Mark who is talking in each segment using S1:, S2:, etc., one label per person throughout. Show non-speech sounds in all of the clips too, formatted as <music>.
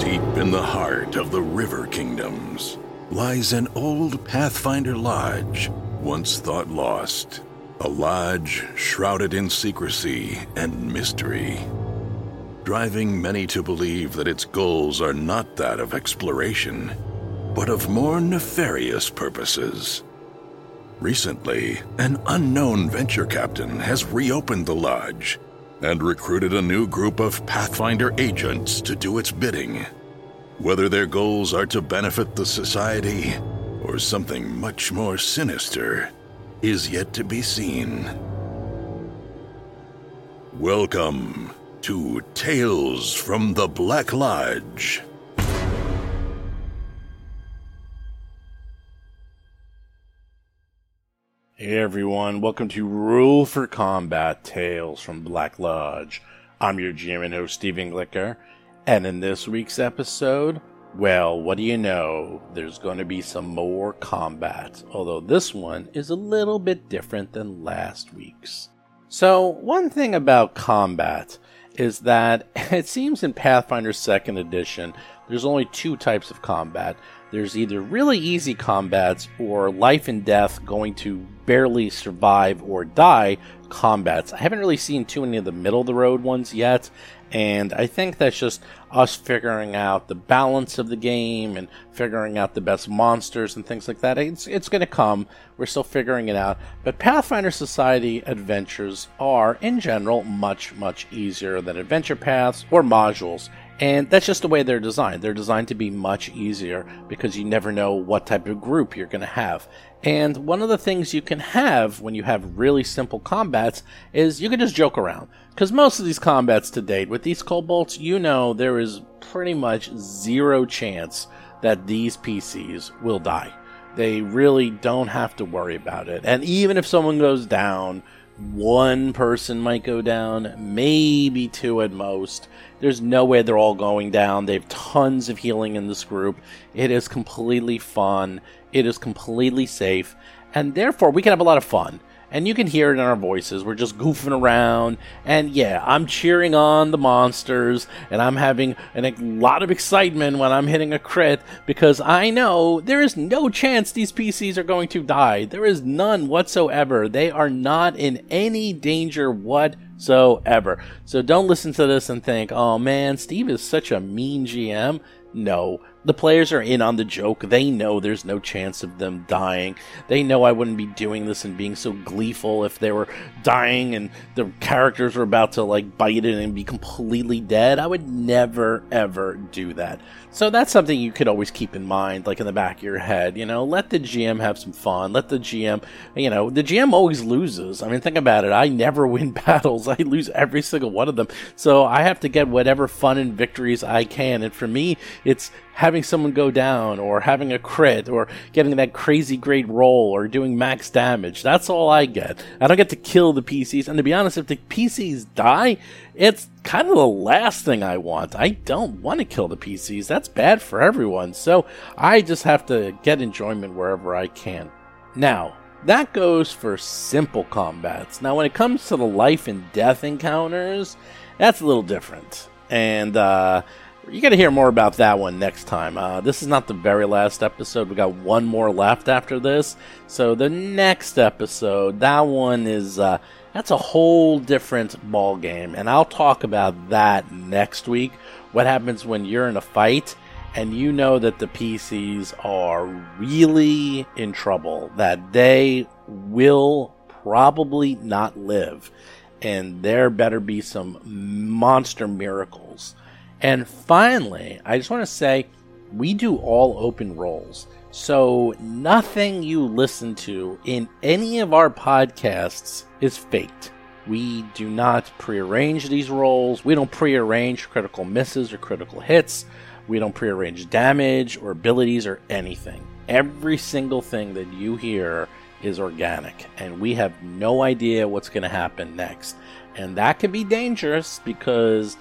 S1: the heart of the River Kingdoms lies an old Pathfinder lodge, once thought lost. A lodge shrouded in secrecy and mystery, driving many to believe that its goals are not that of exploration, but of more nefarious purposes. Recently, an unknown venture captain has reopened the lodge and recruited a new group of Pathfinder agents to do its bidding. Whether their goals are to benefit the society or something much more sinister is yet to be seen. Welcome to Tales from the Black Lodge.
S2: Hey everyone, welcome to Rule for Combat Tales from Black Lodge. I'm your GM and host, Steven Glicker, and in this week's episode, well, what do you know? There's going to be some more combat, although this one is a little bit different than last week's. So, one thing about combat is that <laughs> it seems in Pathfinder 2nd Edition, there's only two types of combat. There's either really easy combats or life and death, going to barely survive or die combats. I haven't really seen too many of the middle of the road ones yet, and I think that's just us figuring out the balance of the game and figuring out the best monsters and things like that. It's, it's going to come. We're still figuring it out. But Pathfinder Society adventures are, in general, much, much easier than adventure paths or modules. And that's just the way they're designed. They're designed to be much easier because you never know what type of group you're going to have. And one of the things you can have when you have really simple combats is you can just joke around. Because most of these combats to date, with these kobolds, you know there is pretty much zero chance that these PCs will die. They really don't have to worry about it. And even if someone goes down, one person might go down, maybe two at most. There's no way they're all going down. They have tons of healing in this group. It is completely fun. It is completely safe. And therefore, we can have a lot of fun. And you can hear it in our voices. We're just goofing around. And yeah, I'm cheering on the monsters. And I'm having an, a lot of excitement when I'm hitting a crit because I know there is no chance these PCs are going to die. There is none whatsoever. They are not in any danger whatsoever. So don't listen to this and think, oh man, Steve is such a mean GM. No. The players are in on the joke. They know there's no chance of them dying. They know I wouldn't be doing this and being so gleeful if they were dying and the characters were about to like bite it and be completely dead. I would never ever do that. So that's something you could always keep in mind, like in the back of your head. You know, let the GM have some fun. Let the GM, you know, the GM always loses. I mean, think about it. I never <laughs> win battles. I lose every single one of them. So I have to get whatever fun and victories I can. And for me, it's having someone go down or having a crit or getting that crazy great roll or doing max damage. That's all I get. I don't get to kill the PCs. And to be honest, if the PCs die, it's kind of the last thing I want. I don't want to kill the PCs. That's bad for everyone. So I just have to get enjoyment wherever I can. Now, that goes for simple combats. Now, when it comes to the life and death encounters, that's a little different. And, uh, you got to hear more about that one next time. Uh, this is not the very last episode. We got one more left after this. So the next episode, that one is uh, that's a whole different ball game, and I'll talk about that next week. What happens when you're in a fight and you know that the PCs are really in trouble, that they will probably not live, and there better be some monster miracles. And finally, I just want to say we do all open rolls. So nothing you listen to in any of our podcasts is faked. We do not prearrange these rolls. We don't prearrange critical misses or critical hits. We don't prearrange damage or abilities or anything. Every single thing that you hear is organic, and we have no idea what's going to happen next. And that can be dangerous because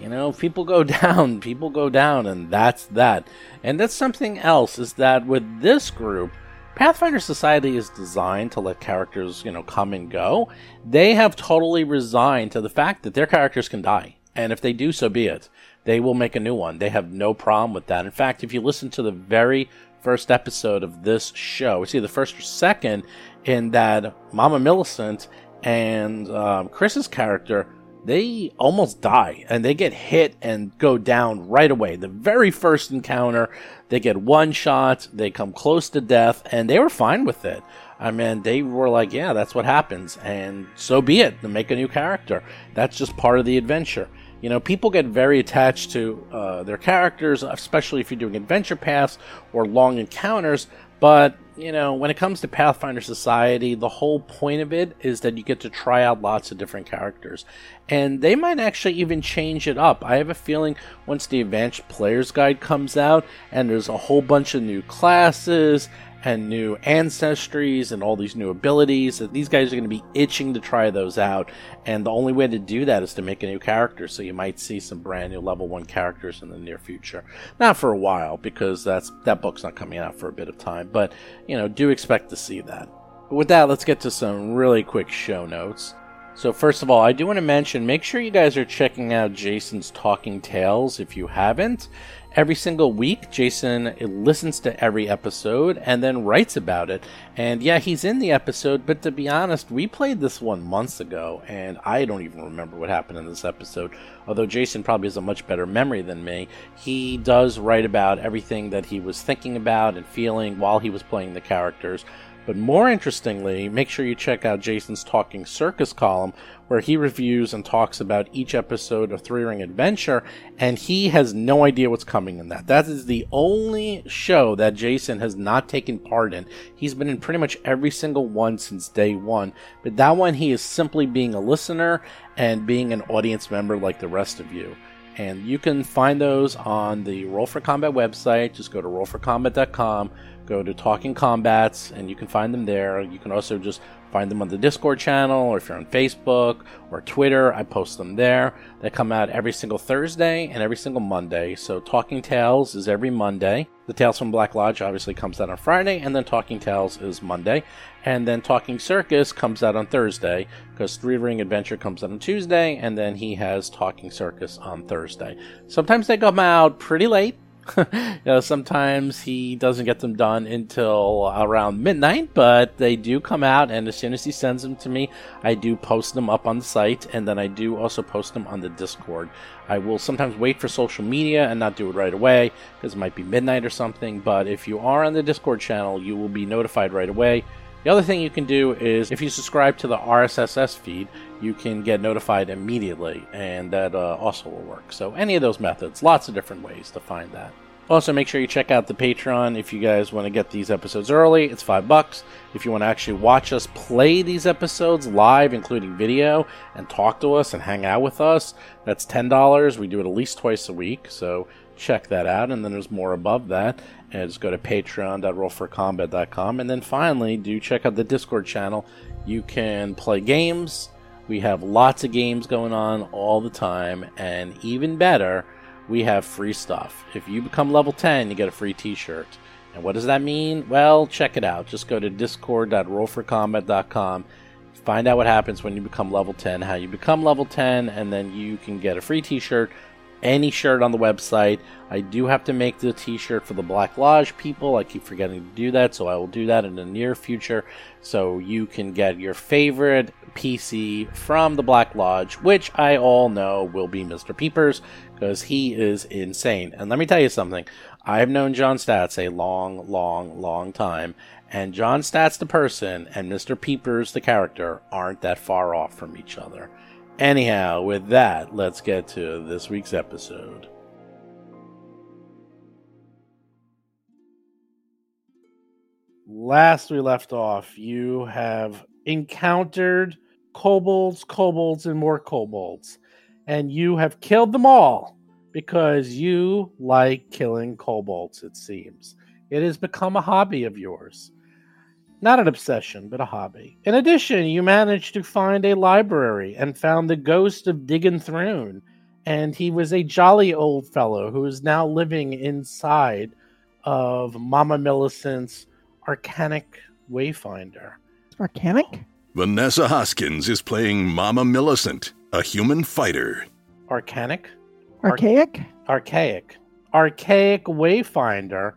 S2: you know people go <laughs> down people go down and that's that and that's something else is that with this group pathfinder society is designed to let characters you know come and go they have totally resigned to the fact that their characters can die and if they do so be it They will make a new one. They have no problem with that. In fact, if you listen to the very first episode of this show, it's either first or second, in that Mama Millicent and um, Chris's character, they almost die and they get hit and go down right away. The very first encounter, they get one shot, they come close to death, and they were fine with it. I mean, they were like, yeah, that's what happens, and so be it. Then Make a new character. That's just part of the adventure. You know, people get very attached to uh, their characters, especially if you're doing adventure paths or long encounters. But, you know, when it comes to Pathfinder Society, the whole point of it is that you get to try out lots of different characters. And they might actually even change it up. I have a feeling once the Advanced Player's Guide comes out and there's a whole bunch of new classes and new ancestries and all these new abilities that these guys are going to be itching to try those out and the only way to do that is to make a new character so you might see some brand new level 1 characters in the near future not for a while because that's that book's not coming out for a bit of time but you know do expect to see that but with that let's get to some really quick show notes so, first of all, I do want to mention make sure you guys are checking out Jason's Talking Tales if you haven't. Every single week, Jason listens to every episode and then writes about it. And yeah, he's in the episode, but to be honest, we played this one months ago, and I don't even remember what happened in this episode. Although Jason probably has a much better memory than me, he does write about everything that he was thinking about and feeling while he was playing the characters. But more interestingly, make sure you check out Jason's Talking Circus column, where he reviews and talks about each episode of Three Ring Adventure, and he has no idea what's coming in that. That is the only show that Jason has not taken part in. He's been in pretty much every single one since day one, but that one he is simply being a listener and being an audience member like the rest of you. And you can find those on the Roll for Combat website. Just go to rollforcombat.com go to Talking Combats and you can find them there. You can also just find them on the Discord channel or if you're on Facebook or Twitter, I post them there. They come out every single Thursday and every single Monday. So Talking Tales is every Monday. The Tales from Black Lodge obviously comes out on Friday and then Talking Tales is Monday. And then Talking Circus comes out on Thursday because Three Ring Adventure comes out on Tuesday and then he has Talking Circus on Thursday. Sometimes they come out pretty late. <laughs> you know, sometimes he doesn't get them done until around midnight, but they do come out, and as soon as he sends them to me, I do post them up on the site, and then I do also post them on the Discord. I will sometimes wait for social media and not do it right away because it might be midnight or something, but if you are on the Discord channel, you will be notified right away. The other thing you can do is if you subscribe to the RSS feed, you can get notified immediately, and that uh, also will work. So, any of those methods, lots of different ways to find that. Also, make sure you check out the Patreon if you guys want to get these episodes early. It's five bucks. If you want to actually watch us play these episodes live, including video, and talk to us and hang out with us, that's $10. We do it at least twice a week, so check that out. And then there's more above that. And just go to patreon.rollforcombat.com. And then finally, do check out the Discord channel. You can play games. We have lots of games going on all the time. And even better, we have free stuff. If you become level 10, you get a free t shirt. And what does that mean? Well, check it out. Just go to discord.rollforcombat.com find out what happens when you become level 10, how you become level 10, and then you can get a free t shirt, any shirt on the website. I do have to make the t shirt for the Black Lodge people. I keep forgetting to do that, so I will do that in the near future. So you can get your favorite PC from the Black Lodge, which I all know will be Mr. Peepers because he is insane. And let me tell you something I've known John Stats a long, long, long time, and John Stats the person and Mr. Peepers the character aren't that far off from each other. Anyhow, with that, let's get to this week's episode. Last we left off, you have encountered kobolds, kobolds, and more kobolds, and you have killed them all because you like killing kobolds, it seems. It has become a hobby of yours not an obsession, but a hobby. In addition, you managed to find a library and found the ghost of Diggin Throne. And he was a jolly old fellow who is now living inside of Mama Millicent's Arcanic Wayfinder.
S3: Arcanic?
S1: Vanessa Hoskins is playing Mama Millicent, a human fighter.
S2: Arcanic?
S3: Archaic?
S2: archaic archaic wayfinder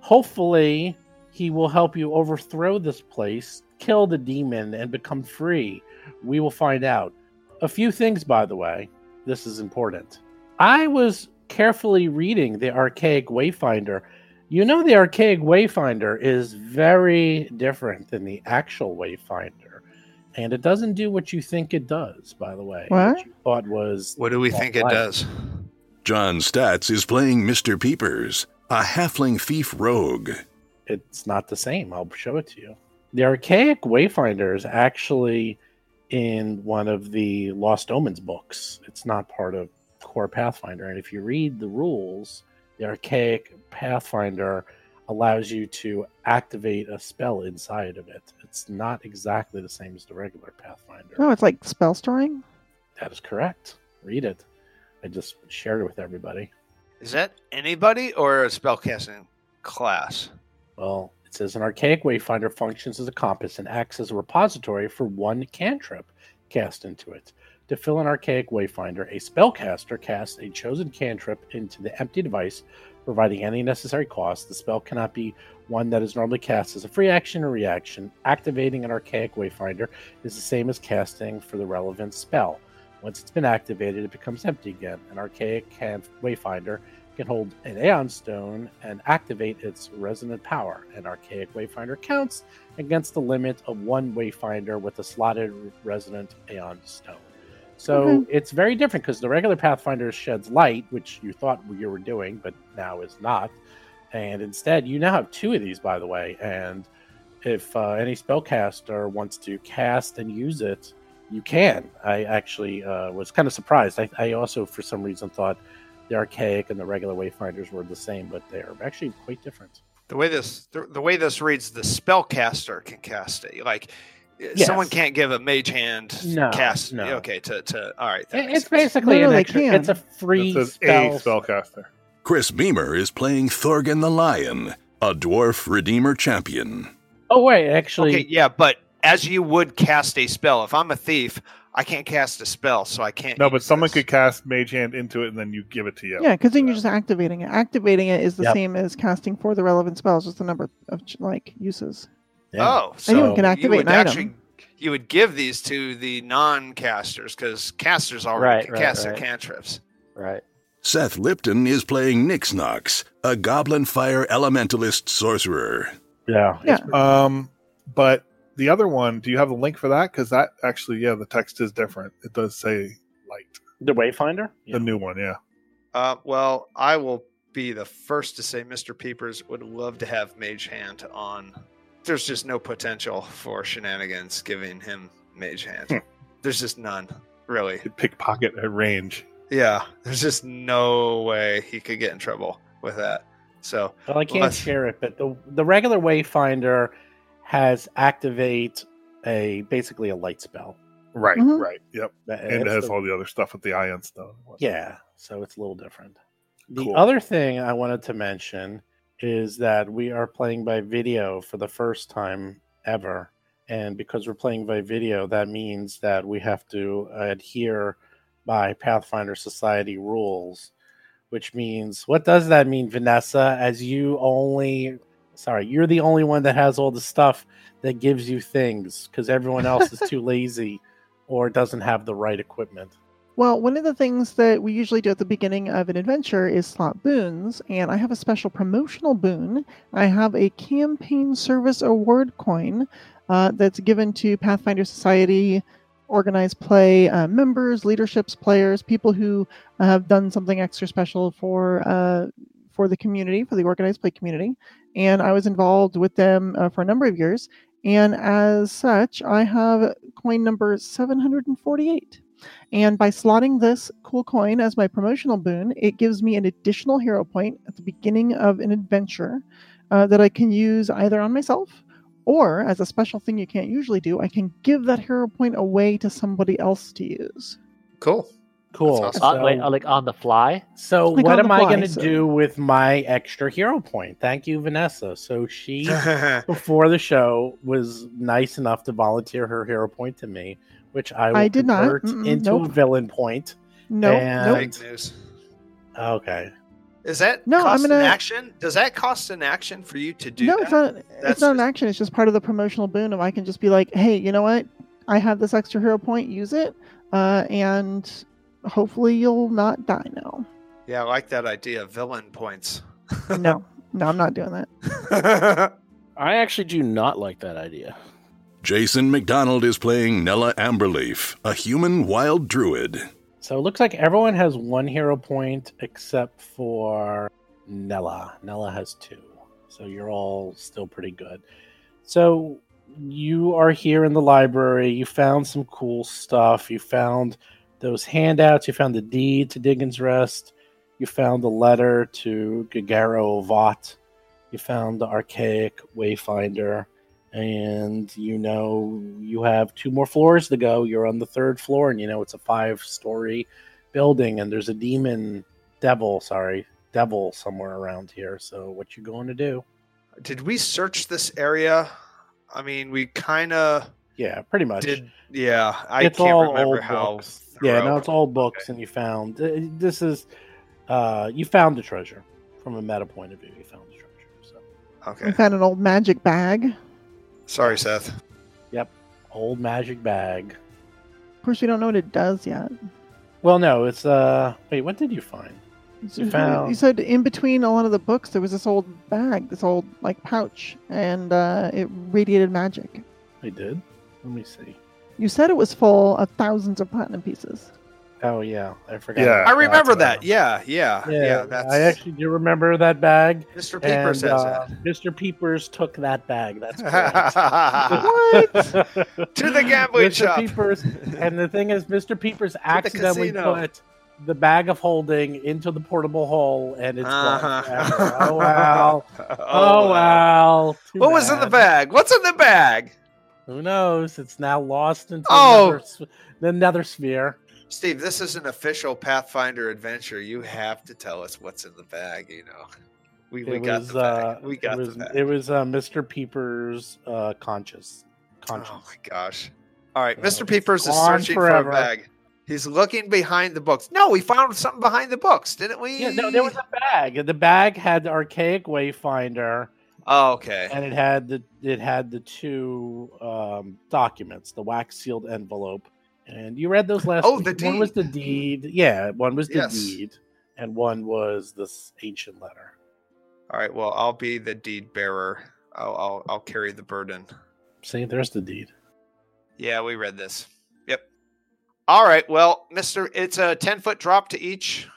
S2: hopefully he will help you overthrow this place kill the demon and become free we will find out a few things by the way this is important i was carefully reading the archaic wayfinder you know the archaic wayfinder is very different than the actual wayfinder and it doesn't do what you think it does by the way
S3: What?
S2: you thought was
S4: What do we think it
S2: Right.
S4: does?
S1: John Statz is playing Mr. Peepers, a halfling thief rogue.
S2: it's not the same. I'll show it to you. The archaic wayfinder is actually in one of the Lost Omens books. It's not part of core Pathfinder. And if you read the rules, the archaic Pathfinder allows you to activate a spell inside of it. It's not exactly the same as the regular Pathfinder.
S3: Oh, it's like spell storing?
S2: That is correct. Read it. I just shared it with everybody.
S4: Is that anybody or a spellcasting class?
S2: Well, it says an archaic wayfinder functions as a compass and acts as a repository for one cantrip cast into it. To fill an archaic wayfinder, a spellcaster casts a chosen cantrip into the empty device, providing any necessary cost. The spell cannot be one that is normally cast as a free action or reaction. Activating an archaic wayfinder is the same as casting for the relevant spell. Once it's been activated, it becomes empty again. An archaic can- wayfinder can hold an Aeon Stone and activate its resonant power. An archaic Wayfinder counts against the limit of one Wayfinder with a slotted resonant Aeon Stone. So
S3: Mhm.
S2: it's very different because the regular Pathfinder sheds light, which you thought you were doing, but now is not. And instead, you now have two of these, by the way. And if uh, any spellcaster wants to cast and use it, you can. I actually uh, was kind of surprised. I, I also, for some reason, thought the archaic and the regular wayfinders were the same, but they are actually quite different.
S4: The way this the, the way this reads, the spellcaster can cast it. Like someone
S2: Yes.
S4: can't give a mage hand
S2: No,
S4: cast.
S2: no.
S4: Okay, to, to all right. that
S2: It-
S4: makes
S2: it's
S4: sense.
S2: basically
S3: No, no,
S2: an
S3: they
S2: extra,
S3: can.
S2: it's a free
S5: It says
S2: spell.
S5: a spellcaster.
S1: Chris Beamer is playing Thorgan the Lion, a dwarf redeemer champion.
S2: Oh wait, actually,
S4: Okay, yeah, but as you would cast a spell, if I'm a thief, I can't cast a spell, so I can't.
S5: No, but
S4: use
S5: someone
S4: this.
S5: could cast Mage Hand into it, and then you give it to you.
S3: Yeah, because then you're just activating it. Activating it is the
S2: Yep.
S3: same as casting for the relevant spells, just the number of ch- like uses.
S2: yeah.
S4: Oh, so
S2: Anyone can
S4: you
S3: activate
S4: would
S3: an item.
S4: actually you would give these to the non-casters because casters already
S2: Right, right,
S4: cast
S2: right.
S4: their cantrips.
S2: right.
S1: Seth Lipton is playing Nixnox, a goblin fire elementalist sorcerer.
S2: Yeah,
S3: Yeah.
S5: Um, but the other one, do you have the link for that? Because that actually, yeah, the text is different. It does say light.
S2: the wayfinder. Yeah.
S5: The new one, yeah.
S4: Uh, well, I will be the first to say Mr. Peepers would love to have Mage Hand on. There's just no potential for shenanigans giving him Mage
S5: Hmm.
S4: Hand. There's just none, really.
S5: It pickpocket at range.
S4: Yeah, there's just no way he could get in trouble with that. So,
S2: Well, I can't
S4: Let's-
S2: share it, but the the regular Wayfinder has activate a basically a light spell.
S5: Right,
S3: Mhm.
S5: right. Yep.
S2: That-
S5: and it
S2: it's
S5: has
S2: the-
S5: all the other stuff with the ion stone.
S2: yeah, so it's a little different. The
S5: Cool.
S2: other thing I wanted to mention is that we are playing by video for the first time ever, and because we're playing by video, that means that we have to adhere by Pathfinder Society rules, which means what does that mean, Vanessa? As you only sorry, you're the only one that has all the stuff that gives you things because everyone else is too lazy or doesn't have the right equipment.
S3: Well, one of the things that we usually do at the beginning of an adventure is slot boons, and I have a special promotional boon. I have a campaign service award coin uh, that's given to Pathfinder Society organized play uh, members, leaderships, players, people who uh, have done something extra special for uh, for the community, for the organized play community. And I was involved with them uh, for a number of years, and as such, I have coin number seven hundred and forty-eight. And by slotting this cool coin as my promotional boon, it gives me an additional hero point at the beginning of an adventure uh, that I can use either on myself or as a special thing you can't usually do, I can give that hero point away to somebody else to use.
S4: cool. <laughs>
S2: Cool.
S6: <laughs>
S4: That's
S6: Uh, wait, uh, like on the fly?
S2: So
S3: Like
S2: what
S3: on
S2: am
S3: the
S2: I
S3: fly,
S2: going to
S3: so-
S2: do with my extra hero point? Thank you, Vanessa. So
S3: <laughs>
S2: she
S4: yeah,
S2: before the show was nice enough to volunteer her hero point to me, which I will
S3: I did not.
S2: convert
S3: Mm-mm,
S2: into a
S3: nope.
S2: villain point.
S3: No,
S2: And-
S3: nope.
S4: fake news.
S7: Okay.
S4: Is that
S3: No, I'm
S4: cost
S3: gonna-
S4: an action? Does that cost an action for you to do
S3: no,
S4: that?
S3: it's not.
S4: That's
S3: it's not an
S4: just-
S3: action. It's just part of the promotional boon, and I can just be like, "Hey, you know what? I have this extra hero point. Use it, uh, and hopefully you'll not die now."
S4: Yeah, I like that idea of villain points.
S3: no, no, I'm not doing that.
S2: I actually do not like that idea.
S1: Jason McDonald is playing Nella Amberleaf, a human wild druid.
S2: So it looks like everyone has one hero point except for Nella. Nella has two. So you're all still pretty good. So you are here in the library. You found some cool stuff. You found those handouts. You found the deed to Diggins Rest. You found the letter to Gagaro Vought. You found the archaic wayfinder. and you know you have two more floors to go. You're on the third floor, and you know it's a five story building, and there's a demon devil, sorry, devil somewhere around here. So what you going to do?
S4: Did we search this area? I mean, we kind of
S2: Yeah, pretty much.
S4: did. Yeah, I
S2: it's
S4: can't
S2: all
S4: remember
S2: old
S4: how.
S2: books. Yeah,
S4: thorough-
S2: no, it's all books, and you found uh, this is uh you found the treasure from a meta point of view. You found the treasure. So
S3: I
S4: Okay.
S3: found an old magic bag. Of
S2: <laughs>
S4: Sorry, Seth.
S2: old magic bag.
S3: course, we don't know what it does yet.
S2: Well, no, it's uh wait, what did you find? You found-
S3: You said in between a lot of the books, there was this old bag, this old like pouch, and uh, it radiated magic.
S2: I did. Let me see.
S3: You said it was full of thousands of platinum pieces.
S2: Oh yeah, I forgot.
S5: Yeah.
S2: about
S4: I
S2: that.
S4: remember that. Yeah, yeah, Uh, yeah.
S2: yeah,
S4: that's
S2: I actually do remember that bag.
S4: Mr. Peeper
S2: And,
S4: says
S2: uh, Mr. Peepers took that bag.
S4: <laughs>
S2: That's correct. uh,
S4: that.
S3: What?
S4: <laughs>
S2: <laughs>
S4: to the gambling
S2: Mr.
S4: shop.
S2: Peepers, and the thing is, Mr.
S4: <laughs>
S2: Peepers accidentally
S4: casino.
S2: put the bag of holding into the portable hole, and it's gone
S4: Uh-huh. <laughs>
S2: forever. Oh wow!
S4: <laughs> Oh,
S2: Oh,
S4: wow.
S2: wow! Too
S4: What was in the
S2: bad.
S4: bag? What's in the bag?
S2: Who knows? It's now lost into
S4: Oh.
S2: another, s- the nether sphere.
S4: Steve, this is an official Pathfinder adventure. You have to tell us what's in the bag. You know, we, we
S2: it
S4: got
S2: was,
S4: the bag.
S2: uh,
S4: we got
S2: it was,
S4: the bag.
S2: it was uh, Mr. Peepers' uh, conscious, conscious.
S4: Oh my gosh! All right,
S2: Yeah,
S4: Mr.
S2: it's
S4: Peepers is
S2: gone
S4: searching for
S2: forever.
S4: a bag. He's looking behind the books. No, we found something behind the books, didn't we?
S2: Yeah, no, there was a bag. The bag had the archaic wayfinder,
S4: Oh, okay.
S2: and it had the it had the two um, documents, the wax sealed envelope, and you read those last.
S4: Oh,
S2: week.
S4: the
S2: one was the deed. Yeah, one was the
S4: Yes.
S2: deed, and one was this ancient letter.
S4: All right. Well, I'll be the deed bearer. I'll I'll, I'll carry the burden.
S2: See, there's the deed.
S4: Yeah, we read this. Yep. All right. Well, Mister, it's a ten foot drop to each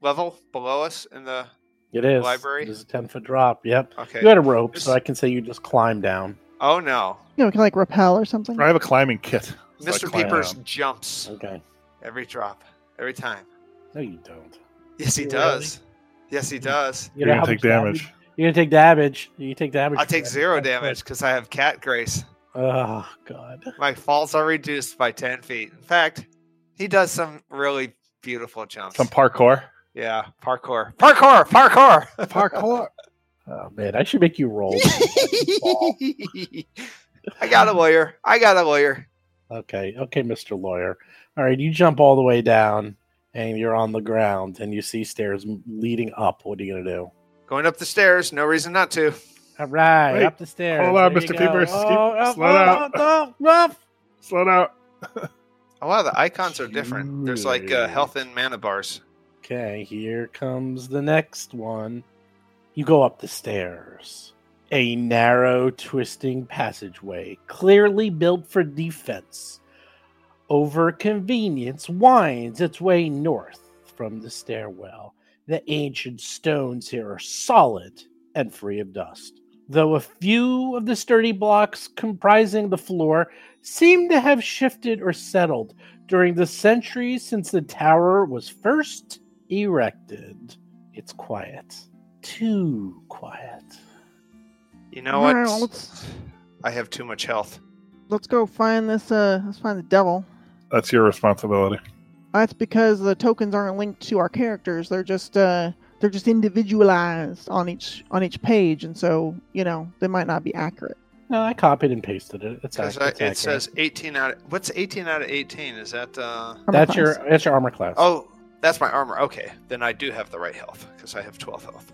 S4: level below us in the.
S2: It is
S4: Library?
S2: It is a ten foot drop. Yep.
S4: Okay.
S2: You had a rope, so
S4: Just-
S2: I can say you just climb down.
S4: Oh no,
S3: you know, we can like rappel or something.
S5: I have a climbing kit. So I
S4: Mister
S5: climb
S4: Peepers
S5: down.
S4: jumps
S2: Okay.
S4: every drop, every time.
S2: No, you don't.
S4: Yes, he
S2: Really?
S4: does. Yes, he does.
S2: You
S5: You're
S2: know
S5: gonna
S2: how
S5: take
S2: much
S5: damage.
S2: You're gonna take damage. You take damage.
S4: I'll
S2: for
S4: take
S2: that.
S4: zero
S2: That's
S4: damage because I have cat grace.
S2: what- Oh god.
S4: My falls are reduced by 10 feet. In fact, he does some really beautiful jumps.
S5: Some parkour.
S4: yeah, parkour. Parkour! Parkour! <laughs>
S5: Parkour.
S2: Oh man, I should make you
S5: <laughs>
S2: roll.
S4: I got a lawyer. I got a lawyer.
S2: okay, okay, Mr. Lawyer. All right, you jump all the way down and you're on the ground and you see stairs m- leading up. What are you gonna do?
S4: Going up the stairs, no reason not to.
S2: All right,
S5: Wait,
S2: up the stairs.
S5: hold on,
S2: There you
S5: Mr.
S2: go.
S5: Peepers. Keep- slow down.
S2: oh, oh,
S5: Slow down.
S4: A lot of the icons are different. There's like uh, health and mana bars.
S2: Okay, here comes the next one. You go up the stairs. A narrow, twisting passageway, clearly built for defense, over convenience, winds its way north from the stairwell. The ancient stones here are solid and free of dust, though a few of the sturdy blocks comprising the floor seem to have shifted or settled during the centuries since the tower was first erected. It's quiet. Too quiet.
S4: You know what?
S3: Alright, well, let's-
S4: I have too much health.
S3: Let's go find this. Uh, let's find the devil.
S5: That's your responsibility.
S3: That's because the tokens aren't linked to our characters. They're just uh, they're just individualized on each on each page, and so you know they might not be accurate.
S2: No, I copied and pasted it. It's, ac-
S4: Because
S2: it's
S4: it
S2: accurate.
S4: says 18 out of. What's 18 out of 18? Is that. Uh,
S3: Armor
S2: that's
S3: class.
S2: your that's your armor class.
S4: oh, That's my armor. Okay, then I do have the right health because I have 12 health.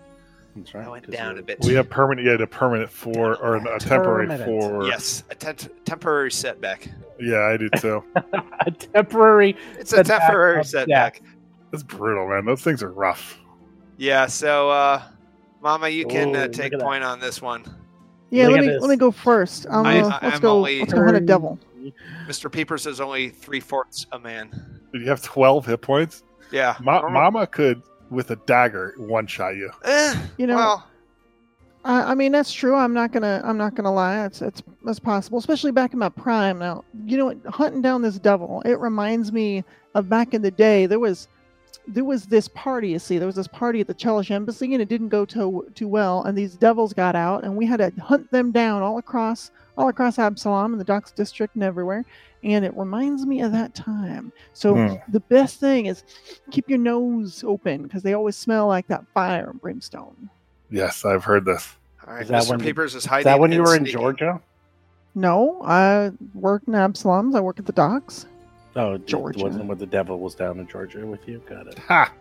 S2: That's
S4: I
S2: right,
S4: went
S2: 'cause
S4: down
S2: you're-
S4: a bit.
S5: We have permanent, yeah, a permanent four or a temporary
S2: Permanent.
S5: four.
S4: yes, a tent- temporary setback.
S5: Yeah, I do too.
S2: <laughs> a temporary.
S4: It's a
S2: Setback
S4: temporary
S2: of
S4: setback.
S5: That's brutal, man. Those things are rough.
S4: Yeah. So, uh, Mama, you can
S2: Ooh,
S4: uh,
S2: Oh, look
S4: take
S2: at that.
S4: point on this one.
S3: Yeah,
S2: Look
S3: let
S2: at
S3: me
S2: this.
S3: let me go first. Um,
S4: I-
S3: uh,
S4: I-
S3: let's
S4: I'm
S3: go.
S4: only-
S3: Let's go hunt a devil.
S4: Mr. Peepers is only three fourths a man.
S5: You have twelve hit points.
S4: Yeah.
S5: Ma-
S4: Normal-
S5: Mama could, with a dagger, one shot you.
S4: Eh,
S3: You know,
S4: well,
S3: I, I mean that's true. I'm not gonna I'm not gonna lie. It's it's that's possible, especially back in my prime. Now you know what? Hunting down this devil. It reminds me of back in the day. There was there was this party. You see, there was this party at the Chelish embassy, and it didn't go too too well. And these devils got out, and we had to hunt them down all across all across Absalom and the Docks district and everywhere. And it reminds me of that time. So
S5: Hmm.
S3: the best thing is keep your nose open because they always smell like that fire and brimstone.
S5: Yes, I've heard this.
S4: all right.
S2: Is that
S4: Mr.
S2: when-
S4: Peepers is
S2: Is
S4: hiding.
S2: that when you
S4: and
S2: were in
S4: sneaking.
S2: Georgia?
S3: No, I work in Absalom's. I work at the docks.
S2: Oh, it
S3: Georgia.
S2: wasn't when the devil was down in Georgia with you. Got it.
S5: Ha,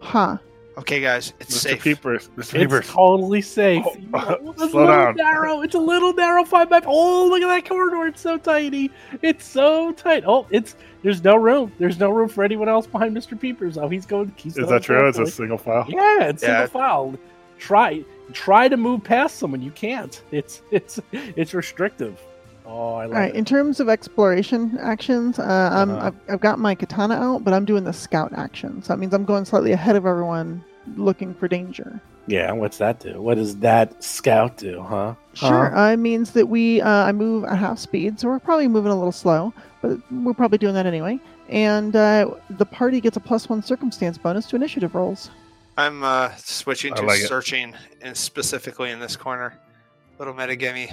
S3: Huh.
S4: Okay, guys, it's
S5: Mr.
S4: safe.
S5: Peepers. Mr.
S2: It's
S5: Peepers.
S2: totally safe.
S5: Oh,
S2: You
S5: <laughs>
S2: know, it's a
S5: slow
S2: little
S5: down.
S2: narrow. It's a little narrow five by. Oh, look at that corridor. It's so tiny. It's so tight. Oh, it's there's no room. There's no room for anyone else behind Mr. Peepers. Oh, he's going. He's
S5: Is
S2: going
S5: that true? It's a
S2: carefully.
S5: single file.
S2: <laughs> Yeah, it's
S4: Yeah.
S2: single file. Try try to move past someone. You can't. <laughs> It's it's it's restrictive. Oh, I love
S3: All right.
S2: it.
S3: In terms of exploration actions, uh, I'm,
S2: Uh-huh.
S3: I've, I've got my katana out, but I'm doing the scout action. So that means I'm going slightly ahead of everyone looking for danger.
S2: Yeah, what's that do? What does that scout do, huh?
S3: Sure. Uh, it means that we uh, I move at half speed, so we're probably moving a little slow, but we're probably doing that anyway. And uh, the party gets a plus one circumstance bonus to initiative rolls.
S4: I'm uh, switching
S5: I
S4: to
S5: like it.
S4: searching, and specifically in this corner. Little metagamey.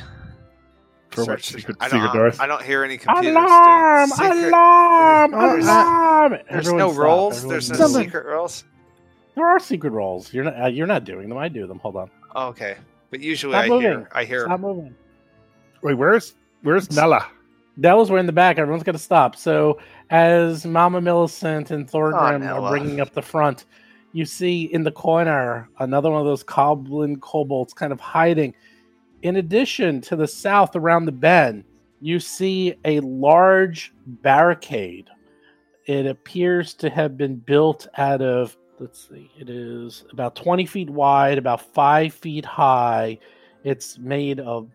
S5: For what?
S4: Search-
S5: Secret,
S4: I,
S5: secret
S4: don't,
S5: doors?
S4: I don't hear any computers. doing
S2: Alarm!
S4: secret-
S2: Alarm!
S3: There's-
S2: alarm!
S4: There's
S2: Everyone
S4: no
S2: stop.
S4: rolls.
S2: Everyone
S4: There's no
S2: stop.
S3: Something.
S4: secret rolls.
S2: There are secret rolls. You're not. Uh, you're not doing them. I do them. Hold on.
S4: Oh, okay, but usually
S2: Stop
S4: I
S2: moving.
S4: hear. I hear.
S2: Stop moving.
S5: Wait, where's where's Nella?
S2: Dallas, we're in the back. Everyone's got to stop. So, as Mama Millicent and Thorgrim
S4: Nella.
S2: are bringing up the front, you see in the corner another one of those goblin kobolds kind of hiding. In addition to the south around the bend, you see a large barricade. It appears to have been built out of, let's see, it is about 20 feet wide, about five feet high. It's made of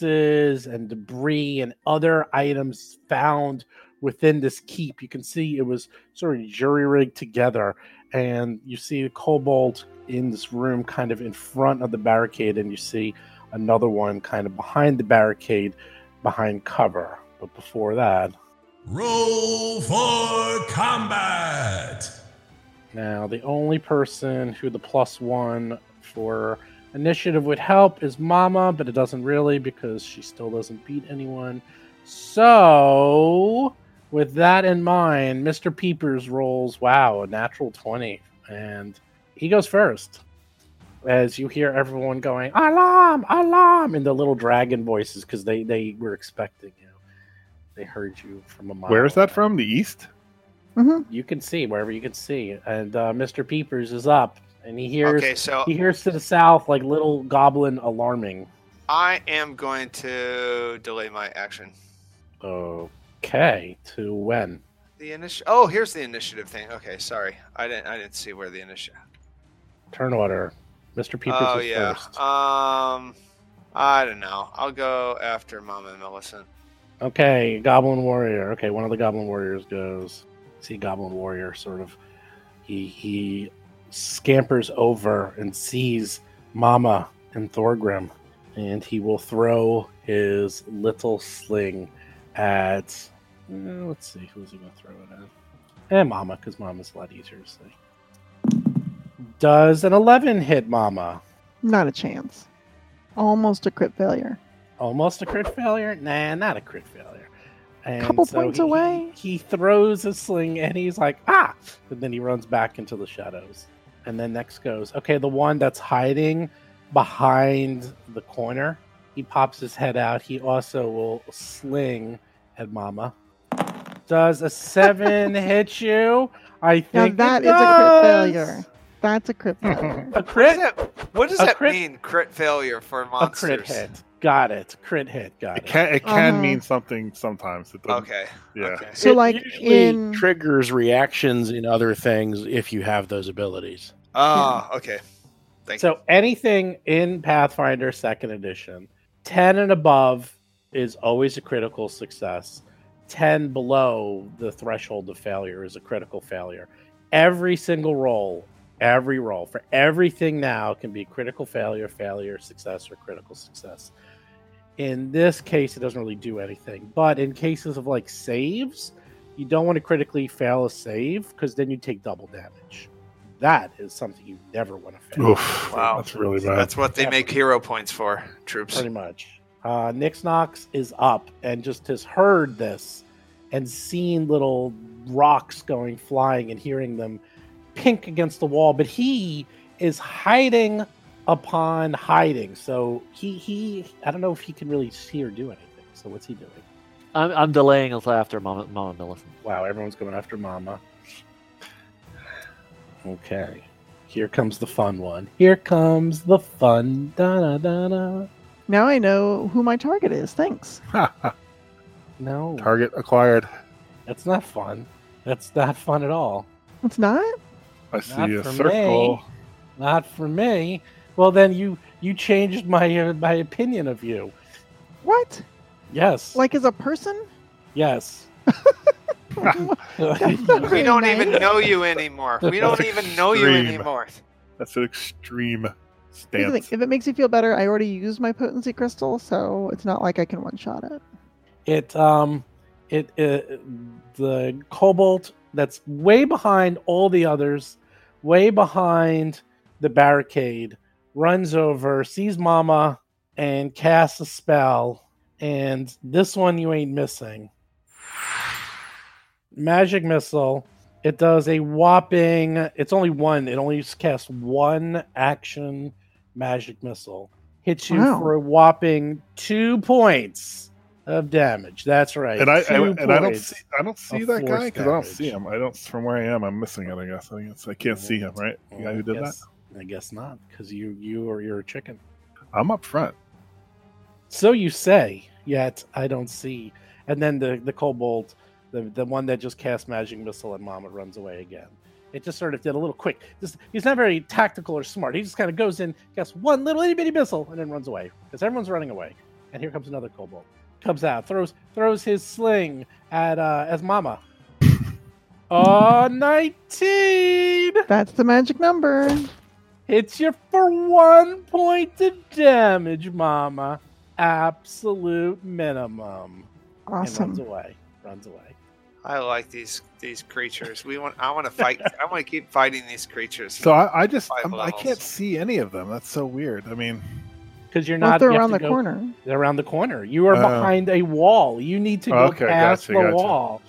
S2: boxes and debris and other items found within this keep. You can see it was sort of jury rigged together, and you see the kobold in this room kind of in front of the barricade, and you see another one kind of behind the barricade, behind cover. But before that,
S8: Roll for combat.
S2: Now, the only person who the plus one for initiative would help is Mama, but it doesn't really because she still doesn't beat anyone. So, with that in mind, Mr. Peepers rolls, wow, a natural 20. And he goes first. As you hear everyone going, alarm, alarm, in the little dragon voices because they, they were expecting you. They heard you from a mile.
S5: Where is that
S2: away
S5: from? The east?
S2: you can see wherever you can see and uh, mr peepers is up and he hears
S4: Okay, so
S2: he hears to the south like little goblin alarming
S4: I am going to delay my action.
S2: okay to when
S4: The initiative. Oh, here's the initiative thing. Okay, sorry, I didn't. I didn't see where the initiative.
S2: turn order mr peepers
S4: Oh
S2: is
S4: yeah.
S2: first
S4: Um, I don't know. I'll go after Mama and Millicent.
S2: okay goblin warrior okay one of the goblin warriors goes see goblin warrior sort of he he scampers over and sees mama and thorgrim and he will throw his little sling at uh, let's see who's he gonna throw it at and mama because mama's a lot easier to see does an 11 hit mama
S3: Not a chance. Almost a crit failure.
S2: almost a crit failure nah not a crit failure and
S3: Couple points
S2: he-
S3: away.
S2: he throws a sling and he's like ah and then he runs back into the shadows and then next goes okay the one that's hiding behind the corner he pops his head out he also will
S3: <laughs>
S2: sling at mama does a seven hit you I
S3: Now
S2: think
S3: that
S2: it
S3: is a crit
S2: does.
S3: failure. That's a crit
S2: <laughs>
S3: failure.
S2: A
S4: What does
S2: crit,
S4: that, what does
S2: A
S4: that
S2: crit-
S4: mean? Crit failure for
S2: a
S4: monsters.
S2: crit hit. Got it. Crit hit. Got
S5: It
S2: it.
S5: can it can
S3: Uh-huh.
S5: mean something sometimes. It doesn't-
S4: Okay.
S5: Yeah.
S4: Okay.
S3: So,
S9: It
S3: like,
S9: usually
S3: in-
S9: triggers reactions in other things if you have those abilities.
S4: Ah, okay. Thank you.
S2: So anything in Pathfinder Second Edition, ten and above is always a critical success. Ten below the threshold of failure is a critical failure. Every single roll, every roll for everything now can be critical failure, failure, success, or critical success. In this case, it doesn't really do anything. But in cases of like saves, you don't want to critically fail a save because then you take double damage. That is something you never want to fail.
S5: Oof,
S4: Wow.
S5: that's really bad.
S4: That's what they make hero points for, troops.
S2: pretty much. Uh, Nix Knox is up and just has heard this and seen little rocks going flying and hearing them pink against the wall, but he is hiding upon hiding. So he he I don't know if he can really see or do anything. So what's he doing?
S6: I'm, I'm delaying his laughter, Mama, Mama Millicent.
S2: Wow, everyone's going after Mama. Okay. Here comes the fun one. Here comes the fun. Da da da da.
S3: now I know who my target is. Thanks.
S2: No.
S5: Target acquired.
S2: That's not fun. That's not fun at all.
S3: It's not?
S5: I see
S2: Not
S5: a
S2: for
S5: circle.
S2: me. Not for me. Well, then you you changed my uh, my opinion of you.
S3: What?
S2: Yes.
S3: Like, as a person?
S2: yes.
S3: That's not
S4: We
S3: very
S4: don't
S3: nice.
S4: even know you anymore. We don't even know you
S5: Extreme.
S4: anymore.
S5: That's an extreme
S3: Here's the thing,
S5: stance.
S3: If it makes you feel better, I already used my potency crystal, so it's not like I can one shot it.
S2: It um it, it the cobalt that's way behind all the others, way behind the barricade, runs over, sees Mama, and casts a spell. And this one you ain't missing. Magic missile. It does a whopping. It's only one. It only casts one action. Magic missile hits you
S3: Wow.
S2: for a whopping two points of damage. That's right.
S5: And I, I
S2: Two
S5: and I don't
S2: points.
S5: see I don't see
S2: of
S5: that
S2: force
S5: guy because I don't
S2: damage.
S5: see him. I don't from where I am. I'm missing it. I guess. I guess I can't see him. Right? The guy who did that.
S2: that? I guess not, because you you are you're a chicken.
S5: I'm up front.
S2: So you say, yet I don't see. And then the the kobold, the the one that just cast magic missile at Mama runs away again. It just sort of did a little quick. Just, he's not very tactical or smart. He just kind of goes in, casts one little itty bitty missile, and then runs away because everyone's running away. And here comes another kobold. Comes out, throws throws his sling at uh, as Mama. Oh, 19!
S3: That's the magic number.
S2: Hits you for one point of damage, Mama. Absolute minimum. And runs
S3: Awesome.
S2: away. Runs away.
S4: I like these these creatures. We want. I want to fight. I want to keep fighting these creatures.
S5: So I, I just
S4: Five
S5: I'm, I
S4: levels.
S5: can't see any of them. That's so weird. I mean,
S2: Because you're
S3: Not
S2: not
S3: they're
S2: you have
S3: around
S2: to
S3: the
S2: go-
S3: corner.
S2: They're around the corner. You are
S5: Oh.
S2: behind a wall. You need to go
S5: Okay,
S2: past
S5: gotcha,
S2: the
S5: gotcha.
S2: wall.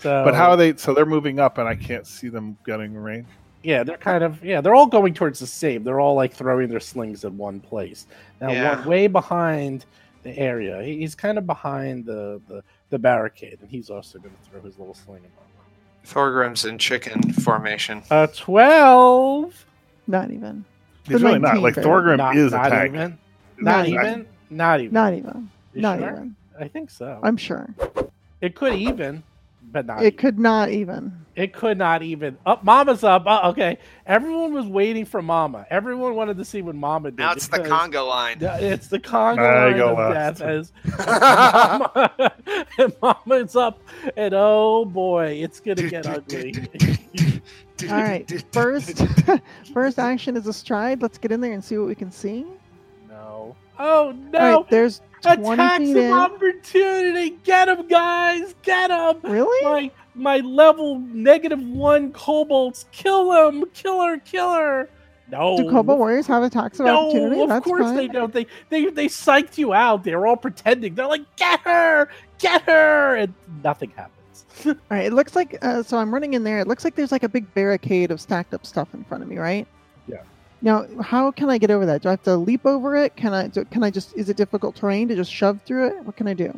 S2: So,
S3: Oh.
S5: but how are they? So they're moving up, and I can't see them getting range.
S2: Yeah, they're kind of yeah, they're all going towards the same. They're all like throwing their slings at one place. Now
S4: Yeah.
S2: one way behind the area. He- He's kind of behind the the, the barricade, and he's also going to throw his little sling. At Mama.
S4: Thorgrim's in chicken formation.
S2: A twelve.
S3: Not even.
S5: He's
S3: The
S5: really not
S3: 19
S5: like
S3: failed.
S5: Thorgrim
S2: Not,
S5: is
S2: not
S5: a tank.
S2: even.
S5: He's
S2: Not
S5: a tank.
S2: even. Not even.
S3: Not even.
S2: You
S3: not
S2: sure?
S3: even.
S2: I think so.
S3: I'm sure.
S2: It could even, but not.
S3: It
S2: even.
S3: could not even.
S2: It could not even. Up, Mama's up. Uh, okay, everyone was waiting for Mama. Everyone wanted to see what Mama did.
S4: Now it's the
S2: because-
S4: Congo line.
S2: Yeah, It's the Congo
S5: I
S2: line
S5: go
S2: of
S5: last.
S2: death. As <laughs> Mama,
S4: <laughs>
S2: and Mama's up, and oh boy, it's gonna get <laughs>
S4: <laughs>
S2: ugly.
S3: All right.
S2: <laughs>
S3: First, <laughs> first action is a stride. Let's get in there and see what we can see.
S2: no. Oh
S3: All
S2: no!
S3: right. There's 20
S2: Attacks
S3: feet
S2: of
S3: in.
S2: opportunity. Get him, guys. Get him.
S3: Really?
S2: my my level negative one kobolds kill him kill her kill her no
S3: Do kobold warriors have attacks of
S2: no
S3: opportunity?
S2: of
S3: That's
S2: course
S3: fine.
S2: they don't they, they they psyched you out they're all pretending they're like get her get her and nothing happens
S3: All right. It looks like uh, so. I'm running in there. It looks like there's like a big barricade of stacked up stuff in front of me, right?
S5: Yeah.
S3: Now, how can I get over that? Do I have to leap over it? Can I? Do, can I just? Is it difficult terrain to just shove through it? What can I do?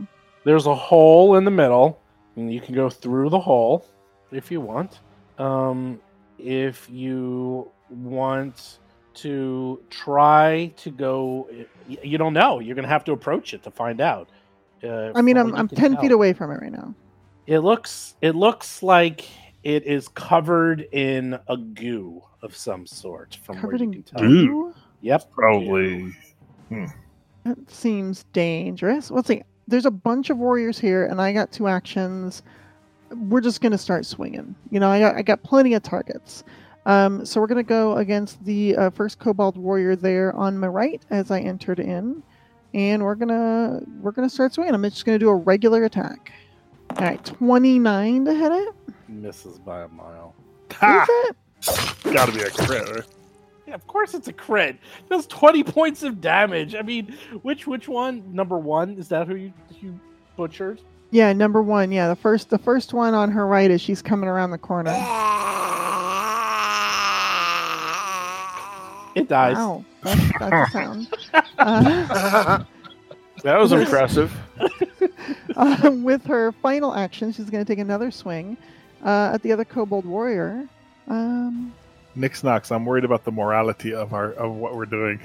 S2: there's a hole in the middle and you can go through the hole if you want um, if you want to try to go, y- you don't know. You're going to have to approach it to find out. Uh,
S3: I mean,
S2: from
S3: I'm,
S2: what
S3: I'm
S2: you
S3: 10
S2: can
S3: feet
S2: tell.
S3: away from it right now.
S2: It looks it looks like it is covered in a goo of some sort. From
S3: Covered
S2: where
S3: in
S2: you can tell.
S5: Goo?
S3: goo?
S2: Yep.
S5: Probably.
S3: That seems dangerous. Let's see. There's a bunch of warriors here, and I got two actions. We're just gonna start swinging. You know, I got I got plenty of targets. Um, so we're gonna go against the uh, first kobold warrior there on my right as I entered in, and we're gonna we're gonna start swinging. I'm just gonna do a regular attack. All right, 29 to hit it. Is
S2: Misses by a mile.
S5: Ha!
S3: it?
S5: Gotta be a crit.
S2: Yeah, of course it's a crit. That's twenty <laughs> points of damage. I mean, which which one? Number one is that who you you butchered?
S3: Yeah, number one. Yeah, the first the first one on her right as she's coming around the corner.
S2: It dies.
S3: Wow, that's, that's a sound. Uh,
S9: That was impressive.
S3: uh, <laughs> with her final action, she's going to take another swing uh, at the other kobold warrior. Um,
S5: Nix Knox, I'm worried about the morality of our of what we're doing.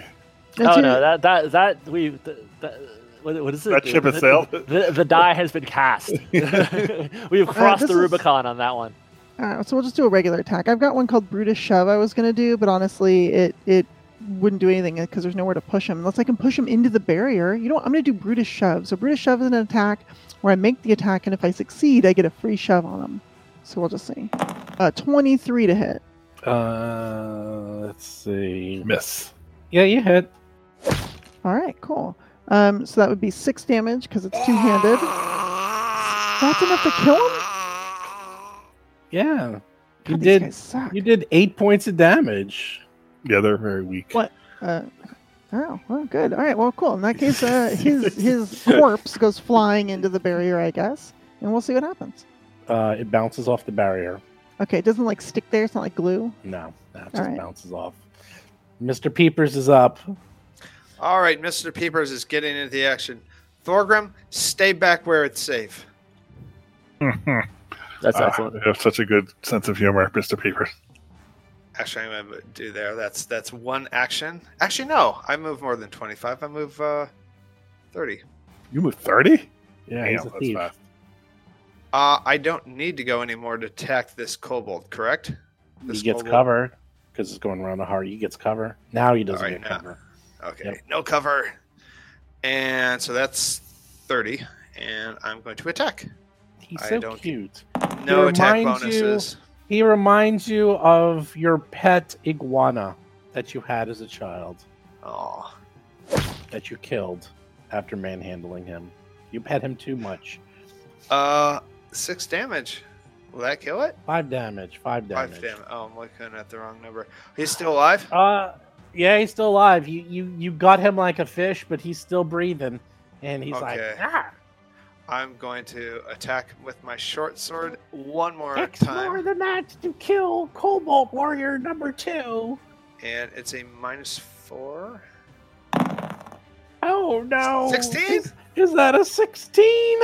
S3: that's
S6: oh
S3: it.
S6: no, that that that we th- that, what, what is it?
S5: That ship
S6: the,
S5: has sailed.
S6: The, the die has been
S9: <laughs>
S6: cast. <laughs> we have crossed
S3: Uh, this is-
S6: the Rubicon on that one.
S3: Uh, so we'll just do a regular attack. I've got one called Brutus Shove I was going to do, but honestly, it it wouldn't do anything because there's nowhere to push him unless I can push him into the barrier. You know what? I'm going to do Brutus Shove. So Brutus Shove is an attack where I make the attack, and if I succeed, I get a free shove on him. So we'll just see. Uh, 23 to hit.
S2: Uh, let's see.
S5: Miss.
S2: Yeah, you hit.
S3: All right, cool. Um, so that would be six damage because it's two handed. That's enough to kill him?
S2: Yeah, you
S3: God, these
S2: did.
S3: guys suck.
S2: You did eight points of damage.
S5: Yeah, they're very weak. <laughs>
S3: What? Uh, oh, well, good. All right, well, cool. In that
S2: <laughs>
S3: case, uh, his his corpse goes flying into the barrier, I guess, and we'll see what happens.
S2: Uh, it bounces off the barrier.
S3: Okay, it doesn't like stick there. It's not like glue.
S2: No, that
S3: All
S2: just
S3: right.
S2: bounces off. Mr. Peepers is up.
S4: All right, Mr. Peepers is getting into the action. Thorgrim, stay back where it's safe.
S5: Hmm.
S6: That's
S5: Ah,
S6: excellent.
S5: you have such a good sense of humor, Mr. Peepers.
S4: Actually, I'm gonna do there. That's that's one action. Actually, no, I move more than twenty-five. I move uh, thirty.
S5: You move 30?
S2: Yeah,
S5: Damn,
S2: he's a
S5: that's
S2: thief.
S5: fast.
S4: Uh, I don't need to go anymore to attack this kobold, correct? This
S2: He gets
S4: kobold-
S2: cover because it's going around the heart. He gets cover. Now he doesn't
S4: Alright,
S2: get
S4: now-
S2: cover.
S4: Okay,
S2: Yep.
S4: no cover. And so that's 30. And I'm going to attack.
S2: He's
S4: I
S2: so
S4: don't-
S2: cute.
S4: No attack
S2: reminds you-
S4: bonuses.
S2: He reminds you of your pet iguana that you had as a child
S4: Oh,
S2: that you killed after manhandling him. You pet him too much.
S4: uh, six damage. Will that kill it?
S2: Five damage. Five damage.
S4: Five damage. Oh, I'm looking at the wrong number. He's still alive.
S2: Uh, yeah, he's still alive. You you you got him like a fish, but he's still breathing, and he's
S4: Okay.
S2: like, ah,
S4: I'm going to attack with my short sword one more
S2: explore
S4: time,
S2: the match to kill Cobalt Warrior number two.
S4: and it's a minus four.
S2: Oh no,
S4: 16?
S2: Is, is that a sixteen?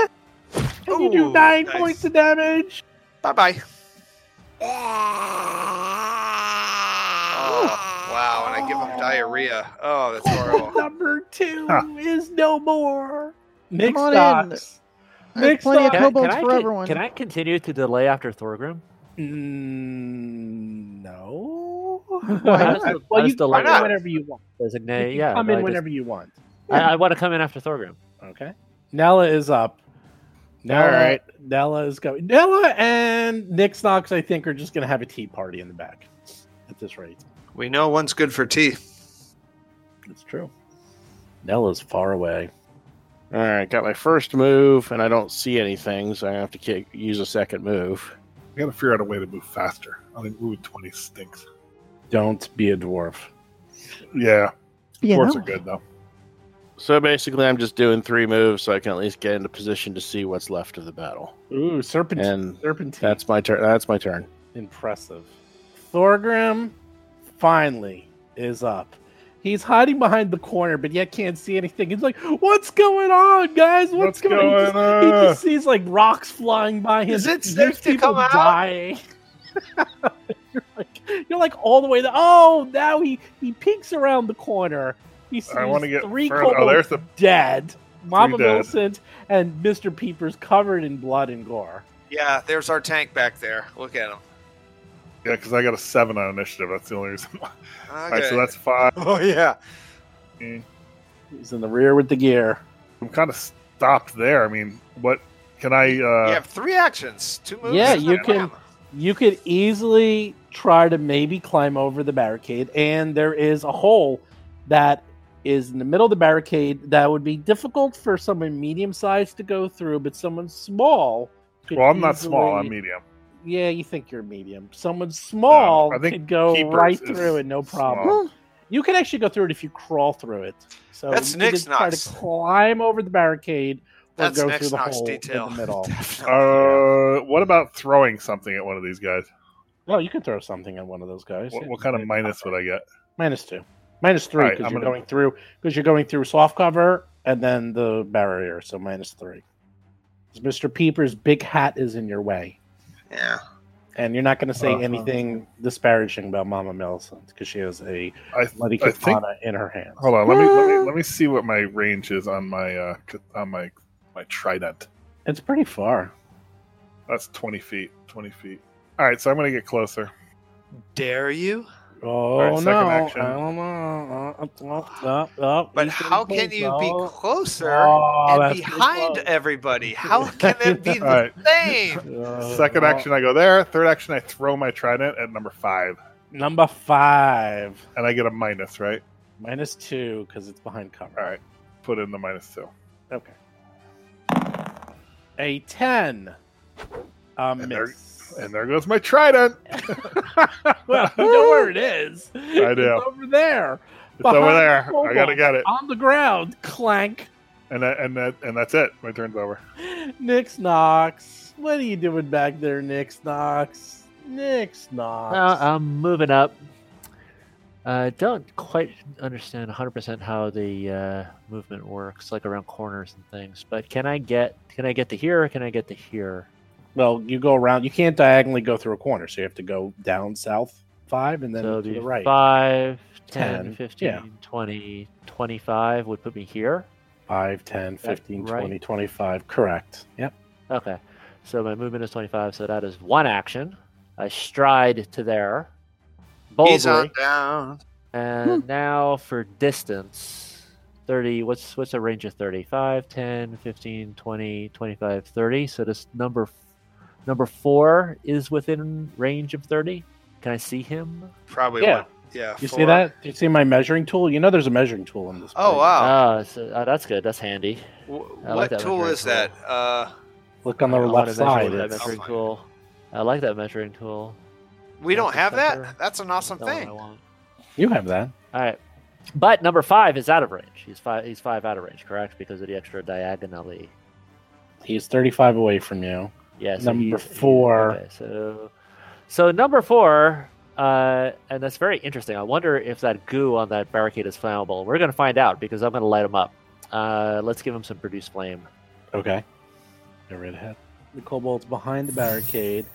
S2: And you do
S4: Ooh,
S2: nine
S4: nice.
S2: points of damage.
S4: Bye bye. Oh, wow. And I give him diarrhea. Oh, that's
S2: Cobalt
S4: horrible.
S2: <laughs> number two
S5: Huh.
S2: is no more. Nick
S3: on
S2: Stocks.
S3: I have
S2: Nick
S3: plenty of
S2: Stocks.
S6: Can I-
S3: kobolds
S6: can I
S3: for
S6: con-
S3: everyone.
S6: Can I continue to delay after Thorgrim?
S2: Mm, <laughs> no.
S3: Why
S6: I just-
S2: Well,
S6: I
S2: you
S6: just
S2: can
S6: delay
S2: come in
S4: not?
S2: whenever you want. You
S6: Designate.
S2: can
S6: Yeah,
S2: come
S6: no,
S2: in
S6: I just-
S2: whenever you want.
S6: I, I want to come in after Thorgrim.
S2: Okay. Nella is up. Nella,
S9: All right.
S2: Nella is going. Nella and Nick Snox, I think, are just going to have a tea party in the back at this rate.
S4: We know one's good for tea.
S2: It's true. Nella's far away.
S9: All right, got my first move, and I don't see anything, so I have to kick, use a second move.
S5: I gotta figure out a way to move faster. I think moving 20 stinks.
S2: Don't be a dwarf.
S5: Yeah,
S3: Yeah,
S5: dwarves are
S3: no.
S5: good, though.
S9: So basically, I'm just doing three moves, so I can at least get into position to see what's left of the battle.
S2: Ooh, serpentine.
S9: And
S2: serpentine.
S9: that's my turn. That's my turn.
S2: impressive. Thorgrim finally is up. He's hiding behind the corner, but yet can't see anything. He's like, "What's going on, guys? What's,
S5: What's
S2: going on?" He just, he
S5: going
S2: just sees like rocks flying by him.
S4: Is it
S2: There's
S4: safe to
S2: people
S4: come out?
S2: dying. <laughs> you're, like, you're like all the way. The, oh, now he he peeks around the corner. He sees
S5: I want to get
S2: three
S5: further- Oh,
S2: kobolds
S5: there's the
S2: dead. Mama
S5: dead.
S2: Millicent and Mister Peepers covered in blood and gore.
S4: Yeah, there's our tank back there. Look at him.
S5: yeah, because I got a seven on initiative. That's the only reason. Why.
S4: Okay.
S5: All right, so that's five.
S4: <laughs> oh yeah.
S2: He's in the rear with the gear.
S5: I'm kind of stopped there. I mean, what can I? Uh,
S4: you have three actions, two moves.
S2: Yeah,
S4: and a
S2: you can-
S4: bam.
S2: You could easily try to maybe climb over the barricade, and there is a hole that is in the middle of the barricade that would be difficult for someone medium sized to go through, but someone small. Could
S5: Well, I'm not small. I'm
S2: easily-
S5: medium.
S2: Yeah, you think you're medium. Someone small
S5: I think
S2: could go
S5: Keepers
S2: right
S5: is
S2: through it, no problem.
S5: small.
S2: You can actually go through it if you crawl through it. So
S4: That's
S2: you
S4: Nick's
S2: just try
S4: Knox.
S2: to climb over the barricade or
S4: That's
S2: go
S4: next
S2: through the
S4: Knox
S2: hole
S4: detail.
S2: in the
S4: <laughs>
S2: middle.
S4: Definitely.
S5: Uh, what about throwing something at one of these guys?
S2: No, you can throw something at one of those guys.
S5: What,
S2: Yeah.
S5: what kind of minus would I get?
S2: minus two, minus three
S5: Alright,
S2: because
S5: I'm
S2: you're
S5: gonna-
S2: going through because you're going through soft cover and then the barrier, so minus three. 'Cause Mr. Peeper's big hat is in your way,
S4: yeah.
S2: and you're not going to say
S5: Uh-huh.
S2: anything disparaging about Mama Millicent because she has a
S5: I,
S2: bloody
S5: I
S2: katana
S5: think.
S2: in her hand.
S5: Hold on. Let me,
S2: Ah.
S5: let me let me see what my range is on my uh, c- on my my trident.
S2: It's pretty far.
S5: That's 20 feet. 20 feet. All right, so I'm gonna get closer.
S4: Dare you?
S2: Oh
S5: Alright, second
S2: no!
S5: action.
S2: I don't know. Uh, uh, uh, uh, uh,
S4: But
S2: you
S4: how can
S2: please,
S4: you be
S2: no.
S4: closer
S2: Oh,
S4: and
S2: that's too
S4: behind
S2: close. <laughs>
S4: everybody? How can it be the
S5: All right.
S4: same?
S2: Uh,
S5: Second
S2: no.
S5: action, I go there. Third action, I throw my trident at number five,
S2: number five,
S5: and I get a minus. Right.
S2: minus two because it's behind cover.
S5: All right. Put in the minus two.
S2: Okay. A ten. A
S5: And there-
S2: miss.
S5: And there goes my trident.
S2: <laughs> well, you know where it
S5: <laughs>
S2: is. I
S5: do.
S2: It's over there.
S5: It's over
S2: Behind
S5: there.
S2: the
S5: I gotta
S2: kobold.
S5: get it.
S2: On the ground. Clank.
S5: And that, and that, and that's it. My turn's over.
S2: Nix Knox. What are you doing back there, Nix Knox? Nix Knox.
S6: Uh, I'm moving up. I don't quite understand 100% how the uh, movement works, like around corners and things. But can I get can I get to here? or Can I get to here?
S2: well, you go around. You can't diagonally go through a corner, so you have to go down south five and then
S6: so
S2: to
S6: it'd
S2: the
S6: be
S2: right.
S6: 5, 10,
S2: 10,
S6: 15, 20, 25 would put me here.
S2: Five, 10, 15,
S6: right.
S2: 20, 25. Correct. Yep.
S6: Okay. So my movement is 25, so that is one action. I stride to there. Boldly.
S4: He's on down.
S6: And now for distance. 30, what's what's a range of 30? 5, 10, 15, 20, 25, 30. So this number f- number 4 is within range of 30. Can I see him?
S4: Probably
S2: Yeah.
S4: one. Yeah.
S2: You see
S4: four.
S2: that? Do you see my measuring tool? You know there's a measuring tool in this.
S4: Oh
S2: place.
S4: wow.
S6: Ah, so, oh, that's good. That's handy.
S4: W-
S6: I like
S4: what
S6: that
S4: tool
S6: measuring
S4: is that? Uh,
S2: Look on the
S6: I wanna
S2: left
S6: measure
S2: side.
S6: with that
S4: it's-
S6: measuring
S4: I'll find it.
S6: tool. I like that measuring tool.
S4: we don't
S6: That's
S4: have
S6: better.
S4: that. That's an awesome
S6: That's the one I
S4: thing.
S6: want.
S2: You have that.
S6: All right. But number 5 is out of range. He's 5 he's 5 out of range, correct? Because of the extra diagonally.
S2: He's 35 away from you.
S6: Yeah. so
S2: Number
S6: he- he-
S2: four.
S6: okay, so, so number four, uh, and that's very interesting. I wonder if that goo on that barricade is flammable. We're going to find out because I'm going to light him up. Uh, let's give him some produce flame.
S2: Okay. Go right ahead. The kobold's behind the barricade.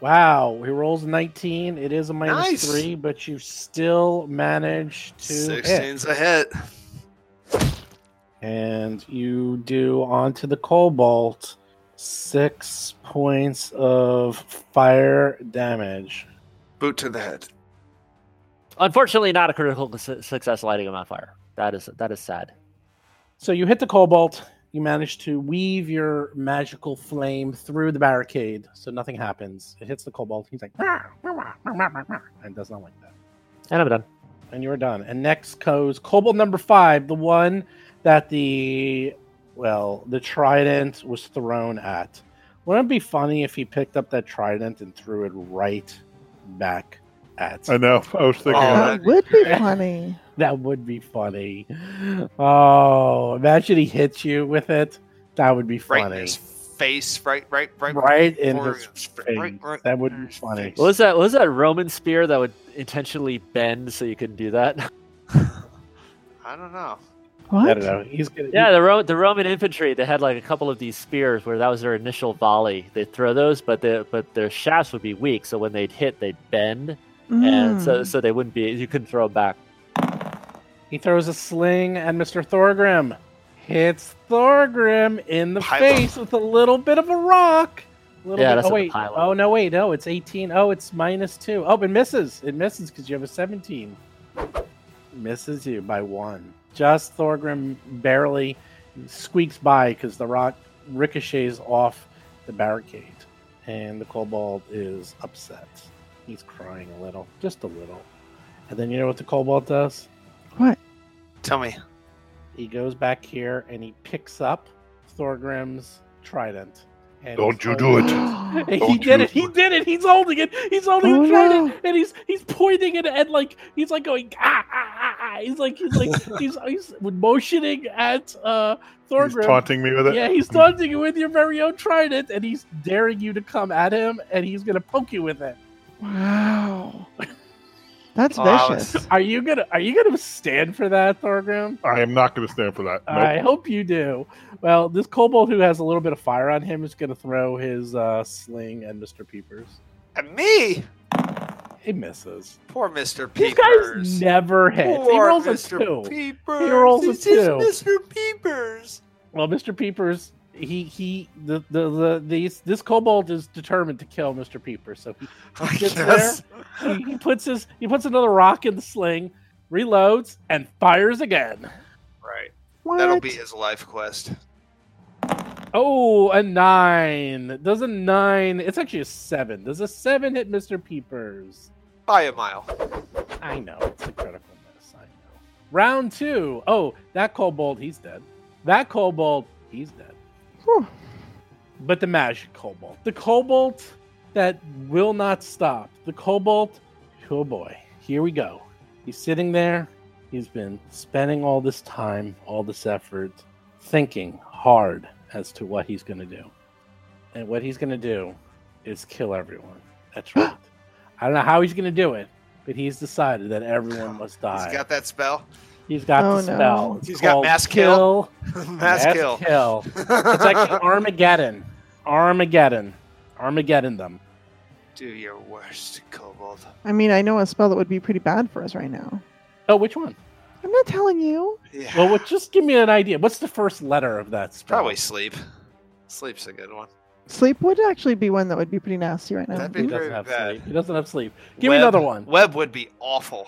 S2: Wow. He rolls 19. It is a minus
S4: Nice.
S2: three, but you still manage to hit.
S4: 16's a hit.
S2: And you do onto the cobalt six points of fire damage.
S4: Boot to the head.
S6: Unfortunately, not a critical su- success lighting him on fire. That is that is sad.
S2: So you hit the cobalt. You manage to weave your magical flame through the barricade, so nothing happens. It hits the cobalt. He's like, "Rah, rah, rah, rah, rah, rah, rah," and does not like that.
S6: And I'm done.
S2: And you're done. And next goes cobalt number five, the one that the well, the trident was thrown at. Wouldn't it be funny if he picked up that trident and threw it right back at?
S5: I know. I was thinking.
S4: Oh,
S3: That
S4: that-
S5: of
S3: would be funny.
S2: That would be funny. Oh, imagine he hits you with it. That would be
S4: Right
S2: funny.
S4: in his face. Right. Right. Right.
S2: right in
S4: Or-
S2: his
S4: right- right-
S2: face. That would be
S4: his
S2: funny.
S4: face.
S6: What was that? What was that Roman spear that would intentionally bend so you couldn't do that?
S4: I don't know.
S3: What?
S2: I don't know. He's gonna,
S6: <laughs> Yeah, the, Ro- the Roman infantry they had like a couple of these spears where that was their initial volley. They'd throw those, but the but their shafts would be weak, so when they'd hit, they'd bend, and so
S3: Mm.
S6: so they wouldn't be you couldn't throw 'em back.
S2: He throws a sling, and Mr. Thorgrim hits Thorgrim in the
S4: Pylon.
S2: face with a little bit of a rock. Little
S6: Yeah,
S2: bit.
S6: that's
S2: oh
S6: a
S2: wait.
S6: pylon.
S2: Oh no, wait, no, it's eighteen. Oh, it's minus two. Oh, it misses. It misses because you have a seventeen. Misses you by one. Just Thorgrim barely squeaks by because the rock ricochets off the barricade, and the kobold is upset. He's crying a little, just a little. And then you know what the kobold does?
S3: What?
S4: Tell me.
S2: He goes back here and he picks up Thorgrim's trident. And
S5: Don't
S2: he's
S5: you do
S2: holding-
S3: <laughs>
S5: it.
S2: <laughs> He
S5: Don't
S2: did
S5: you
S2: it.
S5: do
S2: He
S5: it.
S2: did it. He's holding it. He's holding
S3: Oh,
S2: the trident,
S3: no.
S2: and he's he's pointing it and like he's like going ah ah ah. ah. He's like he's like
S5: <laughs>
S2: he's he's motioning at uh
S5: He's
S2: Thorgrim.
S5: taunting me with it.
S2: yeah, he's taunting you with your very own trident, and he's daring you to come at him, and he's gonna poke you
S5: <laughs>
S2: with it.
S3: Wow. That's
S4: Oh, I was-
S3: vicious.
S2: Are you gonna Are you gonna stand for that, Thorgrim?
S5: I am not going to stand for that. Nope.
S2: I hope you do. Well, this kobold who has a little bit of fire on him is going to throw his uh, sling at Mr. Peepers.
S4: At me?
S2: He misses.
S4: Poor Mr.
S2: These
S4: Peepers.
S2: guys never hit. He
S4: Poor
S2: rolls
S4: Mr.
S2: a two.
S4: Peepers.
S2: He rolls a
S4: This is
S2: two.
S4: Mr. Peepers.
S2: well, Mr. Peepers, he he the the, the these this kobold is determined to kill Mr. Peepers, so he
S4: I
S2: Gets
S4: guess.
S2: he, he puts his he puts another rock in the sling, reloads, and fires again.
S4: Right.
S3: What?
S4: That'll be his life quest.
S2: Oh, a nine. Does a nine? It's actually a seven. Does a seven hit Mr. Peepers?
S4: By a mile.
S2: I know it's a critical miss. I know. Round two. Oh, that kobold, he's dead. That kobold, he's dead.
S3: Whew.
S2: But the magic kobold, the kobold that will not stop. The kobold. Oh boy, here we go. He's sitting there. He's been spending all this time, all this effort, thinking hard as to what he's going to do. And what he's going to do is kill everyone. That's right. I don't know how he's going to do it, but he's decided that everyone must die.
S4: He's got that spell. <laughs>
S2: the
S3: Oh, no.
S2: spell. It's
S4: He's got
S2: called
S4: mass kill. Mass kill. <laughs>
S2: kill. It's like Armageddon. Armageddon. Armageddon them.
S4: Do your worst, Kobold.
S3: I mean, I know a spell that would be pretty bad for us right now.
S2: Oh, which one?
S3: I'm not telling you.
S4: Yeah.
S2: Well, what, just give me an idea. What's the first letter of that spell?
S4: Probably sleep. Sleep's a good one.
S3: Sleep would actually be one that would be pretty nasty right now. Mm.
S4: That'd
S2: He
S4: be-
S2: doesn't
S4: Very
S2: have
S4: bad.
S2: sleep. He doesn't have sleep. Give me
S4: Web-
S2: another one.
S4: Web would be awful.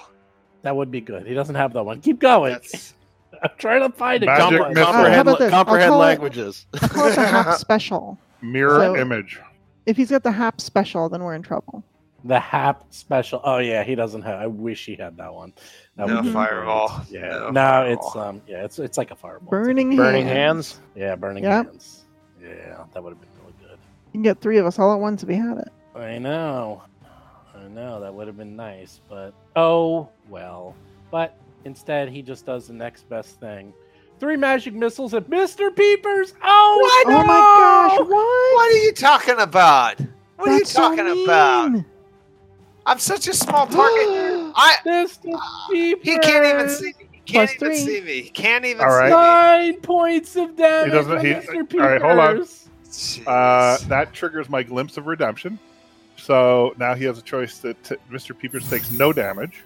S2: That would be good. He doesn't have that one. Keep going.
S4: That's
S2: <laughs> I'm trying to find a
S5: Magic
S2: combo-
S5: missile.
S3: Uh, how
S9: Comprehend,
S3: about this? I'll
S9: comprehend
S3: call it-
S9: languages.
S3: I'll call
S4: <laughs>
S3: it the hap special.
S5: Mirror
S3: So-
S5: image.
S3: If he's got the hap special, then we're in trouble.
S2: The Hap special. Oh yeah, he doesn't have. I wish he had that one. That
S4: No
S2: would be
S4: fireball.
S2: great. Yeah.
S4: No
S2: No, it's
S4: fireball.
S2: um. Yeah, it's it's like a fireball.
S3: Burning,
S9: Burning
S3: hand.
S9: hands.
S2: Yeah, burning
S3: Yep.
S2: hands. Yeah, that would have been really good.
S3: You can get three of us all at once if he had it.
S2: I know. I know that would have been nice, but oh well. But instead, he just does the next best thing: three magic missiles at Mister Peepers. Oh,
S4: What?
S2: no!
S3: Oh my gosh! What?
S4: What are you talking about? What
S3: That's so
S4: are you talking about?
S3: mean.
S4: I'm such a small target. I
S2: Mister Peepers.
S4: he can't even see me. He Can't
S3: Plus
S4: even
S3: three.
S4: see me. He Can't even
S5: All right.
S2: Nine points of damage.
S5: doesn't-
S2: on
S5: he- uh,
S2: Mr. Peepers.
S5: all right, hold on.
S4: see me.
S5: Uh,
S4: Jeez.
S5: that triggers my glimpse of redemption. So now he has a choice that t- Mr. Peepers takes no damage,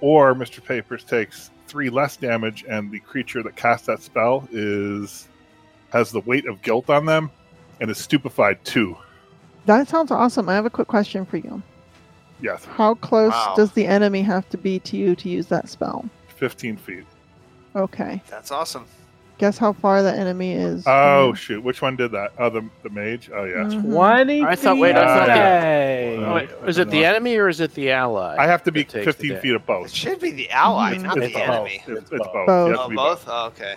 S5: or Mr. Papers takes three less damage, and the creature that cast that spell is has the weight of guilt on them and is stupefied too.
S3: <gasps> That sounds awesome. I have a quick question for you.
S5: Yes,
S3: How close
S4: Wow.
S3: does the enemy have to be to you to use that spell?
S5: fifteen feet.
S3: Okay.
S4: That's awesome.
S3: Guess how far the enemy is.
S5: Oh shoot! Which one did that? Oh, the the mage. Oh yeah.
S3: Mhm.
S2: Twenty.
S9: I thought- wait,
S5: I thought-
S2: away.
S5: Oh, wait.
S9: Is it the enemy or is it the ally?
S5: I have to be
S9: It takes the
S5: fifteen
S9: da-
S5: feet of
S4: It
S5: both.
S4: should be the ally,
S3: Mhm.
S4: not
S5: It's
S4: the
S5: both.
S4: enemy.
S5: It's, it's both.
S3: Both.
S5: It has
S4: Oh,
S5: to be
S4: both? Oh, okay.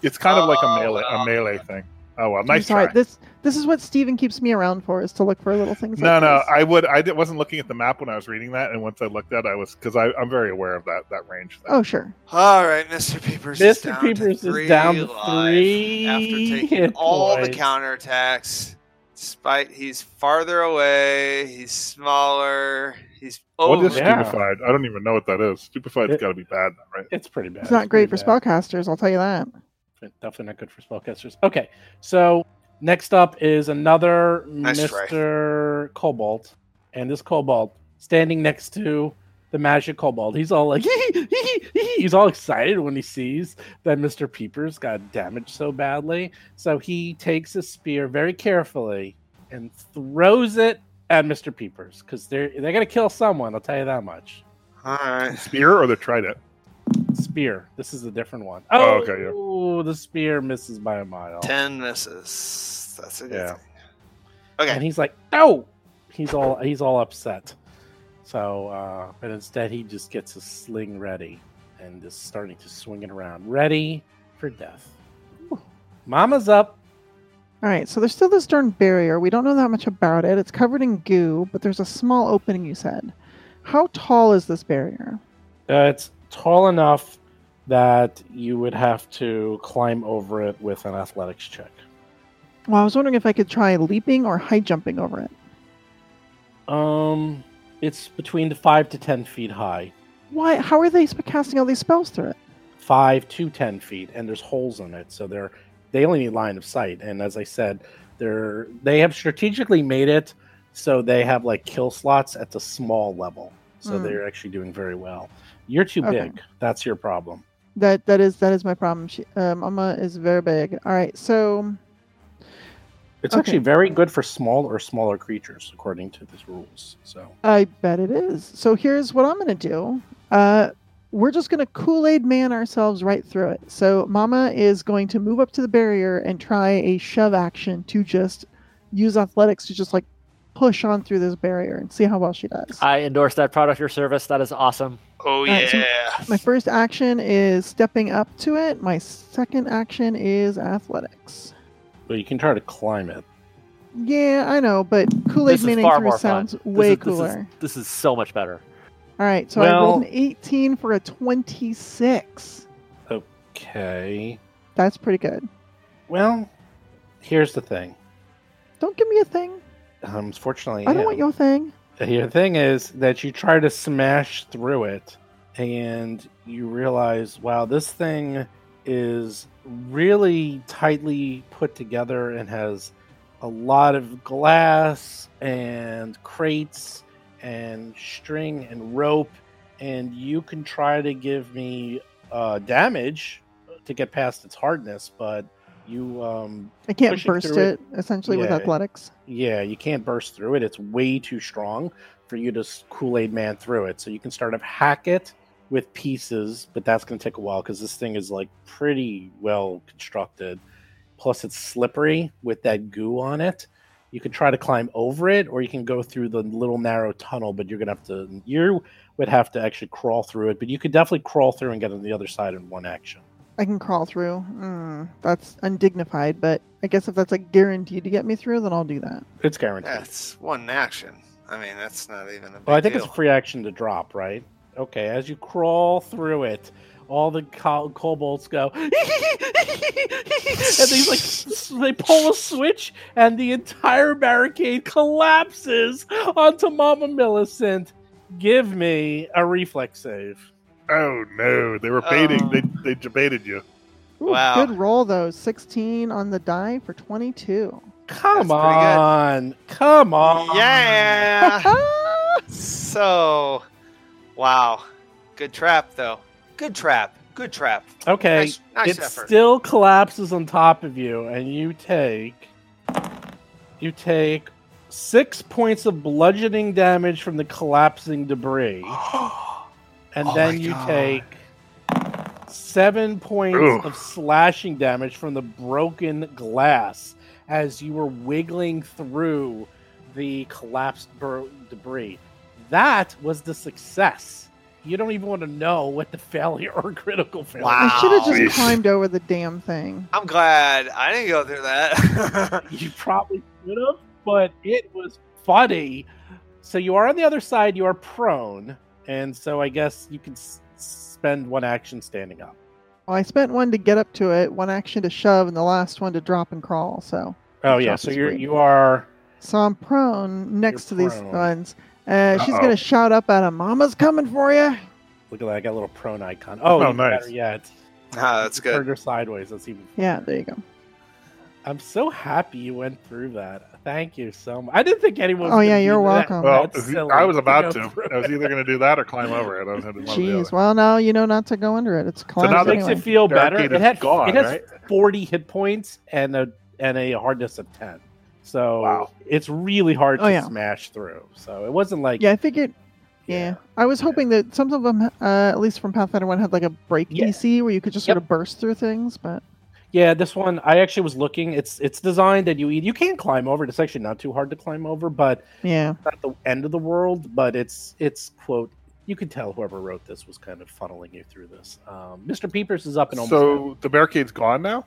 S5: It's kind of like a
S4: Oh,
S5: melee, a
S4: well.
S5: melee thing. Oh well,
S3: I'm
S5: nice
S3: sorry.
S5: try.
S3: This this is what Steven keeps me around for is to look for little things.
S5: No,
S3: like
S5: no,
S3: this.
S5: I would. I di- wasn't looking at the map when I was reading that, and once I looked at, it, I was because I'm very aware of that that range. Thing.
S3: Oh sure.
S4: All right, Mr. Peepers. is
S2: Mr.
S4: down
S2: Peepers
S4: to three
S2: is down to
S4: live
S2: three
S4: after
S2: <laughs>
S4: taking
S2: hit
S4: all the
S2: points.
S4: counterattacks. Despite he's farther away, he's smaller, He's
S5: What
S4: over.
S5: is
S2: Oh, yeah.
S5: stupefied? I don't even know what that is. Stupefied's
S2: It-
S5: got to be bad, right?
S2: It's pretty bad.
S3: It's not great for
S2: pretty bad.
S3: spellcasters, I'll tell you that.
S2: But Definitely not good for spellcasters. Okay, so next up is another
S4: Nice try.
S2: Mr. Cobalt, and this Cobalt standing next to the magic Cobalt. He's all like, <laughs> he's all excited when he sees that Mr. Peepers got damaged so badly. So he takes his spear very carefully and throws it at Mr. Peepers because they're they're gonna kill someone. I'll tell you that much.
S4: All right.
S5: Spear or the trident?
S2: Spear. This is a different one.
S5: Oh,
S2: Oh,
S5: okay, yeah.
S2: the spear misses by a mile.
S4: Ten misses. That's a good
S5: Yeah.
S4: thing. Okay.
S2: and he's like, "No!" He's all he's all upset. So, uh, but instead, he just gets his sling ready and is starting to swing it around, ready for death. Mama's up.
S3: All right, so there's still this darn barrier. We don't know that much about it. It's covered in goo, but there's a small opening, you said. How tall is this barrier?
S2: Uh, it's tall enough that you would have to climb over it with an athletics check.
S3: Well, I was wondering if I could try leaping or high jumping over it.
S2: Um, it's between five to ten feet high,
S3: Why? How are they sp- casting all these spells through it?
S2: five to ten feet, and there's holes in it, so they're they only need line of sight. And as I said, they're they have strategically made it so they have like kill slots at the small level, so
S3: Mm.
S2: they're actually doing very well. You're too
S3: Okay.
S2: big. That's your problem.
S3: That that is that is my problem. She, uh, Mama is very big. All right, so
S2: It's
S3: Okay.
S2: actually very good for small or smaller creatures, according to these rules. So
S3: I bet it is. So here's what I'm gonna do. Uh, we're just gonna Kool Aid Man ourselves right through it. So Mama is going to move up to the barrier and try a shove action to just use athletics to just like push on through this barrier and see how well she does.
S6: I endorse that product or service. That is awesome.
S4: oh
S3: right, so-
S4: yeah.
S3: My first action is stepping up to it. My second action is athletics.
S2: but you can try to climb it.
S3: Yeah, I know, but Kool
S6: This
S3: Aid
S6: is
S3: Man
S6: far
S3: through
S6: more fun.
S3: sounds way
S6: this is,
S3: cooler.
S6: This is, this is so much better.
S3: All right, so I rolled
S2: Well-
S3: an 18 for a 26.
S2: Okay.
S3: That's pretty good.
S2: Well, here's the thing.
S3: Don't give me a thing.
S2: Um, unfortunately,
S3: I don't want
S2: yeah.
S3: your thing.
S2: The thing is that you try to smash through it and you realize, wow, this thing is really tightly put together and has a lot of glass and crates and string and rope. And you can try to give me uh, damage to get past its hardness, but you um,
S3: I can't
S2: Pushing
S3: burst
S2: through
S3: it,
S2: it.
S3: essentially with
S2: Yeah.
S3: athletics.
S2: yeah, you can't burst through it. It's way too strong for you to Kool Aid Man through it. So you can start to hack it with pieces, but that's going to take a while because this thing is like pretty well constructed. Plus, it's slippery with that goo on it. You can try to climb over it, or you can go through the little narrow tunnel. But you're gonna have to. You would have to actually crawl through it, but you could definitely crawl through and get on the other side in one action.
S3: I can crawl through. Mm, that's undignified, but I guess if that's like guaranteed to get me through, then I'll do that.
S2: It's guaranteed.
S4: That's one action. I mean, that's not even a big
S2: Well, I think
S4: deal.
S2: it's a free action to drop, right? Okay, as you crawl through it, all the co- kobolds go, <laughs> and they like s- they pull a switch, and the entire barricade collapses onto Mama Millicent. Give me a reflex save.
S5: Oh no, they were baiting.
S4: Oh.
S5: They they debated you.
S3: Ooh,
S4: Wow.
S3: Good roll, though. 16 on the die for 22.
S2: Come
S4: That's pretty good.
S2: on, come on,
S4: Yeah.
S3: Ah,
S4: so, wow. Good trap though. Good trap. Good trap.
S2: Okay,
S4: Nice, nice
S2: it
S4: <gasps> effort.
S2: still <gasps> collapses on top of you and you take you take six points of bludgeoning damage from the collapsing debris and
S4: Oh
S2: then
S4: my
S2: you
S4: God.
S2: take seven points
S5: Oof.
S2: of slashing damage from the broken glass as you were wiggling through the collapsed bur- debris that was the success you don't even want to know what the failure or critical failure
S4: Wow.
S3: I should have
S4: Ow.
S3: just climbed over the damn thing.
S4: I'm glad I didn't go through that. <laughs>
S2: <laughs> you probably should have, but it was funny. So you are on the other side. You are prone, and so I guess you can s- spend one action standing up.
S3: Well, I spent one to get up to it, one action to shove, and the last one to drop and crawl. So,
S2: Oh yeah,
S3: Drop
S2: so
S3: is
S2: you're
S3: great.
S2: you are
S3: so I'm prone next
S2: You're
S3: to these
S2: prone.
S3: ones, Uh, she's
S5: Uh-oh.
S3: gonna shout up at him. Mama's coming for you.
S2: Look at that. I got a little prone icon. Oh,
S5: Oh,
S2: even
S5: nice.
S2: better yet.
S4: Ah, that's good.
S2: Turned her sideways. That's even.
S3: Yeah, there you go.
S2: I'm so happy you went through that. Thank you so much. I didn't think anyone. Was
S3: Oh,
S2: gonna
S3: yeah,
S2: do
S3: you're
S2: that.
S3: welcome.
S5: Well,
S2: That's
S5: if you-
S2: silly
S5: I was
S2: to
S5: about
S2: go
S5: to.
S2: through
S5: I was
S2: it.
S5: either going to do that or climb over it. I was headed one or the
S3: Jeez.
S5: other.
S3: Well, now you know not to go under it. It's
S5: now
S3: collapsed
S2: That
S5: they-
S2: makes
S3: anyway.
S2: it feel better.
S5: Barricade
S2: It
S5: is
S2: had
S5: gone,
S2: it has
S5: right?
S2: 40 hit points and a and a hardness of 10. So
S5: Wow.
S2: it's really hard
S3: Oh,
S2: to
S3: yeah.
S2: smash through. So it wasn't like
S3: Yeah, I figured. Yeah. I was hoping that some of them, uh, at least from Pathfinder One, had like a break
S2: Yeah.
S3: DC where you could just sort of burst through things. But
S2: Yeah, this one I actually was looking. It's it's designed that you eat. You can climb over. it. It's actually not too hard to climb over, but
S3: yeah,
S2: it's not the end of the world. But it's it's quote. You can tell whoever wrote this was kind of funneling you through this. Um, Mr. Peepers is up and almost out.
S5: So the barricade's gone now.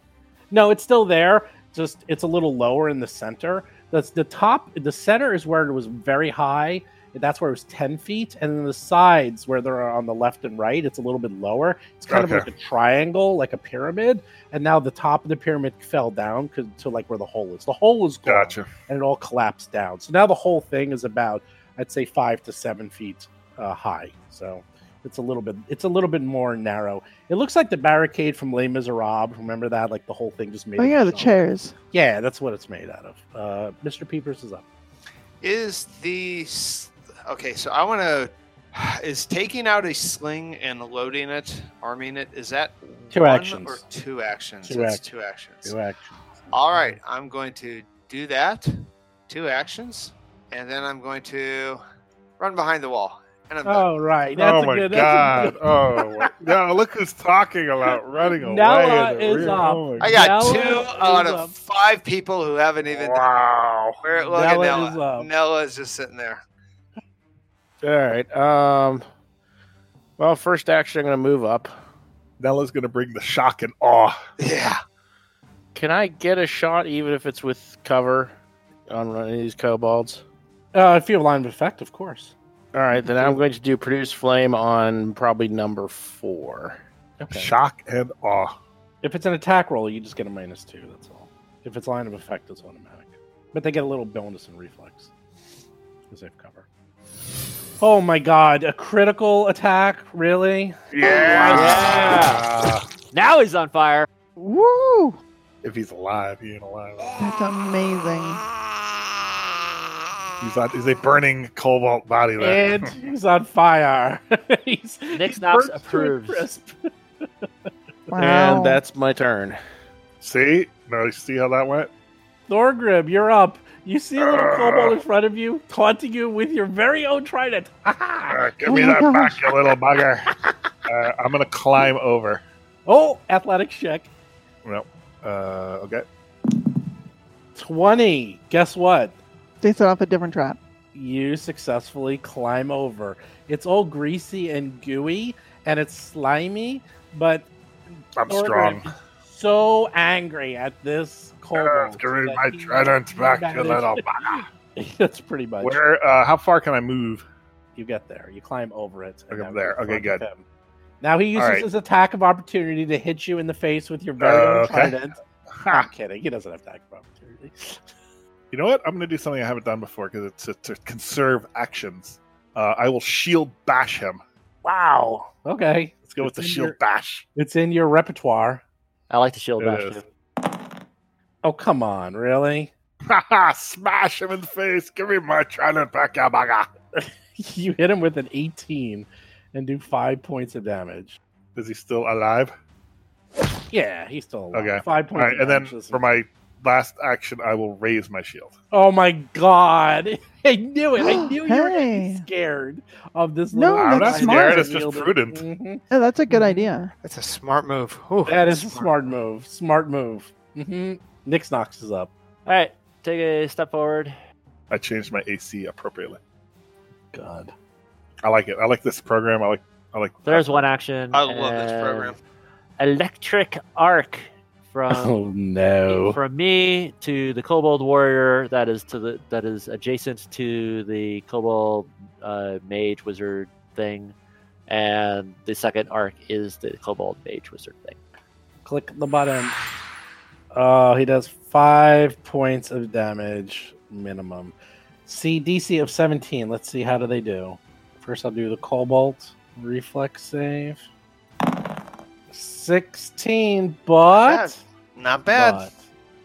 S2: No, it's still there. Just it's a little lower in the center. That's the top. The center is where it was very high. That's where it was ten feet, and then the sides where they're on the left and right, it's a little bit lower. It's kind
S5: Okay.
S2: of like a triangle, like a pyramid. And now the top of the pyramid fell down 'cause- to like where the hole is. The hole is gone,
S5: Gotcha.
S2: and it all collapsed down. So now the whole thing is about, I'd say, five to seven feet uh, high. So it's a little bit it's a little bit more narrow. It looks like the barricade from Les Miserables. Remember that? Like the whole thing just made.
S3: oh
S2: of
S3: yeah, the
S2: junk.
S3: chairs.
S2: Yeah, that's what it's made out of. Uh, Mr. Peepers is up.
S4: Is the s- okay? So I want to. Is taking out a sling and loading it, arming it, is that
S2: Two
S4: one
S2: actions.
S4: or two actions?
S2: Two
S4: It's
S2: actions.
S4: two actions.
S2: Two actions.
S4: All right, I'm going to do that. Two actions, and then I'm going to run behind the wall. And I'm done.
S2: Oh right. That's
S5: Oh
S2: a
S5: my
S2: good, that's a
S5: god.
S2: good-
S5: Oh <laughs> my- now look who's talking about running away.
S2: Nella
S5: in the
S2: is
S5: rear.
S2: up.
S5: Oh my
S4: I got
S2: Nella
S4: two
S2: is up.
S4: out of five people who haven't even.
S5: Wow.
S4: Where, look at
S2: Nella is
S4: Nella.
S2: up.
S4: Nella is just sitting there. <laughs>
S9: All right. Um. Well, first action, I'm going to move up.
S5: Nella's going to bring the shock and awe.
S4: Yeah.
S9: Can I get a shot, even if it's with cover, on one of these kobolds?
S2: Uh, field line of effect, of course.
S9: All right, then I'm going to do produce flame on probably number four.
S2: Okay.
S5: Shock and awe.
S2: If it's an attack roll, you just get a minus two. That's all. If it's line of effect, it's automatic. But they get a little bonus in reflex because they have cover. Oh my god, a critical attack? Really?
S6: Yeah. Now he's on fire.
S3: Woo!
S5: If he's alive, he ain't alive.
S3: That's amazing.
S5: He's, on, he's a burning cobalt body there.
S2: And he's on fire. <laughs> he's,
S6: Nick
S2: he's burnt
S6: Knox
S2: to a
S6: approves.
S2: crisp.
S3: Wow.
S9: And that's my turn.
S5: <laughs> see? No, you see how that went?
S2: Thorgrim, you're up. You see a little
S5: Ugh.
S2: kobold in front of you, taunting you with your very own trident.
S5: Ah, give
S3: Oh
S5: me
S3: my
S5: that
S3: gosh.
S5: back, you little bugger. uh, I'm going to climb over.
S2: oh, athletic check.
S5: No. Uh, okay.
S2: 20. Guess what?
S3: they set off a different trap.
S2: You successfully climb over. It's all greasy and gooey, and it's slimy, but
S5: I'm
S2: Thorgrim
S5: strong.
S2: is so angry at this
S5: Uh,
S2: kobold.
S5: give me
S2: that
S5: my
S2: he-
S5: trident
S2: he
S5: back, you
S2: managed- <laughs>
S5: little bugger.
S2: That's pretty much. it.
S5: Where? Uh, how far can I move?
S2: You get there. You climb over it. and
S5: Okay,
S2: now
S5: there.
S2: you're in
S5: Okay,
S2: front
S5: good.
S2: of him. Now he uses
S5: All right.
S2: his attack of opportunity to hit you in the face with your very
S5: Uh,
S2: own
S5: okay.
S2: trident.
S5: Ha.
S2: I'm kidding. He doesn't have attack of opportunity.
S5: You know what? I'm going to do something I haven't done before because it's to, to conserve actions. Uh, I will shield bash him.
S2: Wow. Okay.
S5: Let's go
S2: It's
S5: with the
S2: in
S5: shield
S2: your-
S5: bash. <laughs>
S2: It's in your repertoire.
S6: I like the shield
S5: It
S6: bash.
S5: is.
S6: too.
S2: Oh, come on. Really?
S5: Ha ha! Smash him in the face. Give me my trident back, you bugger.
S2: <laughs> You hit him with an 18 and do five points of damage.
S5: Is he still alive?
S2: Yeah, he's still alive.
S5: Okay.
S2: Five
S5: All
S2: points
S5: right,
S2: of
S5: and then
S2: damage. is-
S5: for my last action, I will raise my shield.
S2: oh, my God. <laughs> I knew it.
S3: <gasps>
S2: I knew you were gonna be
S3: Hey.
S2: scared of this.
S3: No,
S2: little
S3: I'm not
S2: guy
S3: scared,
S5: it's just
S2: wielding-
S5: prudent.
S2: Mhm.
S3: Yeah, Oh, that's a good idea.
S4: That's a smart move. Whew.
S2: That is a smart move. Smart move. Mm-hmm. Nix Knox is up.
S6: All right, take a step forward.
S5: I changed my AC appropriately.
S2: God.
S5: I like it. I like this program. I like. I like.
S6: There's one action.
S4: I love this
S6: and
S4: program.
S6: Electric arc
S9: <laughs>
S6: from
S2: Oh no.
S6: from me to the kobold warrior that is to the that is adjacent to the kobold uh, mage wizard thing, and the second arc is the kobold mage wizard thing.
S2: Click the button. Uh, Oh, he does five points of damage minimum. See DC of 17. Let's see how do they do. First, I'll do the Cobalt reflex save. 16, but
S4: Yes. Not bad.
S2: but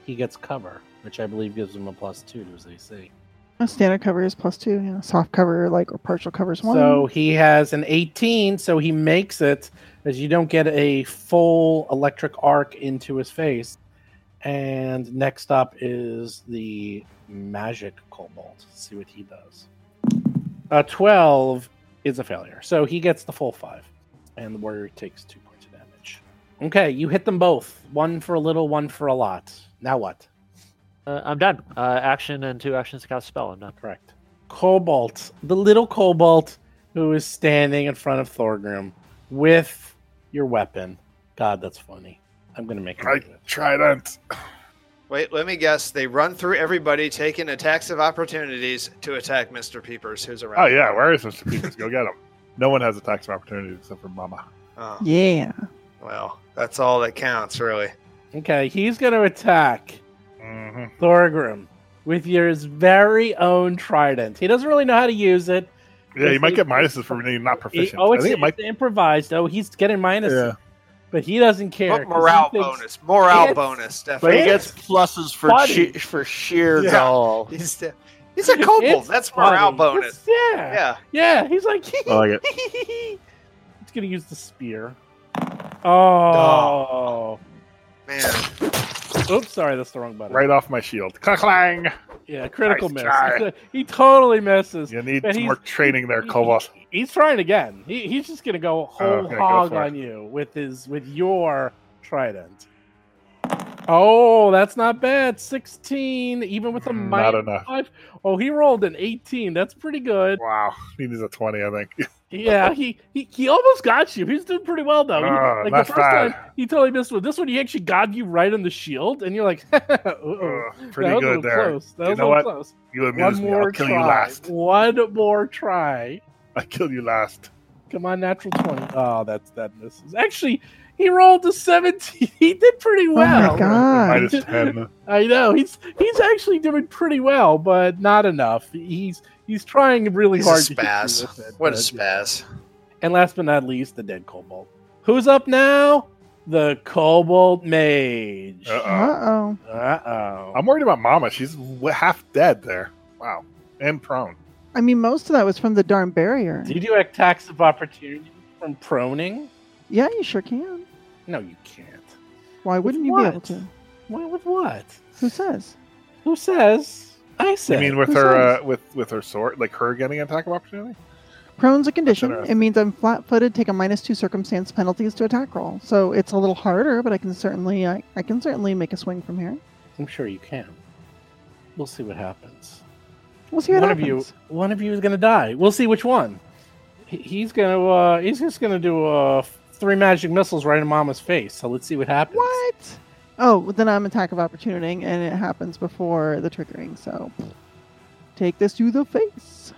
S2: he gets cover, which I believe gives him a plus two to his AC.
S3: Uh, Standard cover is plus two. Yeah. Soft cover, like or partial cover is one.
S2: So he has an 18, so he makes it, as you don't get a full electric arc into his face. And next up is the magic cobalt. Let's see what he does. A 12 is a failure, so he gets the full five, and the warrior takes two points of damage. Okay, you hit them both. One for a little, one for a lot. Now what?
S6: Uh, I'm done. Uh, action and two actions to cast a spell. I'm done.
S2: Correct. Cobalt, the little Cobalt who is standing in front of Thorgrim with your weapon. God, that's funny. I'm gonna make him
S5: I
S2: do it.
S5: tried it.
S4: Wait, let me guess. They run through everybody, taking attacks of opportunities to attack Mr. Peepers, who's around.
S5: Oh yeah, where is Mr. Peepers? Go get him. No one has a tax of opportunity except for Mama.
S4: Oh,
S3: yeah.
S4: Well, that's all that counts, really.
S2: Okay, he's gonna attack
S5: hmm
S2: Mm-hmm. Thorgrim with your very own trident. He doesn't really know how to use it.
S5: Yeah, you
S2: Is
S5: might
S2: he-
S5: get minuses for being not
S2: He-
S5: proficient.
S2: oh,
S5: I
S2: it's,
S5: think it might.
S2: it's improvised. Oh, he's getting minus,
S5: Yeah.
S2: but he doesn't care.
S4: But
S2: 'cause he
S4: morale
S2: thinks-
S4: bonus. Morale
S2: Yes.
S4: bonus,
S9: But
S4: definitely.
S9: he gets pluses for
S2: funny.
S9: che- for sheer
S4: Yeah.
S9: gall.
S4: He's, de- he's a kobold.
S2: <laughs> It's
S4: That's morale
S2: funny.
S4: bonus.
S2: It's- yeah.
S4: Yeah.
S2: Yeah, he's like, <laughs>
S9: I like it.
S2: it's gonna use the spear. Oh,
S4: Man.
S2: oops, sorry, that's the wrong button.
S5: Right off my shield. Clang!
S2: Yeah, critical
S5: Nice
S2: miss.
S5: try.
S2: <laughs> He totally misses.
S5: You need
S2: But
S5: some
S2: he's-
S5: more training there,
S2: he-
S5: Cobalt.
S2: He's trying again. He, he's just gonna go whole
S5: Okay, Oh, go
S2: hog
S5: for it.
S2: on you with his with your trident. Oh, that's not bad. Sixteen, even with a
S5: Mm,
S2: minus
S5: Not enough.
S2: five. Oh, he rolled an eighteen. That's pretty good.
S5: Wow, <laughs> he needs a twenty, I think.
S2: Yeah, he, he he almost got you. He's doing pretty well though. He-
S5: Oh,
S2: like
S5: not
S2: the first
S5: bad.
S2: time, he totally missed one. This one, he actually got you right on the shield, and you're like, <laughs> uh-oh.
S5: Ugh, Uh, pretty
S2: Oh, That was a
S5: good
S2: little
S5: there.
S2: Close. That
S5: You
S2: was a
S5: know
S2: little
S5: what?
S2: close.
S5: You
S2: One
S5: amuse me.
S2: more
S5: I'll kill
S2: try.
S5: you last. <laughs>
S2: One more try.
S5: I kill you last.
S2: Come on, natural twenty. Oh, that's that misses. Actually, he rolled a seventeen. <laughs> He did pretty well.
S3: Oh my god. <laughs>
S5: Minus ten.
S2: I know he's he's actually doing pretty well, but not enough. He's he's trying really
S4: He's a
S2: hard. to hit you
S4: spaz.
S2: with it,
S4: What a
S2: but-
S4: spaz.
S2: And last but not least, the dead kobold. Who's up now? The kobold mage.
S5: Uh oh.
S3: Uh oh.
S2: Uh-oh.
S5: I'm worried about Mama. She's w- half dead there. Wow. And prone.
S3: I mean, most of that was from the darn barrier.
S2: Do you do attacks of opportunity from proning?
S3: Yeah, you sure can.
S2: No, you can't.
S3: Why wouldn't you be able
S2: what?
S3: to?
S2: Why with what?
S3: Who says?
S2: Who says? I say.
S5: You mean with
S3: Who
S5: her
S3: says?
S5: uh, with with her sword, like her getting an attack of opportunity?
S3: Prone's a condition. It
S5: interesting.
S3: means I'm flat-footed, take a minus two circumstance penalties to attack roll. So it's a little harder, but I can certainly I, I can certainly make a swing from here.
S2: I'm sure you can. We'll see what happens.
S3: We'll see what
S2: one
S3: happens.
S2: of you, one of you is gonna die. We'll see which one. He- He's gonna, uh, he's just gonna do uh, three magic missiles right in Mama's face. So let's see what happens.
S3: What? Oh, well, then I'm attack of opportunity, and it happens before the triggering. So take this to the face.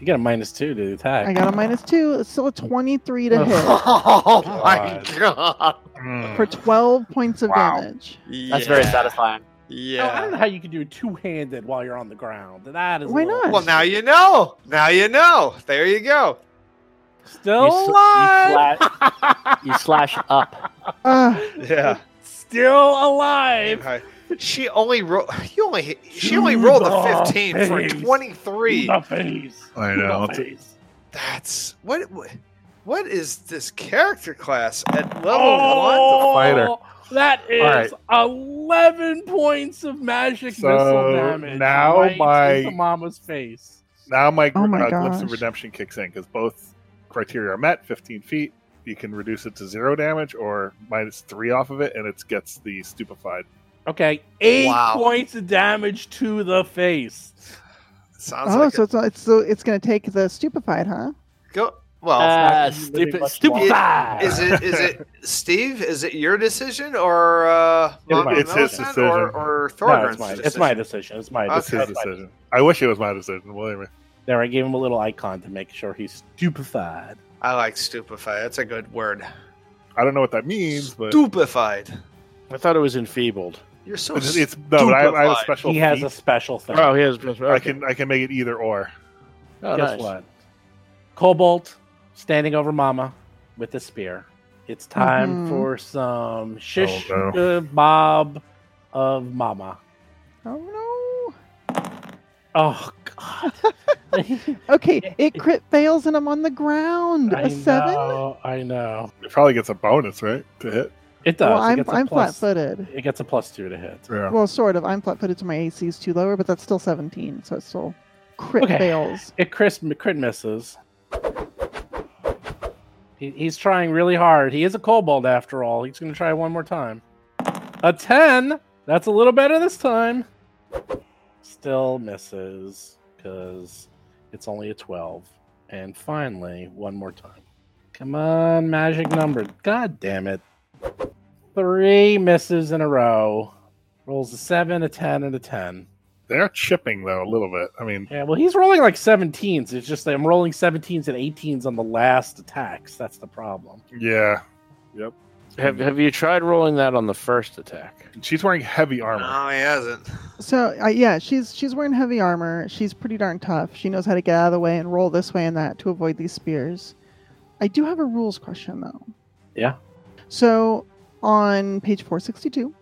S2: You got a minus two to the attack.
S3: I got a minus two. It's still a 23 to hit
S9: <laughs> Oh
S2: my
S9: god!
S5: Mm.
S3: for 12 points of
S9: Wow.
S3: damage.
S6: That's very satisfying.
S2: Oh, I don't
S4: Yeah.
S2: know how you can do two handed while you're on the ground. That is a
S3: Why
S2: little-
S3: not?
S4: Well, now you know. Now you know. There
S2: <laughs>
S4: you go.
S2: still
S6: You sl- you
S2: alive.
S6: You slash up.
S3: Uh,
S4: Yeah.
S2: still alive.
S4: She only rolled. <sighs> You only. She
S2: To
S4: only rolled a
S2: the
S4: fifteen for
S2: face.
S4: twenty-three.
S2: The face.
S5: I
S2: The
S5: know. It's-
S2: face.
S4: That's what. what- What is this character class at level one?
S2: Oh,
S5: fighter.
S2: That is
S5: right.
S2: 11 points of magic
S5: So,
S2: missile damage.
S5: now
S2: right
S5: my-
S2: into Mama's face.
S5: Now my,
S3: Oh my
S5: uh, glimpse of
S3: gosh.
S5: redemption kicks in because both criteria are met. Fifteen feet. You can reduce it to zero damage or minus three off of it, and it gets the stupefied.
S2: Okay, eight
S4: Wow.
S2: points of damage to the face.
S4: Sounds
S3: oh,
S4: like
S3: so
S4: a,
S3: it's it's so it's going to take the stupefied, huh?
S4: go. Well,
S6: Ah,
S2: not gonna be living
S6: stupid,
S2: much
S6: stupid.
S2: longer.
S6: five.
S4: is it is it Steve? Is it your decision or uh, Mama
S5: it's his
S4: Millicent
S5: decision.
S4: or, or
S2: No,
S4: Thorgrim's
S2: it's, my,
S4: decision?
S2: it's my decision. It's my
S4: Okay.
S5: It's
S2: decision.
S5: his decision. I wish it was my decision. Believe me.
S2: There, I gave him a little icon to make sure he's stupefied.
S4: I like stupefied. That's a good word.
S5: I don't know what that means, but
S4: Stupefied.
S9: I thought it was enfeebled.
S4: You're so
S5: It's, it's no, but I, I have a
S4: stupefied.
S5: special.
S2: He has
S5: feat.
S2: a special thing.
S9: Oh, he has.
S5: I can I can make it either or.
S9: Oh,
S2: Guess
S9: nice.
S2: what? Cobalt standing over Mama with a spear. It's time
S5: Mm-hmm.
S3: Mhm.
S2: for some shish
S5: Oh,
S2: uh, bob of Mama.
S3: Oh
S2: Oh
S3: <laughs>
S2: God!
S3: no. Okay, it crit fails and I'm on the ground. A
S2: I
S3: seven?
S2: know. I know.
S5: It probably gets a bonus, right? To hit.
S2: It does.
S3: Well,
S2: it
S3: I'm,
S2: gets a
S3: I'm flat
S2: plus-
S3: footed.
S2: It gets a plus two to hit.
S5: Yeah.
S3: Well, sort of. I'm flat footed, so my AC is too lower, but that's still 17, so it's still crit
S2: Okay.
S3: fails.
S2: It crit, crit misses. He, he's trying really hard. He is a kobold after all. He's going to try one more time. A 10. That's a little better this time. Still misses because it's only a 12. And finally, one more time. Come on, magic number. God damn it. Three misses in a row. Rolls a 7, a 10, and a 10.
S5: They're chipping though a little bit. I mean,
S2: Yeah, well, he's rolling like 17s. It's just that I'm rolling 17s and 18s on the last attacks. That's the problem.
S5: yeah,
S9: Have Have you tried rolling that on the first attack?
S5: she's wearing heavy armor.
S4: No, he hasn't.
S3: So uh, yeah, she's she's wearing heavy armor. She's pretty darn tough. She knows how to get out of the way and roll this way and that to avoid these spears. I do have a rules question though.
S2: Yeah.
S3: So on page 462,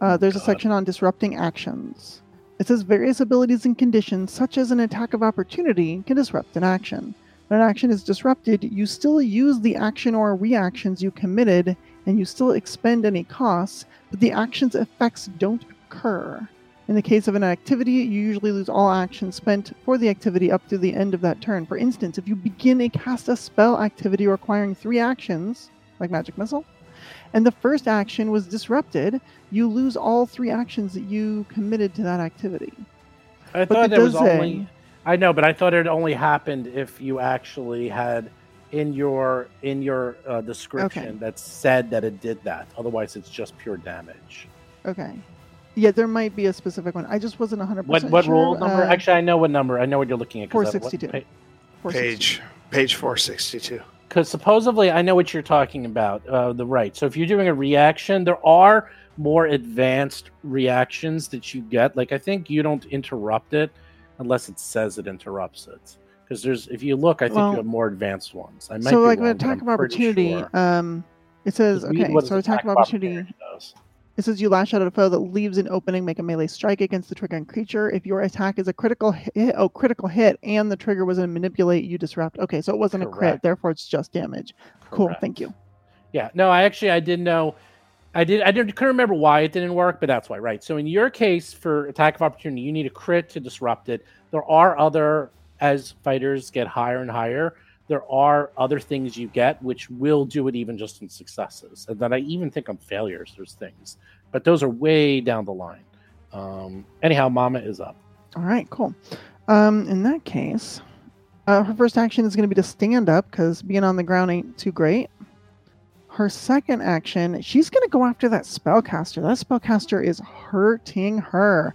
S3: uh, there's a
S2: Oh God.
S3: section on disrupting actions. It says various abilities and conditions, such as an attack of opportunity, can disrupt an action. When an action is disrupted, you still use the action or reactions you committed, and you still expend any costs, but the action's effects don't occur. In the case of an activity, you usually lose all action spent for the activity up to the end of that turn. For instance, if you begin a cast a spell activity requiring three actions, like Magic Missile, and the first action was disrupted, you lose all three actions that you committed to that activity.
S2: I
S3: But
S2: thought
S3: it
S2: there was
S3: does say-
S2: only. I know, but I thought it only happened if you actually had in your in your uh, description that said that it did that. Otherwise, it's just pure damage.
S3: Okay. Yeah, there might be a specific one. I just wasn't 100%
S2: What what
S3: sure.
S2: rule number?
S3: Uh,
S2: actually, I know what number. I know what you're looking at. 'cause I- what
S3: 462.
S2: pa-
S4: Page
S3: 460.
S4: page four sixty two.
S2: because supposedly I know what you're talking about. Uh, the right. So if you're doing a reaction, there are more advanced reactions that you get. Like I think you don't interrupt it unless it says it interrupts it. Because there's, if you look, I think
S3: Well-
S2: you have more advanced ones. I might
S3: So,
S2: be
S3: like,
S2: wrong,
S3: when
S2: but
S3: attack
S2: I'm
S3: of
S2: pretty
S3: opportunity,
S2: sure.
S3: um, it says,
S2: Read
S3: okay,
S2: what
S3: so
S2: the
S3: attack of opportunity
S2: does.
S3: It says you lash out at a foe that leaves an opening, make a melee strike against the triggering creature. If your attack is a critical hit, oh, critical hit, and the trigger was a manipulate, you disrupt. Okay, so it wasn't a
S2: Correct.
S3: crit, therefore it's just damage. Cool,
S2: Correct.
S3: thank you.
S2: Yeah, no, I actually I did know, I did I didn't couldn't remember why it didn't work, but that's why, right? So in your case for attack of opportunity, you need a crit to disrupt it. There are other as fighters get higher and higher, there are other things you get which will do it even just in successes, and then I even think on failures there's things, but those are way down the line. Um, anyhow, Mama is up.
S3: All right, cool. Um, in that case, uh, her first action is going to be to stand up because being on the ground ain't too great. Her second action, she's going to go after that spellcaster. That spellcaster is hurting her.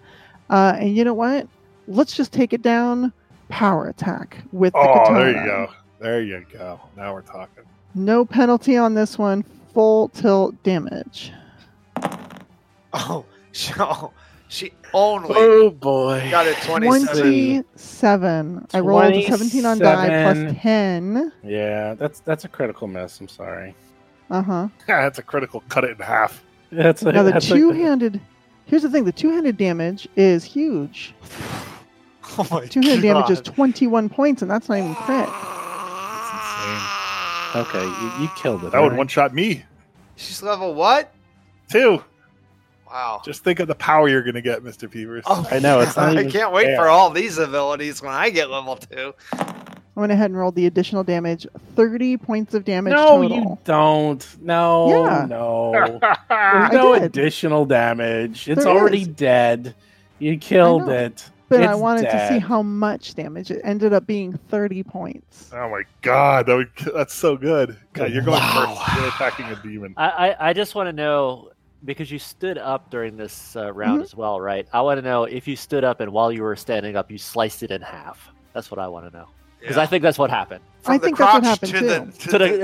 S3: Uh, and you know what? Let's just take it down. Power attack with the
S5: Oh,
S3: katana.
S5: there you go. There you go. Now we're talking. <laughs>
S3: No penalty on this one. Full tilt damage.
S4: Oh, <laughs> she, oh, she only
S9: Oh boy!
S4: got a twenty-seven.
S3: 27. I rolled a 17 on die plus
S2: 27.
S3: 10.
S2: Yeah, that's that's a critical miss. I'm sorry. <laughs>
S3: Uh huh.
S5: That's a critical. Cut it in half.
S2: That's a,
S3: Now the
S2: that's a-
S3: two-handed. Here's the thing: the two-handed damage is huge.
S4: Oh my
S3: Two-handed damage is
S4: God.
S3: 21 points, and that's not even crit.
S2: Okay, you, you killed it.
S5: That would
S2: alright?
S5: one shot me
S4: She's level what?
S5: too.
S4: Wow. Oh,
S5: Just think of the power you're going to get, Mister Peavers.
S2: <laughs> I know,
S4: <laughs>
S2: it's not
S4: I
S2: even
S4: can't wait
S2: fair.
S4: for all these abilities when I get level two.
S3: I went ahead and rolled the additional damage: 30 points of damage
S2: No, you
S3: total.
S2: don't. No,
S3: Yeah.
S2: <laughs> no. There's no
S3: did.
S2: additional damage. It's
S3: There
S2: already
S3: is.
S2: dead. You killed
S3: know.
S2: it.
S3: but I
S2: It's
S3: wanted to see
S2: dead.
S3: how much damage. It ended up being 30 points.
S5: oh my god, that would, that's so good. God, you're going
S6: Wow.
S5: first. You're attacking a demon.
S6: I, I, I just want to know because you stood up during this uh, round
S3: Mhm.
S6: as well, right? I want to know if you stood up and while you were standing up, you sliced it in half. That's what I want to know. because I think that's what happened.
S4: From
S3: I
S4: the
S3: think that's what happened,
S4: crotch to
S3: too.
S4: The, to
S6: So
S4: the-
S6: the,
S4: yeah.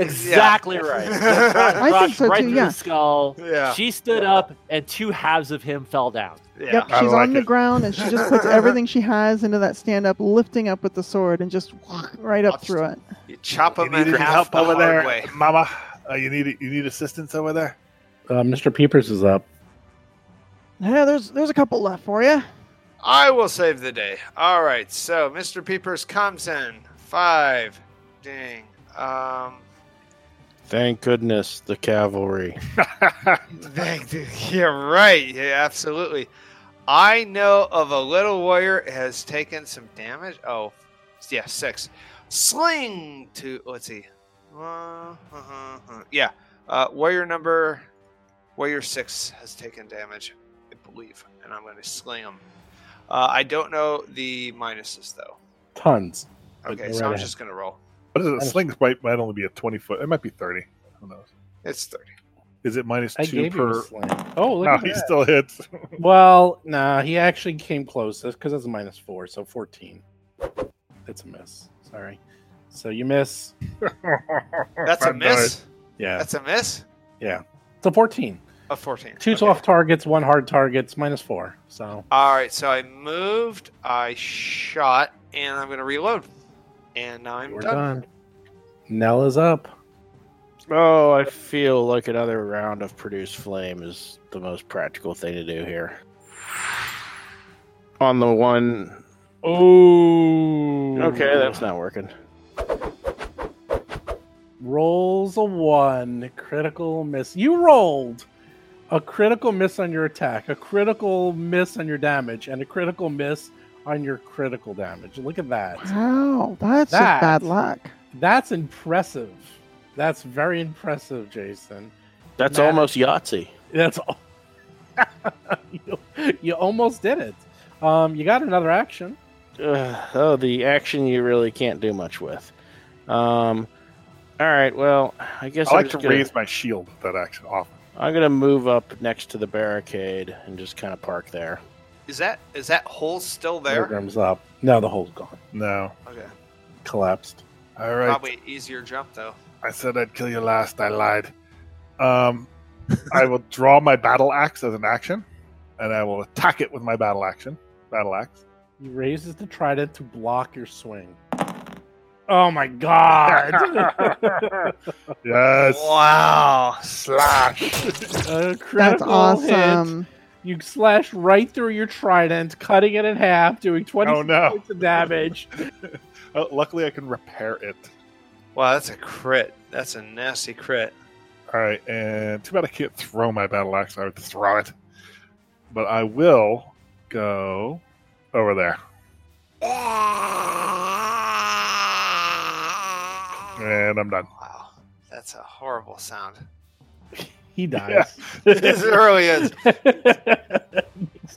S4: <laughs>
S6: exactly right. That
S3: I think
S6: crotch
S3: so,
S6: right
S3: too,
S6: through
S3: yeah.
S6: the skull.
S4: Yeah.
S6: She stood up, and two halves of him fell down.
S4: Yeah.
S3: Yep,
S5: I
S3: she's
S5: like
S3: on the
S5: it.
S3: ground and she just puts everything she has into that stand up, lifting up with the sword and just right up
S4: Watch
S3: through it.
S4: You chop
S5: You
S4: them
S5: need
S4: in
S5: any
S4: half
S5: help
S4: the
S5: over
S4: hard
S5: there,
S4: way.
S5: Mama? Uh, you need you need assistance over there.
S2: Uh, Mr. Peepers is up.
S3: Yeah, there's there's a couple left for you.
S4: I will save the day. All right, so Mr. Peepers comes in. Five. Ding. Um, <laughs>
S9: Thank goodness the cavalry.
S4: Thank you. Yeah, right. Yeah, absolutely. I know of a little warrior has taken some damage. Oh, yeah, six. Sling to let's see. Uh, uh, uh, uh. Yeah, uh, warrior number warrior six has taken damage, I believe, and I'm going to sling him. Uh, I don't know the minuses though.
S2: Tons.
S4: Okay,
S2: go
S4: so
S2: right
S4: I'm
S2: ahead.
S4: just going to roll.
S5: What is it? Slings might might only be a twenty foot. It might be thirty. Who knows?
S4: It's thirty.
S5: Is it minus
S2: I
S5: two
S2: gave you a
S5: per?
S2: slam. Oh, look
S5: No,
S2: at
S5: he
S2: that.
S5: still hits.
S2: Well, nah, he actually came close because that's a minus four, so 14. That's a miss. Sorry. So you miss.
S4: That's a
S5: Five
S4: miss.
S2: Yeah.
S4: That's a miss.
S2: It's a 14.
S4: A fourteen.
S2: Two
S4: Okay.
S2: soft targets, one hard targets, minus four. So
S4: All right, so I moved, I shot, and I'm gonna reload. And now I'm
S2: we're
S4: done.
S2: done. Nella's up.
S9: Oh, I feel like another round of produce flame is the most practical thing to do here. On the one,
S2: Oh.
S9: okay, that's not working.
S2: rolls a one critical miss you rolled a critical miss on your attack a critical miss on your damage and a critical miss on your critical damage look at that
S3: Wow, that's
S2: That-
S3: just bad luck.
S2: that's impressive that's very impressive jason
S9: That's
S2: Matt.
S9: almost Yahtzee.
S2: that's all <laughs> you, you almost did it um you got another action
S9: Ugh, oh, the action you really can't do much with. Um, all right, well, I guess
S5: I
S9: I'm
S5: like to
S9: just gonna-
S5: raise my shield with that action often.
S9: I'm gonna move up next to the barricade and just kind of park there.
S4: Is that is that hole still there?
S2: Pilgrim's up no the hole's gone
S5: No.
S4: Okay.
S2: collapsed
S5: All right.
S4: Probably easier jump though.
S5: I said I'd kill you last. I lied. Um, I will draw my battle axe as an action, and I will attack it with my battle action. Battle
S2: <laughs>
S5: axe.
S2: He raises the trident to block your swing. Oh my god! <laughs>
S5: Yes.
S4: Wow.
S5: Slash. <laughs>
S2: A critical
S3: That's
S2: Hit.
S3: awesome.
S2: You slash right through your trident, cutting it in half, doing 20
S5: Oh, no.
S2: points of damage. <laughs>
S5: Oh, luckily, I can repair it.
S4: Wow, that's a crit. That's a nasty crit.
S5: All right, and too bad I can't throw my battle axe. I would throw it, but I will go over there. And I'm done.
S4: Wow. That's a horrible sound. <laughs>
S2: He dies. <laughs>
S4: it really is.
S2: It's-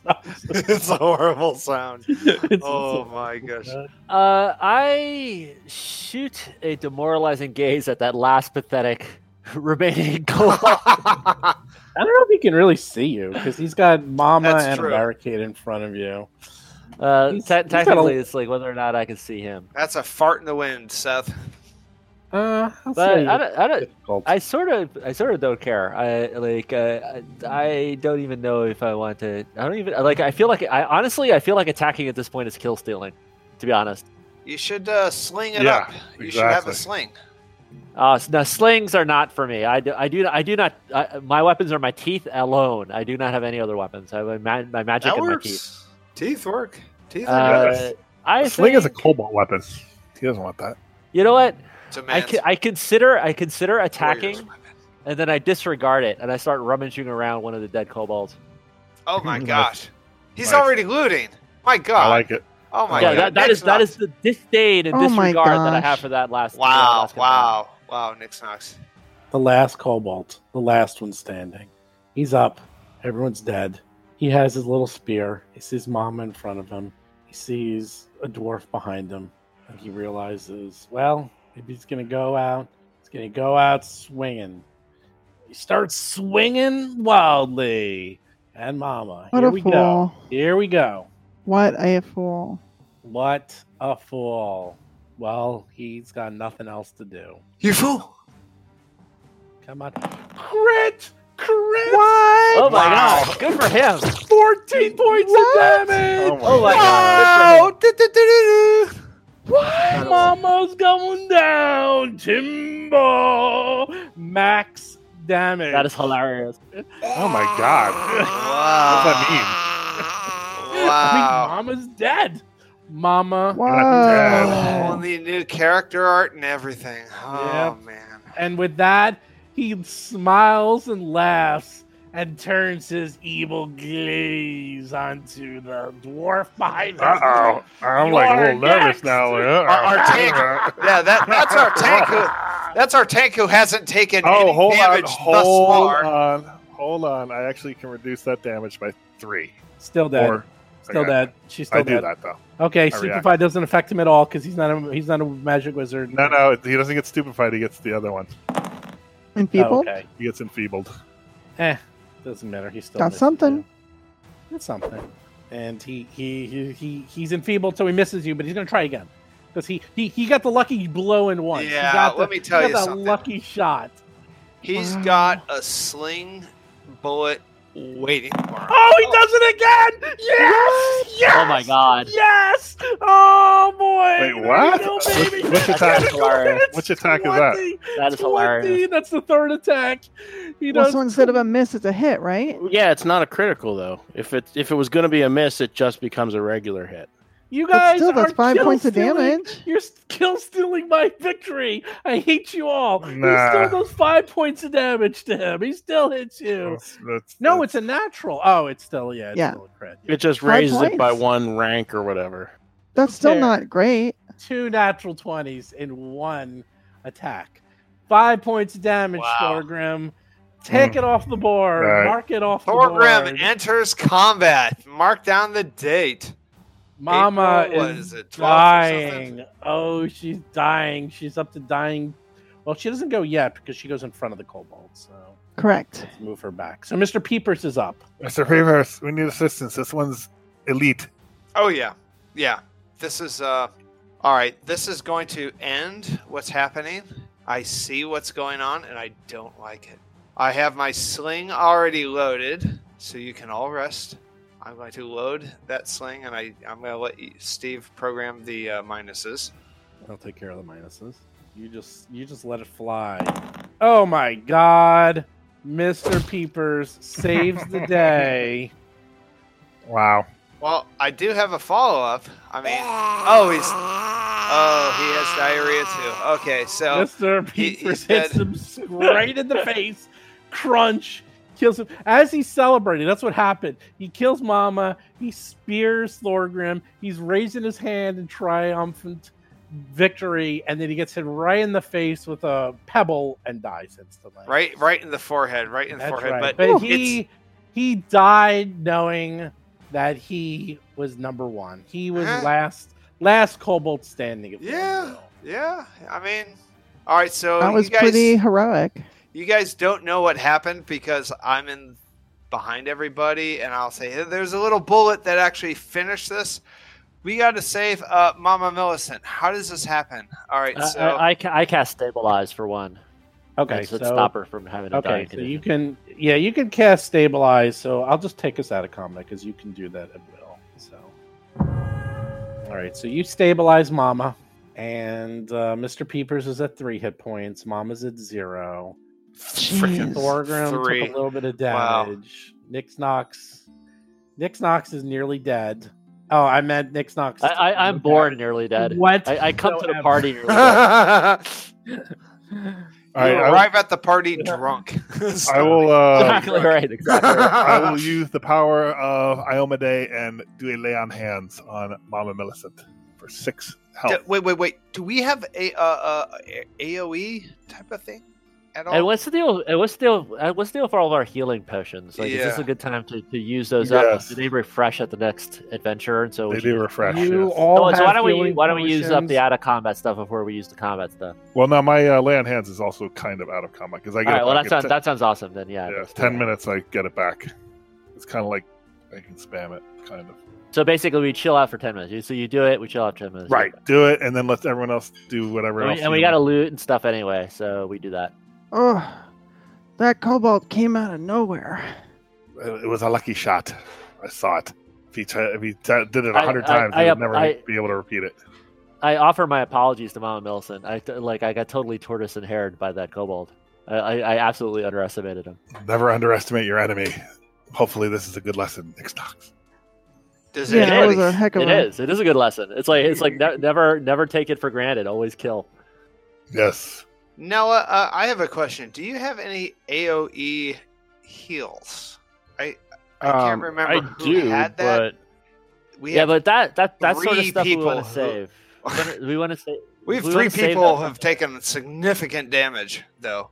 S4: <laughs> It's a horrible sound.
S2: <laughs> it's-
S4: Oh my gosh.
S6: Uh, I shoot a demoralizing gaze at that last pathetic <laughs>
S4: <laughs>
S6: remaining <laughs> goal. Uh,
S2: I don't know if he can really see you because he's got Mama
S4: That's
S2: and
S4: true.
S2: a barricade in front of you. He's-
S6: Uh, te-
S2: he's got a-
S6: technically, it's like whether or not I can see him.
S4: That's a fart in the wind, Seth.
S2: Uh, I'll
S6: But
S2: say
S6: I don't, I don't,
S2: difficult.
S6: I sort of, I sort of don't care. I like, uh, I I don't even know if I want to. I don't even like. I feel like I honestly, I feel like attacking at this point is kill stealing. To be honest,
S4: You should uh, sling it
S5: Yeah,
S4: up. You should have
S5: exactly.
S4: a sling.
S6: uh, s- now slings are not for me. I do, I do, I do not. I, my weapons are my teeth alone. I do not have any other weapons. I have my, ma- my magic
S4: that
S6: and
S4: works.
S6: my teeth.
S4: Teeth work. Teeth are good.
S6: Uh, I
S5: The sling is a
S6: think-
S5: cobalt weapon. He doesn't want that.
S6: You know what?
S4: It's a
S6: I,
S4: man's
S6: c- I consider I consider
S4: warrior's
S6: attacking,
S4: weapon.
S6: and then I disregard it, and I start rummaging around one of the dead kobolds.
S4: Oh
S6: <laughs>
S4: my
S5: Nice.
S4: gosh. He's
S5: Nice.
S4: already looting. My god.
S5: I like it.
S4: oh my
S6: yeah,
S4: god.
S6: that, that
S4: Nick's
S6: is that
S4: Knox.
S6: is the disdain and
S3: Oh my
S6: disregard that I have
S3: gosh.
S6: for that last. that
S4: Wow,
S6: last campaign.
S4: wow, wow, Nick Knox.
S2: The last cobalt, the last one standing. He's up. Everyone's dead. He has his little spear. He sees Mama in front of him. He sees a dwarf behind him. And he realizes, well, maybe he's going to go out. He's going to go out swinging. He starts swinging wildly. And Mama,
S3: What
S2: here
S3: a
S2: we
S3: fool.
S2: go. Here we go.
S3: What a fool.
S2: What a fool. Well, he's got nothing else to do.
S4: You fool!
S2: Come on. Crit! Crit!
S6: Oh my
S4: Wow.
S6: god! Good for him.
S4: <laughs>
S2: 14 points of damage!
S6: Oh my
S4: Wow!
S6: god!
S4: Du-du-du-du-du.
S2: What? Mama's going down, Timbo! Max damage.
S6: That is hilarious.
S5: Oh my god.
S4: Wow.
S5: What does
S4: Wow.
S2: I mean, Mama's dead. Mama. Oh.
S5: Wow.
S4: We'll need new character art and everything. Oh
S2: Yep.
S4: man.
S2: And with that, he smiles and laughs and turns his evil glaze onto the dwarf behind him.
S5: Uh oh. I'm
S2: You
S5: like a
S2: are
S5: little nervous
S2: next.
S5: now. Like, uh-oh.
S4: Our-
S5: <laughs>
S4: our tank- Yeah, that, that's our tank.
S2: Ah.
S4: Who, that's our tank who hasn't taken
S5: Oh,
S4: any
S5: hold on.
S4: damage thus
S5: Hold
S4: far.
S5: on. Hold on. I actually can reduce that damage by three.
S2: Still dead.
S5: Or
S2: still
S5: okay.
S2: dead. She's still
S5: I do
S2: dead.
S5: that though.
S2: Okay,
S5: I
S2: Stupefy
S5: react.
S2: doesn't affect him at all because he's not a he's not a magic wizard.
S5: No, no, he doesn't get stupefied. He gets the other one.
S2: Oh,
S3: Enfeebled?
S2: okay.
S5: He gets enfeebled.
S2: Eh, doesn't matter. He's still
S3: Got
S2: missed
S3: something.
S2: you. That's something. And he he he, he he's enfeebled, so he misses you, but he's gonna try again because he, he he got the lucky blow in once. He
S4: Yeah,
S2: got the-
S4: let me tell
S2: he
S4: you
S2: got the
S4: something.
S2: lucky shot.
S4: He's
S3: Wow.
S4: got a sling bullet waiting for him.
S2: Oh, he does it again! Yes! Yes!
S6: Oh my god!
S2: Yes! Oh boy!
S5: Wait, what?
S2: No,
S5: What's-
S2: baby.
S5: what's
S6: That's
S5: attack?
S6: hilarious.
S5: Which attack is that?
S6: That is hilarious.
S2: That's the third attack. He
S3: Well,
S2: does
S3: so instead of a miss, it's a hit, right?
S9: Oh, Yeah, it's not a critical though. If it if it was going to be a miss, it just becomes a regular hit.
S2: You
S3: But
S2: guys
S3: still, that's
S2: are
S3: five
S2: kill
S3: points of
S2: stealing-
S3: damage.
S2: You're s- kill stealing my victory. I hate you all.
S5: Nah.
S2: You stole those five points of damage to him. He still hits you.
S5: That's- that's-
S2: No,
S5: Oh, that's-
S2: it's a natural. Oh, it's still yeah. It's
S3: Yeah.
S2: Still a crit.
S9: It just
S3: Five
S9: raises it by
S3: points.
S9: one rank or whatever.
S3: That's still
S2: Fair.
S3: not great.
S2: Two natural twenties in one attack. Five points of damage,
S4: Wow.
S2: Thorgrim. Take it off the board.
S5: Hmm. Right.
S2: Mark it off the
S4: Thorgrim
S2: board.
S4: enters combat. Mark down the date.
S2: Mama
S4: April
S2: is
S4: was it, 12th or something?
S2: dying. Oh, she's dying. She's up to dying. Well, she doesn't go yet because she goes in front of the kobold. So
S3: Correct.
S2: let's move her back. So Mr. Peepers is up.
S5: Mr. Favors, we need assistance. This one's elite.
S4: Oh yeah, yeah. This is uh, all right. This is going to end what's happening. I see what's going on, and I don't like it. I have my sling already loaded, so you can all rest. I'm going to load that sling, and I I'm going to let you, Steve program the uh, minuses.
S2: I'll take care of the minuses. You just you just let it fly. Oh my god. Mr. Peepers saves
S4: <laughs>
S2: the day.
S5: Wow.
S4: Well, I do have a follow up. I mean, oh he's oh he has diarrhea too. Okay, so
S2: Mr.
S4: he-
S2: Peepers
S4: he
S2: hits
S4: said-
S2: him straight in the face. Crunch kills him as he's celebrating. That's what happened. He kills Mama. He spears Thorgrim. He's raising his hand in triumphant victory, and then he gets hit right in the face with a pebble and dies instantly.
S4: right right in the forehead, right in the
S2: That's
S4: forehead.
S2: right.
S4: But,
S2: But
S4: it's-
S2: he he died knowing that he was number one. He was
S4: Huh?
S2: last last kobold standing. if you
S4: Yeah.
S2: will.
S4: Yeah, I mean, all right. So
S3: that was
S4: you guys,
S3: pretty heroic.
S4: you guys don't know what happened because I'm in behind everybody, and I'll say there's a little bullet that actually finished this. We got to save uh, Mama Millicent. How does this happen? All right,
S6: I,
S4: so
S6: I, I, ca- I cast stabilize for one.
S2: Okay,
S6: That's-
S2: so
S6: that's stop her from having a dying
S2: okay, so
S6: condition.
S2: you can yeah you can cast stabilize. So I'll just take us out of combat because you can do that at will. So all right, so you stabilize Mama, and uh, Mr. Peepers is at three hit points. Mama's at zero.
S3: Jeez.
S2: Thorgrim
S4: Three.
S2: took a little bit of
S4: Wow.
S2: damage. Nix Knox. Nix Knox is nearly dead. Oh, I meant Nix Knox.
S6: I, I, I'm born nearly dead.
S2: What?
S6: I, I come to the
S2: Whatever.
S6: party nearly dead. <laughs>
S5: All
S4: you
S5: right. I,
S4: arrive at the party drunk.
S5: will-
S4: <laughs>
S5: I will. Uh,
S6: Exactly right. Exactly. <laughs> right.
S5: I will use the power of Iomade and do a lay on hands on Mama Millicent for
S4: D-
S5: six health.
S4: wait, wait, wait. Do we have a uh, uh, AOE type of thing at all?
S6: And what's the deal? And what's the deal? uh, What's the deal for all of our healing potions? Like, is this
S4: Yeah.
S6: a good time to, to use those
S5: Yes.
S6: up? Do they refresh at the next adventure? And so, we
S5: They
S6: should-
S5: do refresh.
S2: You
S5: yes.
S2: all
S6: Oh, so why
S2: have
S6: don't we
S2: healing
S6: why don't we use up the
S2: potions.
S6: out of combat stuff before we use the combat stuff?
S5: Well, now my uh, lay on hands is also kind of out of combat because I
S6: All
S5: get.
S6: right.
S5: it
S6: Well,
S5: back
S6: that
S5: in
S6: sounds
S5: ten-
S6: that sounds awesome. Then yeah.
S5: yeah,
S6: let's do
S5: ten
S6: that.
S5: minutes. I get it back. It's kind of like I can spam it, kind of.
S6: So basically, we chill out for ten minutes. You- So you do it, we chill out for ten minutes.
S5: Do it, and then let everyone else do whatever
S6: And
S5: else.
S6: we, and we
S5: you
S6: got to
S5: want.
S6: loot and stuff anyway, so we do that.
S3: Oh, that cobalt came out of nowhere.
S5: It was a lucky shot. I saw it. If he, t- if he t- did it a
S6: I-
S5: hundred
S6: I-
S5: times,
S6: I-
S5: he would never
S6: I-
S5: be able to repeat it.
S6: I offer my apologies to Mama Millicent. I th- like I got totally tortoise and haired by that kobold. I, I, I absolutely underestimated him.
S5: Never underestimate your enemy. Hopefully, this is a good lesson next time.
S4: Does
S3: Yeah,
S4: it?
S3: that
S6: is.
S3: was a heck of
S6: It
S3: a.
S6: is. It is a good lesson. It's like it's like ne- never never take it for granted. Always kill.
S5: Yes.
S4: Noah, uh, I have a question. Do you have any AOE heals? I can't
S7: Um,
S4: remember
S7: I
S4: who
S7: do,
S4: had that.
S7: but
S4: We
S6: Yeah, but that that that sort of
S4: three
S6: stuff we
S4: people
S6: want to
S4: who- <laughs>
S6: save. We wanna- We want to save.
S4: we have
S6: we
S4: three
S6: wanna save
S4: people
S6: that-
S4: who have taken significant damage, though.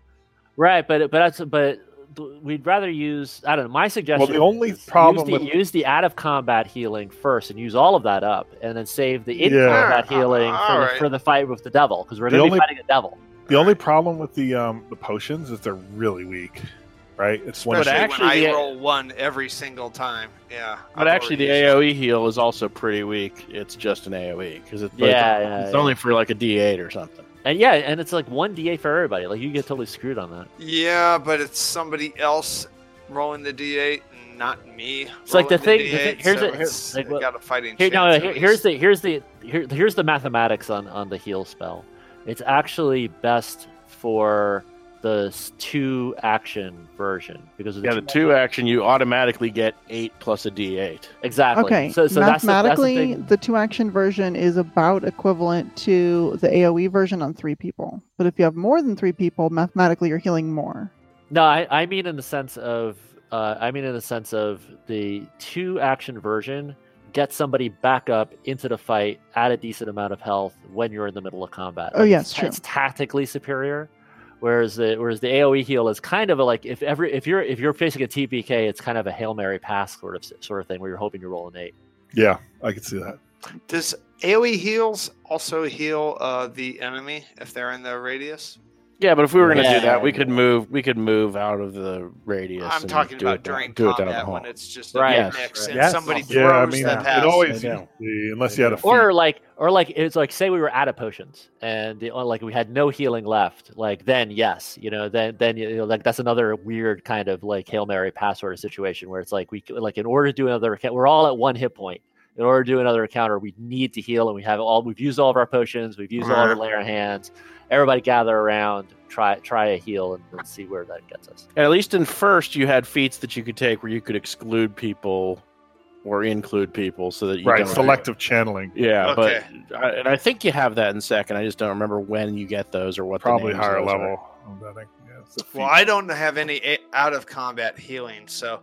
S6: Right, but but that's but th- we'd rather use I don't know. My
S5: Well,
S6: suggestion.
S5: the only
S6: is
S5: problem
S6: use the,
S5: with-
S6: use the out of combat healing first and use all of that up, and then save the in
S5: Yeah.
S6: combat healing
S4: All
S6: for,
S4: right.
S6: the, for the fight with the devil because we're
S5: The
S6: going to
S5: only-
S6: be fighting a devil.
S5: The only problem with the um the potions is they're really weak, right? It's one.
S4: Especially
S5: shot.
S9: But actually
S4: when I
S9: the-
S4: roll one every single time. Yeah.
S9: But
S4: I've
S9: actually, the
S4: already
S6: E
S4: used-
S9: AOE heal is also pretty weak. It's just an AOE because it's, but
S6: Yeah,
S9: it's,
S6: yeah,
S9: it's
S6: yeah.
S9: only for like a D8 or something.
S6: And yeah, and it's like one DA for everybody. Like you get totally screwed on that.
S4: Yeah, but it's somebody else rolling the D8, not me.
S6: It's like the
S4: rolling
S6: thing- the thing-
S4: D8,
S6: here's
S4: so
S6: a-
S4: it's-
S6: like
S4: I
S6: what-
S4: got a fighting
S6: Here, no,
S4: chance
S6: here,
S4: at
S6: here's
S4: least.
S6: the here's the here, here's the mathematics on on the heal spell. It's actually best for the s- two action version because of the
S9: Yeah, the two action, you automatically get eight plus a D8.
S6: exactly.
S3: Okay,
S6: so, so that's the- that's the,
S3: mathematically,
S6: thing.
S3: the two action version is about equivalent to the AoE version on three people. But if you have more than three people, mathematically you're healing more.
S6: No, I, I mean in the sense of uh, I mean in the sense of the two action version gets somebody back up into the fight at a decent amount of health when you're in the middle of combat.
S3: Oh,
S6: Like,
S3: yeah,
S6: it's,
S3: it's
S6: ta-
S3: true.
S6: it's tactically superior. Whereas the whereas the AOE heal is kind of a, like if every if you're if you're facing a TPK, it's kind of a hail mary pass sort of s- sort of thing where you're hoping to roll an eight.
S5: Yeah, I can see that.
S4: Does AoE heals also heal uh, the enemy if they're in the radius?
S9: Yeah, but if we were going to
S6: Yeah.
S9: do that, we could move. We could move out of the radius.
S4: I'm
S9: and
S4: talking
S9: do
S4: about
S9: it down-
S4: during
S9: do it down the
S4: combat
S9: hall.
S4: when it's just right.
S6: Right.
S9: Yes.
S4: mix and
S2: Yes.
S4: somebody throws
S5: Yeah, I mean,
S4: the
S5: it
S4: pass.
S5: always
S2: I know.
S5: used to be, unless you had a feat.
S6: or like or like it's like say we were out of potions and the, or like we had no healing left like then yes you know then then you know like that's another weird kind of like hail mary pass sort of situation where it's like we c- like in order to do another account we're all at one hit point in order to do another encounter we need to heal and we have all we've used all of our potions we've used all the
S4: Right.
S6: layer of hands everybody gather around try try a heal and let's see where that gets us
S9: And at least in first, you had feats that you could take where you could exclude people or include people, so that you
S5: right,
S9: don't-
S5: selective channeling.
S9: Yeah,
S4: Okay.
S9: but I, and I think you have that in second. I just don't remember when you get those or what. the
S5: Probably
S9: names
S5: higher
S9: of those are.
S5: level. I think, yeah, it's a feat.
S4: Well, I don't have any a- out of combat healing, so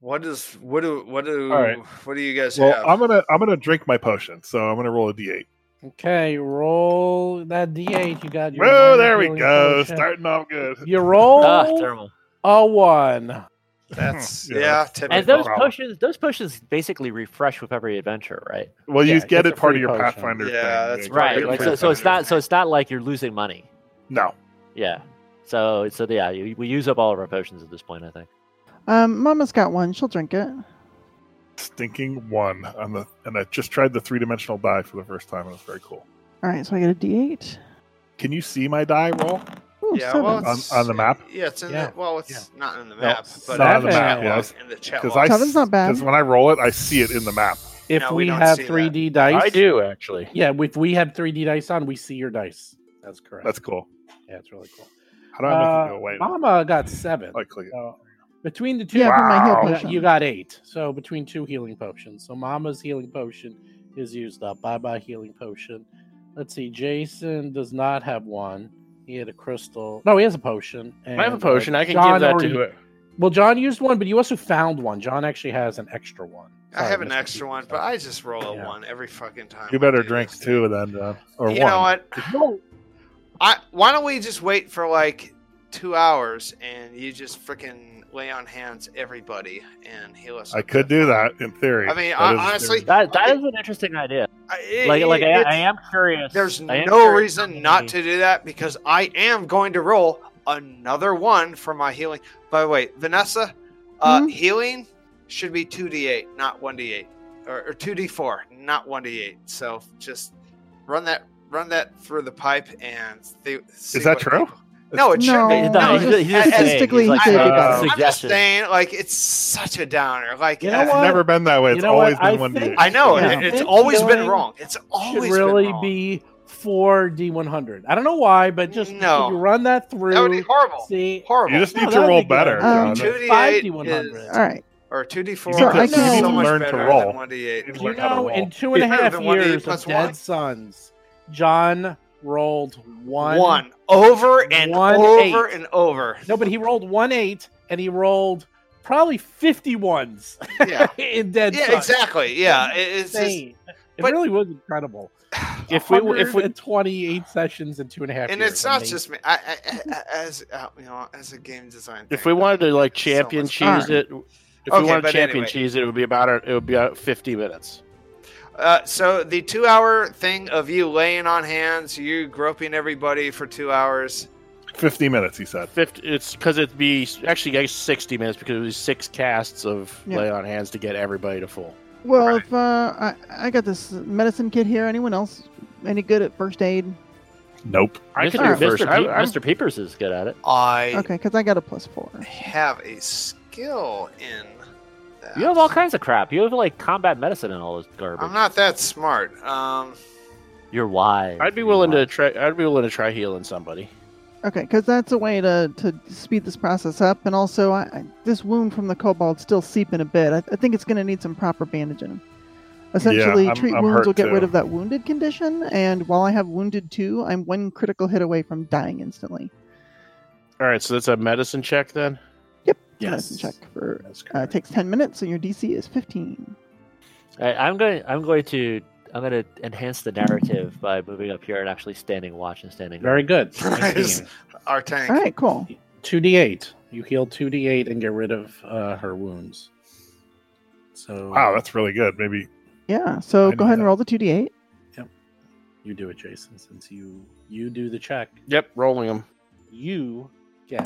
S4: what is what do what do
S5: All right.
S4: what do you guys
S5: Well,
S4: have?
S5: I'm gonna I'm gonna drink my potion, so I'm gonna roll a d8.
S2: Okay, roll that D8. You got your.
S5: Whoa,
S2: minor
S5: there we
S2: healing
S5: go,
S2: potion.
S5: starting off good.
S2: You roll
S6: Ah, thermal.
S2: a one.
S4: That's
S5: <laughs> Yeah,
S4: yeah,
S5: that's-
S4: typical.
S6: and those
S5: problem.
S6: potions those potions basically refresh with every adventure right
S5: <laughs> Well, you
S2: Yeah,
S5: get
S2: it's
S5: it
S2: a
S5: part of
S2: free
S5: your
S2: potion.
S5: Pathfinder.
S4: Yeah,
S5: thing.
S4: that's
S5: Like,
S6: right
S4: Right,
S6: like
S4: right,
S6: so, so it's
S4: right.
S6: not so it's not like you're losing money
S5: No,
S6: yeah so so yeah you- we use up all of our potions at this point i think
S3: Um, Mama's got one; she'll drink it.
S5: stinking one on the, and I just tried the three dimensional die for the first time. and It was very cool.
S3: All right, so I get a D8.
S5: Can you see my die roll?
S3: Ooh,
S4: yeah,
S3: seven.
S4: well,
S5: On-
S4: it's-
S5: on the map?
S4: Yeah, it's in
S2: Yeah.
S4: the well, it's
S2: Yeah.
S4: not in the
S5: No,
S4: map,
S5: it's
S4: but
S5: not
S2: on the
S4: chat
S2: map,
S5: yeah.
S4: log, in the chat
S5: Because
S4: log.
S5: I
S3: Seven's not bad.
S5: Because when I roll it, I see it in the map.
S2: If
S4: No, we
S2: we,
S4: don't
S2: have
S4: see that.
S2: 3D dice,
S9: I do actually.
S2: Yeah, if we had 3D dice on, we see your dice. That's correct.
S5: That's cool.
S2: yeah, it's really cool.
S5: How do I make it
S2: Uh,
S5: go away?
S2: Mama got seven.
S5: I click it.
S2: So between the two,
S3: Yeah,
S5: for my heal
S2: you got-
S3: potion.
S2: you got eight. So between two healing potions. So Mama's healing potion is used up. Bye bye healing potion. Let's see. Jason does not have one. He had a crystal. No, he has a potion. And,
S9: I have a potion.
S2: uh,
S9: I can
S2: John
S9: give that
S2: already-
S9: to whoever.
S2: Well, John used one, but you also found one. John actually has an extra one.
S4: I have
S2: Sorry,
S4: an
S2: Mr.
S4: extra one,
S2: Peterson.
S4: but I just roll a
S2: Yeah.
S4: one every fucking time.
S5: You
S4: I
S5: better
S4: do
S5: drink
S4: this.
S5: two then, uh, or
S4: you
S5: one.
S4: know what?
S5: If you don't-
S4: I why don't we just wait for like two hours and you just freaking lay on hands everybody and heal us?
S5: I could do that in theory.
S4: I mean,
S5: That
S4: hon-
S5: is-
S4: honestly,
S6: that that
S4: Okay.
S6: is an interesting idea
S4: I,
S6: like like I, I
S4: it's-
S6: am curious
S4: There's
S6: I am
S4: no
S6: curious how
S4: reason not
S6: many-
S4: to do that because I am going to roll another one for my healing. By the way, Vanessa, uh,
S3: Hmm?
S4: healing should be 2d8, not 1d8, or, or 2d4, not 1d8. So just run that run that through the pipe and see, see
S5: that
S4: what
S5: true?
S4: people- no, it
S3: No,
S4: should be.
S6: He's
S3: no,
S4: No,
S6: not-
S4: it's
S6: he's just- he's just
S4: I- I-
S6: saying, he's
S3: statistically
S6: like,
S5: he did
S6: uh,
S5: that.
S4: I'm just
S6: suggestion.
S4: saying, like it's such a downer. Like
S2: You know
S4: as-
S2: what?
S5: It's never been that way.
S2: You
S5: It's
S2: know
S5: always
S2: what? I
S5: been one
S2: think-
S5: day.
S4: I know
S2: Yeah.
S4: it, it's
S2: Fifth
S4: always been
S2: going
S4: wrong. It's
S2: should
S4: always been
S2: really
S4: wrong.
S2: be four D100. I don't know why, but just
S4: No.
S2: you run that through.
S4: that would be horrible.
S2: See,
S4: Horrible.
S5: You just
S2: No,
S5: need
S2: that
S5: to
S2: would
S5: roll
S2: be good.
S5: better.
S3: Um,
S5: John.
S2: Two-
S4: 2d8
S2: 5d100.
S4: is-
S3: All right.
S4: or 2d4
S3: So I
S4: is
S3: know-
S4: so
S3: You
S4: much
S5: learn to
S4: better than
S5: roll.
S4: 1d8.
S5: You
S2: you
S5: learn how to
S2: know,
S5: roll.
S2: in two and a
S4: It's better
S2: half
S4: than one eight
S2: years
S4: plus
S2: of
S4: one.
S2: Dead Sons, John rolled one.
S4: one over and
S2: One
S4: over
S2: eight.
S4: and over.
S2: No, but he rolled one eight, and he rolled probably fifty ones <laughs>
S4: Yeah,
S2: in Dead
S4: yeah,
S2: Sons.
S4: exactly. Yeah, it- it's just
S2: Insane. it
S4: but-
S2: really was
S4: <sighs>
S2: incredible.
S9: If we if we
S2: 28 sessions in two and a half,
S4: and
S2: years,
S4: it's not
S2: amazing.
S4: just me. I, I, I- as uh, you know, as a game design.
S9: if
S4: thing.
S9: we wanted to like
S4: So
S9: champion
S4: much
S3: fun.
S9: cheese it, if
S4: Okay,
S9: we wanted
S4: but
S9: champion
S4: anyway.
S9: cheese it, it would be about our, it would be about fifty minutes.
S4: Uh, so the two-hour thing of you laying on hands, you groping everybody for two hours.
S5: 50 minutes, he said.
S9: Fifty. It's because it'd be actually I guess sixty minutes because it would be six casts of
S3: Yeah.
S9: lay on hands to get everybody to full.
S3: Well, if uh, I, I got this medicine kit here. Anyone else any good at first aid?
S5: Nope.
S9: I
S6: Mr.
S9: could do first.
S6: Mr.
S9: I,
S6: Pe-
S9: I'm-
S6: Mr. Peepers is good at it.
S4: I
S3: Okay, because I got a plus four.
S4: have a skill in that.
S6: You have all kinds of crap. You have like combat medicine and all this garbage.
S4: I'm not that smart. Um,
S6: You're wise.
S9: I'd be
S6: You're
S9: willing to
S6: wise.
S9: try. I'd be willing to try healing somebody.
S3: Okay, because that's a way to, to speed this process up. And also, I, I, this wound from the kobold's still seeping a bit. I, I think it's going to need some proper bandaging. Essentially,
S5: I'm-
S3: treat
S5: I'm
S3: wounds
S5: hurt
S3: will get rid
S5: too.
S3: of that wounded condition. And while I have wounded two, I'm one critical hit away from dying instantly.
S9: All right, so that's a medicine check then.
S3: Medicine check for
S9: That's
S3: uh, takes ten minutes, and your DC is fifteen.
S6: I, I'm going. I'm going to. I'm going to enhance the narrative by moving up here and actually standing watch and standing. guard.
S2: very
S4: <laughs>
S2: good.
S4: Nice. our tank.
S3: All right, cool.
S2: Two d eight. You heal two d eight and get rid of uh, her wounds. So
S5: Wow, that's really good. Maybe
S3: Yeah, so
S5: I
S3: go
S5: need
S3: ahead and
S5: that.
S3: roll the two d eight.
S2: you do it, Jason, since you you do the check.
S9: Yep, rolling them.
S2: You get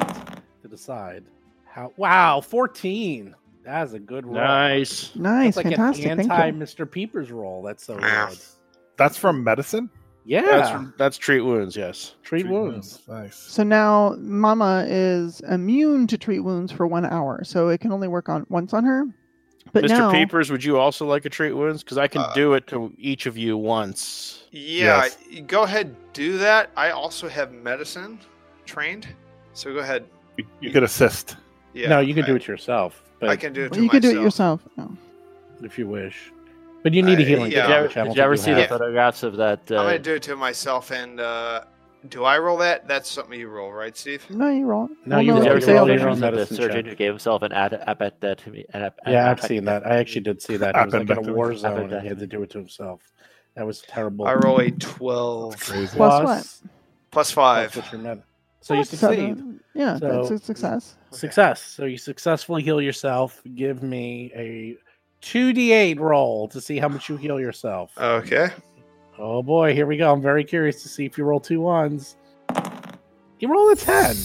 S2: to decide how. Wow, fourteen. That's a good roll.
S9: Nice.
S2: That's
S3: Nice,
S2: like
S3: fantastic.
S2: an
S3: Thank
S2: anti
S3: you.
S2: Mr. Peepers roll. That's so
S4: Yeah.
S2: good.
S5: that's from medicine?
S2: Yeah,
S9: That's that's treat wounds. Yes.
S2: treat, wounds.
S5: Nice.
S3: So now Mama is immune to treat wounds for one hour, so it can only work on once on her. But
S9: Mr.
S3: now,
S9: Peepers, would you also like a treat wounds? Because I can
S4: Uh,
S9: do it to each of you once.
S4: Yeah,
S5: Yes.
S4: y- go ahead, do that. I also have medicine trained, so go ahead.
S5: You, you could assist.
S4: Yeah,
S2: no, you can
S4: I-
S2: do it yourself, but
S4: I can do it. To
S3: you can do it
S4: myself.
S3: yourself. No.
S2: if you wish. But you need a
S4: I-
S2: healing.
S4: yeah.
S6: Did you
S2: kit,
S6: ever,
S2: which I don't
S6: did
S2: think
S6: you ever see the
S4: have.
S6: photographs of that?
S4: I'm
S6: Uh,
S4: gonna do it to myself. And uh, do I roll that? That's something you roll, right, Steve?
S3: No, you're wrong.
S2: No,
S3: Well,
S2: you
S6: did you
S2: roll
S6: ever
S2: it.
S6: see
S3: they
S6: the
S2: roll
S3: all-
S2: it.
S6: pictures of
S2: medicine
S6: the surgeon
S2: check.
S6: who gave himself an ad appendectomy? An
S2: Yeah, I've seen that. I actually did see that. It was like in a
S5: Appendectomy.
S2: war zone, and he had to do it to himself. That was terrible.
S4: I roll a twelve
S2: Plus,
S3: Plus
S2: that's
S4: plus five.
S2: what you meant. So you
S3: That's, uh,
S2: succeed.
S3: Yeah, that's
S2: So-
S3: a success.
S2: Success. So you successfully heal yourself. Give me a two d eight roll to see how much you heal yourself.
S4: Okay.
S2: Oh boy, here we go. I'm very curious to see if you roll two ones. You roll a ten.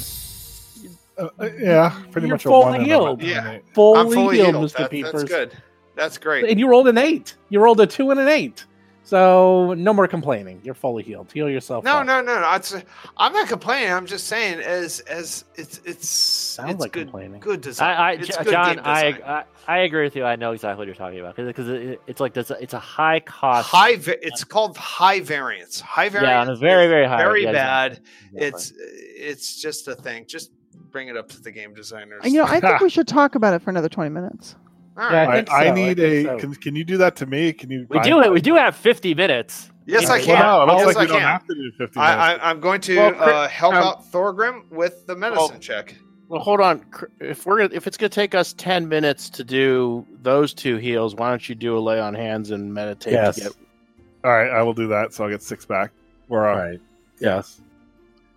S5: Uh, uh, yeah, pretty
S2: You're
S5: much a one.
S2: fully
S5: and a-
S2: healed.
S4: Yeah.
S2: Fully,
S4: I'm fully
S2: healed,
S4: healed.
S2: Mr.
S4: That-
S2: Peepers.
S4: That's good. That's great.
S2: And you rolled an eight. You rolled a two and an eight. So no more complaining. You're fully healed. Heal yourself.
S4: No,
S2: up.
S4: no, no, no. It's, I'm not complaining. I'm just saying, as as it's it's
S2: Sounds
S4: it's
S2: like
S4: good
S2: complaining.
S4: good design.
S6: I, I,
S4: It's
S6: Jo-
S4: good
S6: John,
S4: game
S6: I,
S4: design.
S6: I I agree with you. I know exactly what you're talking about because it, it's like this, it's a high cost.
S4: high. va- It's called high variance. High variance.
S6: yeah, on a very
S4: is
S6: very high.
S4: very
S6: yeah,
S4: bad.
S6: exactly. Exactly.
S4: It's it's just a thing. Just bring it up to the game designers.
S3: And, you know, I think we should talk about it for another twenty minutes.
S4: All
S2: Yeah,
S4: right.
S2: I
S5: I,
S2: think
S5: I
S2: so, I
S5: need
S2: think
S5: a.
S2: so.
S5: Can, can you do that to me? Can you?
S6: we
S5: I-
S6: do it. We do have 50 minutes.
S4: Yes, I
S6: Well,
S4: can.
S5: No, it looks
S4: yes,
S5: like
S4: I
S5: we don't
S4: can.
S5: have to do 50 minutes.
S4: I, I, I'm going to
S9: Well, Chris-
S4: uh, help
S9: um,
S4: out Thorgrim with the medicine
S9: Well-
S4: check.
S9: Well, hold on. Cr- If we're gonna- if it's gonna take us ten minutes to do those two heals, why don't you do a lay on hands and meditate?
S2: Yes.
S9: To get...
S5: All right, I will do that. So I'll get six back. We're
S2: All
S5: on.
S2: right. Yes.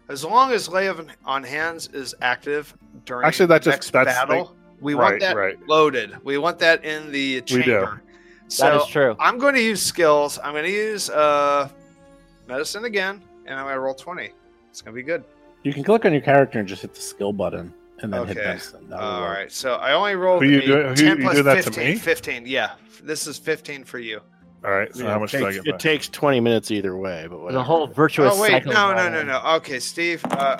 S4: As long as lay of, on hands is active during
S5: Actually, that
S4: the
S5: just-
S4: next
S5: that's
S4: battle, we
S5: right,
S4: want that
S5: right.
S4: loaded. We want that in the
S5: do.
S4: chamber.
S6: that
S4: So
S6: is true.
S4: I'm going to use skills. I'm going to use uh, medicine again, and I'm going to roll 20. It's going to be good.
S2: You can click on your character and just hit the skill button, and and then hit
S4: Okay.
S2: Benson. That'll
S4: All
S2: work.
S4: right. So I only rolled
S5: Who you
S4: a
S5: doing- who
S4: 10
S5: you
S4: plus
S5: doing that to
S4: 15.
S5: me?
S4: 15. Yeah. This is 15 for you.
S5: All right. So
S9: Yeah,
S5: how
S9: it
S5: much did I
S9: takes,
S5: get
S9: It
S5: back?
S9: takes 20 minutes either way, but whatever.
S6: The whole virtuous
S4: oh, wait.
S6: cycle.
S4: No, no, no, no. Okay, Steve. Uh,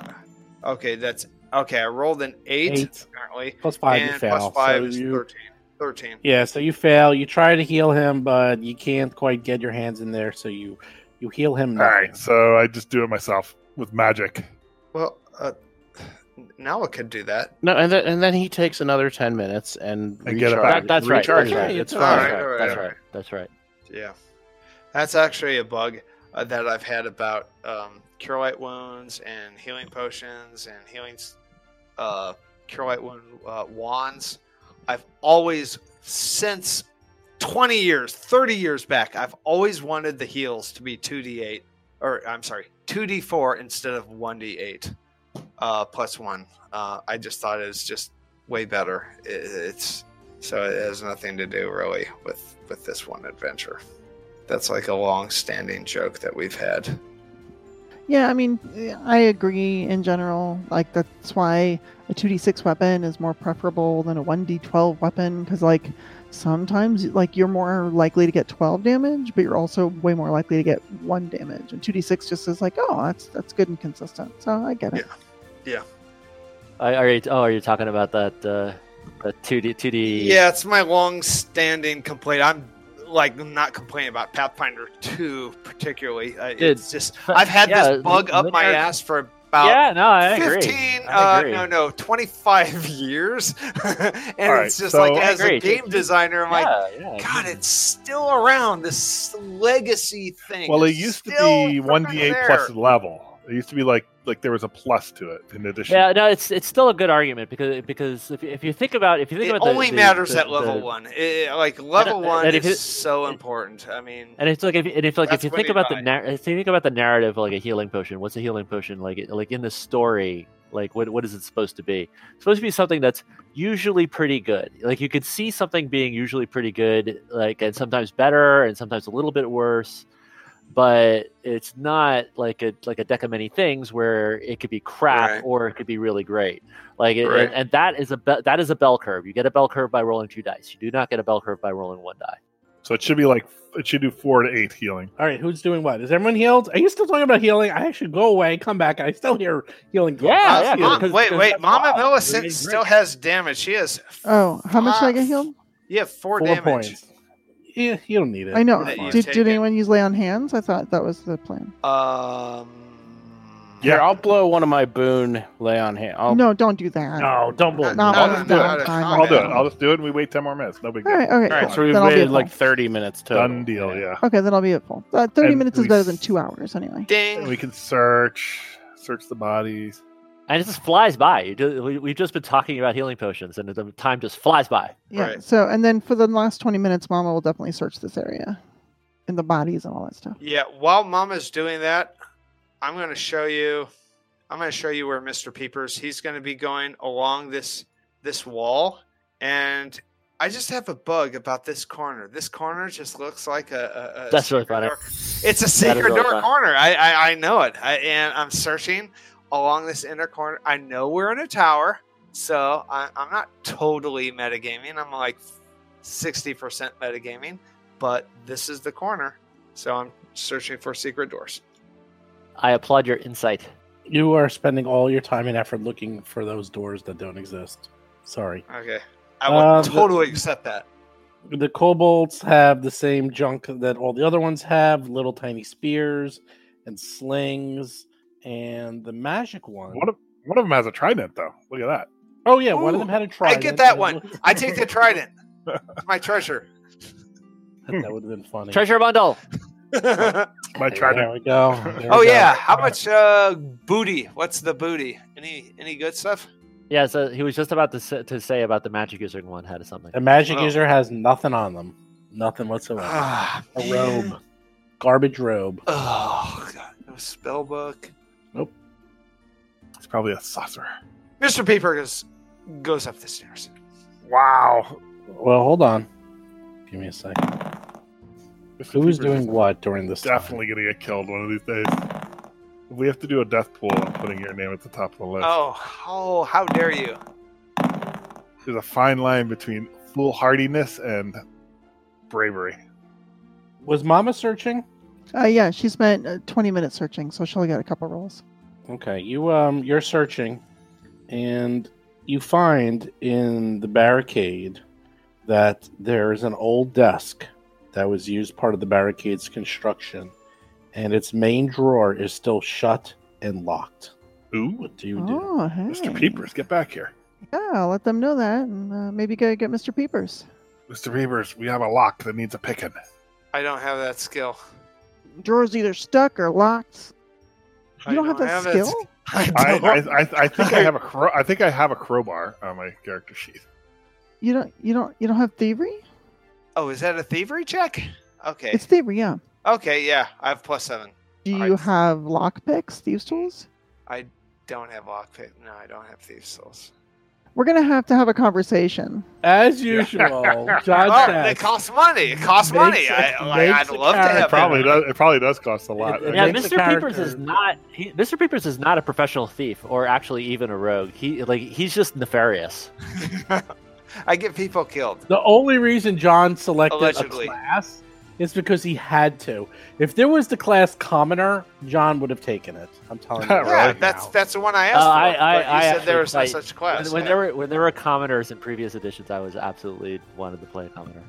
S4: okay, that's. Okay, I rolled an 8,
S2: Eight
S4: apparently.
S2: plus five,
S4: and
S2: you fail.
S4: plus 5
S2: so
S4: is
S2: you,
S4: 13. 13.
S2: Yeah, so you fail. You try to heal him, but you can't quite get your hands in there, so you you heal him.
S5: All right. So I just do it myself with magic.
S4: Well, uh, Nala could do that.
S9: No, and then and then he takes another ten minutes and,
S5: And get it
S9: recharge-
S5: back.
S6: That's right.
S9: recharge
S6: That's right.
S9: it.
S6: It's
S9: It's
S6: all
S4: fine.
S6: right.
S4: All right,
S6: That's
S4: all
S6: right. That's right.
S4: Yeah. That's actually a bug uh, that I've had about um, cure light wounds and healing potions and healing s- uh, cure light wound uh, wands. I've always, since 20 years, 30 years back, I've always wanted the heals to be 2d8, or I'm sorry, 2d4 instead of 1d8 uh, plus 1. Uh, I just thought it was just way better. It, it's so it has nothing to do really with with this one adventure that's like a long-standing joke that we've had
S3: Yeah, I mean, I agree in general. Like that's why a 2d6 weapon is more preferable than a 1d12 weapon cuz like sometimes like you're more likely to get 12 damage, but you're also way more likely to get 1 damage. And 2d6 just is like, "Oh, that's that's good and consistent." So I get it.
S6: I, are you? Oh, are you talking about that? Uh, that two D two D.
S4: yeah it's my long-standing complaint i'm like not complaining about pathfinder 2 particularly I
S6: Dude,
S4: it's just i've had
S6: yeah,
S4: this bug up my
S6: linear-
S4: ass for about
S6: Yeah. No, I agree.
S4: 15
S6: I
S4: uh,
S6: agree.
S4: no no 25 years <laughs> and
S5: Alright,
S4: it's just
S5: so-
S4: like
S5: I
S4: as a
S6: agree.
S4: game designer i'm like
S6: yeah, yeah.
S4: god it's still around this legacy thing
S5: Well, it
S4: is
S5: used to
S4: still
S5: be
S4: freaking
S5: one d eight
S4: there.
S5: plus level. It used to be like like there was a plus to it in addition.
S6: Yeah, no, it's it's still a good argument because because if, you- if you think about if you think
S4: it
S6: about the-
S4: only
S6: the-
S4: matters
S6: the-
S4: at level
S6: the-
S4: one. It- like level
S6: and-
S4: one
S6: and if
S4: is
S6: it-
S4: so important. I mean,
S6: And it's like if and if like
S4: That's
S6: if you
S4: when
S6: think
S4: you
S6: about the
S4: die.
S6: nar- if you think about the narrative like a healing potion, what's a healing potion like? it- Like in the story, like what what is it supposed to be? It's supposed to be something that's usually pretty good. Like you could see something being usually pretty good, like and sometimes better and sometimes a little bit worse. But it's not like a like a deck of many things where it could be crap
S4: Right.
S6: or it could be really great. Like it,
S4: Right.
S6: and, and that is a be- that is a bell curve. You get a bell curve by rolling two dice. You do not get a bell curve by rolling one die.
S5: So it should be like it should do four to eight healing.
S2: All right, who's doing what? Is everyone healed? Are you still talking about healing? I should go away, come back. I still hear healing.
S6: Yeah,
S2: That's
S6: yeah,
S2: healing.
S4: Mom-
S6: because-
S4: wait,
S6: because
S4: wait,
S2: that's
S4: Mama
S2: wild.
S4: Millicent
S2: Really
S4: still
S2: great.
S4: has damage. She has.
S3: Oh, how much did I get healed?
S4: You have four,
S2: four
S4: damage.
S2: points. Yeah, you don't need it.
S3: I know.
S4: that you
S3: Did,
S4: take
S3: did
S4: it.
S3: anyone use lay on hands? I thought that was the plan.
S4: Um.
S9: Here, I'll blow one of my boon lay on hand. I'll,
S3: no, don't do that.
S2: No, don't blow.
S3: Not
S4: Not- no,
S3: on
S4: no,
S3: this
S4: no,
S3: down
S4: no,
S3: time.
S4: no,
S5: I'll do it.
S4: Okay.
S5: I'll just do it. and We wait ten more minutes. No big
S3: All
S5: deal.
S3: right, okay.
S4: All right,
S3: cool.
S9: So we've
S3: Then I'll be at
S9: waited
S3: full.
S9: like 30 minutes total.
S5: Done deal. Yeah.
S3: Okay, then I'll be at full. Uh, 30
S5: And
S3: minutes
S5: we
S3: is better than
S5: s-
S3: 2 hours anyway.
S5: And
S4: Ding.
S5: we can search search the bodies.
S6: and it just flies by. You do, we, we've just been talking about healing potions, and the time just flies by.
S3: Yeah.
S4: Right.
S3: So, and then for the last 20 minutes, Mama will definitely search this area and the bodies and all that stuff.
S4: Yeah. While Mama's doing that, I'm going to show you. I'm going to show you where Mr. Peepers. He's going to be going along this this wall, and I just have a bug about this corner. This corner just looks like a. a, a
S6: That's really
S4: secret
S6: funny.
S4: door. It's a secret
S6: really
S4: door
S6: funny.
S4: corner. I, I I know it. I, and I'm searching along this inner corner. I know we're in a tower, so I, I'm not totally metagaming. I'm like sixty percent metagaming, but this is the corner. So I'm searching for secret doors.
S6: I applaud your insight.
S2: You are spending all your time and effort looking for those doors that don't exist. Sorry.
S4: Okay. I will
S6: Um,
S2: Uh, the-
S4: totally accept that.
S2: the kobolds have the same junk that all the other ones have little tiny spears and slings and the magic one.
S5: One of one of them has a trident though. Look at that.
S2: oh yeah one of
S4: Ooh,
S2: them had a
S4: I
S2: trident
S4: get that
S2: and-
S4: one. I take the
S6: <laughs>
S4: trident. It's my treasure.
S2: that would have been funny
S6: Treasure bundle.
S4: oh
S5: My
S2: there
S5: trident.
S2: we go
S4: <laughs>
S2: There we go.
S4: yeah. How much uh booty? What's the booty? Any any good stuff?
S6: Yeah, so he was just about to say, to say about the magic user one had something.
S2: the magic
S4: Oh.
S2: user has nothing on them nothing whatsoever
S4: Ah,
S2: a
S4: man.
S2: robe garbage robe
S4: Oh god, no spell book.
S5: It's probably a saucer.
S4: Mr. Peeper goes goes up the stairs.
S5: Wow.
S2: well hold on give me a second
S5: Mr.
S2: who's
S5: Peepers
S2: doing
S5: is
S2: what during this time?
S5: Definitely gonna get killed one of these days. If we have to do a death pool, I'm putting your name at the top of the list.
S4: Oh, oh, how dare you?
S5: there's a fine line between foolhardiness and bravery.
S2: Was Mama searching?
S3: Uh, yeah, she spent uh, 20 minutes searching, so she only got a couple rolls.
S2: Okay, you um you're searching and you find in the barricade that there's an old desk that was used part of the barricade's construction and its main drawer is still shut and locked.
S5: Ooh,
S2: What do you do?
S3: Oh, hey.
S5: Mr. Peepers, get back here.
S3: Yeah, let them know that, and uh, maybe go get Mr. Peepers.
S5: Mr. Peepers, we have a lock that needs a picking.
S4: I don't have that skill.
S3: Drawer's either stuck or locked. You
S4: I
S3: don't, have that skill?
S4: sk- <laughs>
S2: <laughs>
S5: I, I, I, I think I have a crow, I think I have a crowbar on my character sheet.
S3: You don't. You don't. You don't have thievery.
S4: oh, is that a thievery check? Okay.
S3: It's thievery, yeah.
S4: Okay, yeah. I have plus seven.
S3: Do
S4: I-
S3: you have lockpicks, thieves' tools?
S4: I don't have lockpick. No, I don't have thieves' souls.
S3: We're gonna have to have a conversation.
S2: As <laughs> usual, John
S4: Oh,
S2: says,
S4: they cost money. It costs
S2: Makes
S4: money.
S2: a-
S4: I, like,
S2: makes
S4: I'd
S2: a
S4: love to
S2: character.
S4: have
S5: Probably
S4: that.
S5: does, it probably does cost a lot.
S2: It- it-
S6: Yeah,
S2: makes the
S6: Mr. Peepers is
S2: character-
S6: not. He, Mr. Peepers is not a professional thief, or actually even a rogue. He like he's just nefarious.
S4: <laughs> I get people killed.
S2: The only reason John selected
S4: Allegedly.
S2: a class is because he had to. If there was the class commoner, John would have taken it. I'm telling
S5: <laughs>
S2: you.
S5: Yeah,
S4: Yeah,
S2: right
S4: that's
S2: now.
S4: that's the one I asked
S6: Uh,
S4: for.
S6: I- I-
S4: but you
S6: I
S4: said
S6: actually
S4: there was no
S6: played-
S4: such class.
S6: When, when
S4: yeah.
S6: there were when there were commoners in previous editions, I was absolutely wanted to play a commoner.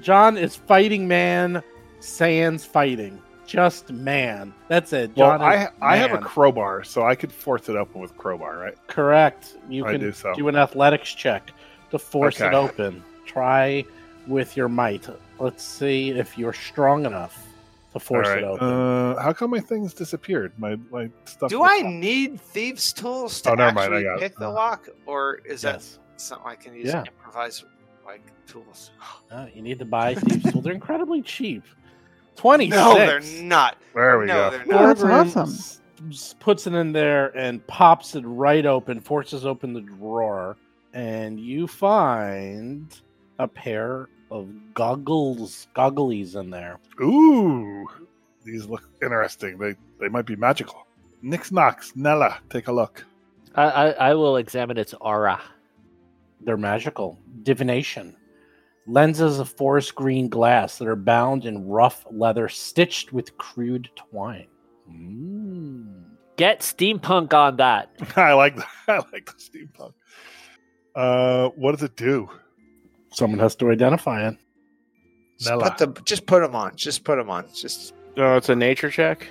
S2: John is fighting man. Sans fighting, just man. That's it.
S5: Well,
S2: John
S5: I,
S2: is
S5: I have a
S2: man.
S5: crowbar, so I could force it open with crowbar, right?
S2: correct. You
S5: I
S2: can
S5: do
S2: do,
S5: so.
S2: an athletics check to force it
S5: Okay.
S2: open. Try with your might. Let's see if you're strong enough to force
S5: All right.
S2: it open.
S5: Uh, how come my things disappeared? My my stuff.
S4: Do
S5: was-
S4: I need thieves' tools to
S5: Oh, never mind, I
S4: actually
S5: got it.
S4: pick the
S5: Uh,
S4: lock, or is that
S2: yes.
S4: something I can use
S2: Yeah.
S4: to improvise like tools?
S2: No, Uh, you need to buy thieves' tools. They're incredibly cheap. Twenty six.
S4: No, they're not.
S5: There we
S4: no,
S5: go.
S4: they're not.
S3: That's awesome.
S2: Puts it in there and pops it right open, forces open the drawer, and you find a pair of goggles, gogglies in there.
S5: Ooh, these look interesting. They they might be magical. Nix Knox, Nella, take a look. <laughs>
S6: I, I, I will examine its aura.
S2: They're magical. Divination. Lenses of forest green glass that are bound in rough leather, stitched with crude twine. Mm.
S6: Get steampunk on that.
S5: I like the, <laughs> I like the steampunk. Uh, what does it do?
S2: Someone has to identify it.
S4: Just
S5: Nella.
S4: put the just put them on. Just put them on. Just
S9: No, Oh, it's a nature check.